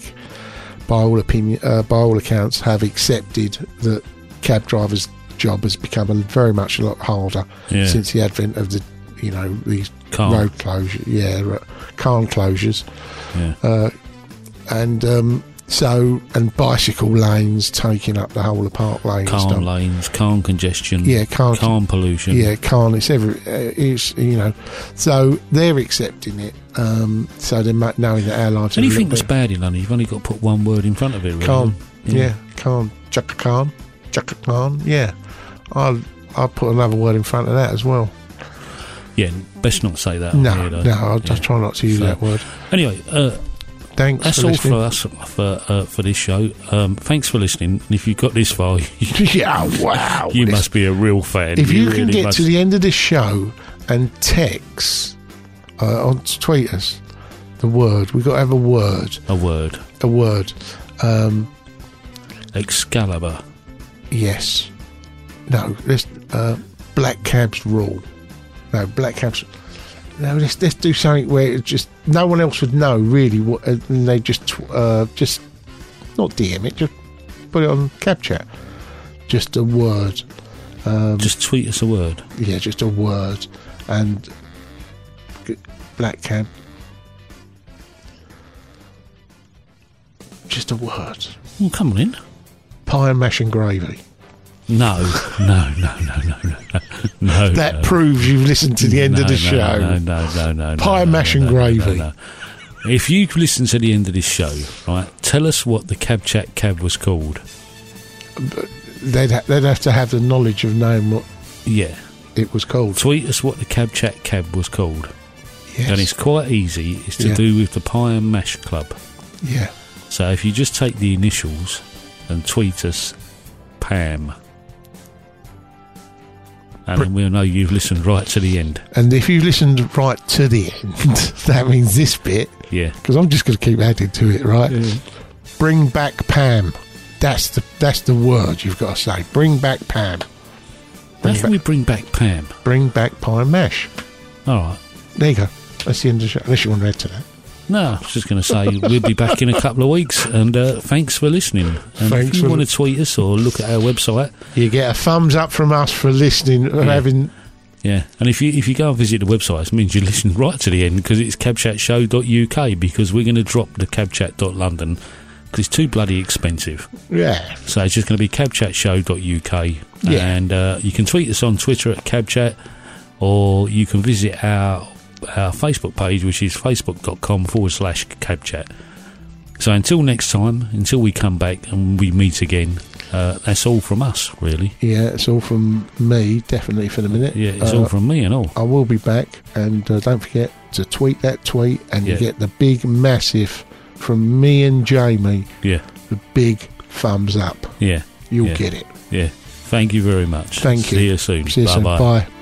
Speaker 2: by all opinion, uh, by all accounts, have accepted that cab drivers' job has become a- very much a lot harder
Speaker 1: Yeah.
Speaker 2: since the advent of the you know these
Speaker 1: Car.
Speaker 2: road closure, yeah, ro- car closures,
Speaker 1: Yeah.
Speaker 2: uh, and um, so and bicycle lanes taking up the whole of park lane. and stuff.
Speaker 1: calm lanes, calm congestion,
Speaker 2: Yeah, calm-
Speaker 1: calm pollution.
Speaker 2: Yeah, can It's every. uh, It's you know, so they're accepting it. Um, so they might knowing that our lives. are a little
Speaker 1: Anything that's
Speaker 2: bit-
Speaker 1: bad in London, you've only got to put one word in front of it. Really.
Speaker 2: Calm. Yeah, calm. Chaka calm. Chaka calm. Yeah, I'll I'll put another word in front of that as well.
Speaker 1: yeah. Best not say that. on
Speaker 2: no,
Speaker 1: here, though.
Speaker 2: no, I'll just try not to use
Speaker 1: So-
Speaker 2: that word.
Speaker 1: Anyway, uh,
Speaker 2: Thanks.
Speaker 1: that's
Speaker 2: for
Speaker 1: all
Speaker 2: listening.
Speaker 1: for us for uh, for this show. Um, thanks for listening. And if you got this far, you,
Speaker 2: yeah, wow,
Speaker 1: you
Speaker 2: this-
Speaker 1: must be a real fan.
Speaker 2: If you, can
Speaker 1: really
Speaker 2: get
Speaker 1: must.
Speaker 2: to the end of this show and text uh, on tweet us the word, we've got to have a word.
Speaker 1: a word,
Speaker 2: A word. Um,
Speaker 1: Excalibur.
Speaker 2: yes. No. Let's. Uh, black cabs rule. No. Black cabs. No. Let's let's do something where it just no one else would know really what, and they just tw- uh, just not DM it, just put it on cab chat. Just a word. Um,
Speaker 1: Just tweet us a word.
Speaker 2: yeah, just a word, and g- black cab. Just a word.
Speaker 1: Well, Oh, come on in.
Speaker 2: Pie and mash and gravy.
Speaker 1: No, no, no, no, no, no, no.
Speaker 2: that
Speaker 1: no.
Speaker 2: proves you've listened to the end
Speaker 1: No,
Speaker 2: of the
Speaker 1: no,
Speaker 2: show.
Speaker 1: No, no, no, no.
Speaker 2: Pie
Speaker 1: no,
Speaker 2: and
Speaker 1: no,
Speaker 2: mash
Speaker 1: no,
Speaker 2: and
Speaker 1: no,
Speaker 2: gravy.
Speaker 1: no, no. If you listen to the end of this show, right, tell us what the cab chat cab was called.
Speaker 2: They'd ha- they'd have to have the knowledge of knowing what
Speaker 1: Yeah.
Speaker 2: it was called.
Speaker 1: Tweet us what the cab chat cab was called.
Speaker 2: Yes.
Speaker 1: And it's quite easy. It's to
Speaker 2: Yeah.
Speaker 1: do with the Pie and Mash Club.
Speaker 2: Yeah.
Speaker 1: So if you just take the initials and tweet us Pam. And then we'll know you've listened right to the end.
Speaker 2: And if you listened right to the end, that means this bit,
Speaker 1: Yeah.
Speaker 2: because I'm just going to keep adding to it, right? Bring back Pam. That's the that's the word you've got to say. Bring back Pam.
Speaker 1: How can we bring back Pam?
Speaker 2: Bring back pie and mash.
Speaker 1: All right.
Speaker 2: There you go. That's the end of the show. Unless you want to add to that.
Speaker 1: No, I was just going to say we'll be back in a couple of weeks, and uh, thanks for listening. And
Speaker 2: Thanks
Speaker 1: if you
Speaker 2: for-
Speaker 1: want to tweet us or look at our website,
Speaker 2: You get a thumbs up from us for listening and
Speaker 1: Yeah.
Speaker 2: having
Speaker 1: yeah. And if you if you go and visit the website, it means you listen right to the end because it's cabchatshow.uk because we're going to drop the cabchat.london because it's too bloody expensive.
Speaker 2: yeah.
Speaker 1: So it's just going to be cabchatshow.uk.
Speaker 2: Yeah.
Speaker 1: And uh, you can tweet us on Twitter at cabchat or you can visit our, our Facebook page, which is facebook.com forward slash cabchat. So until next time, until we come back and we meet again, uh, that's all from us, really.
Speaker 2: Yeah, it's all from me, definitely for the minute.
Speaker 1: Yeah, it's
Speaker 2: Uh,
Speaker 1: all from me and all.
Speaker 2: I will be back, and uh, don't forget to tweet that tweet, and
Speaker 1: Yeah.
Speaker 2: you get the big massive from me and Jamie.
Speaker 1: Yeah,
Speaker 2: The big thumbs up.
Speaker 1: yeah.
Speaker 2: You'll
Speaker 1: yeah,
Speaker 2: get it.
Speaker 1: Yeah. Thank you very much.
Speaker 2: Thank you.
Speaker 1: See you soon.
Speaker 2: See you soon.
Speaker 1: Bye-bye.
Speaker 2: Bye.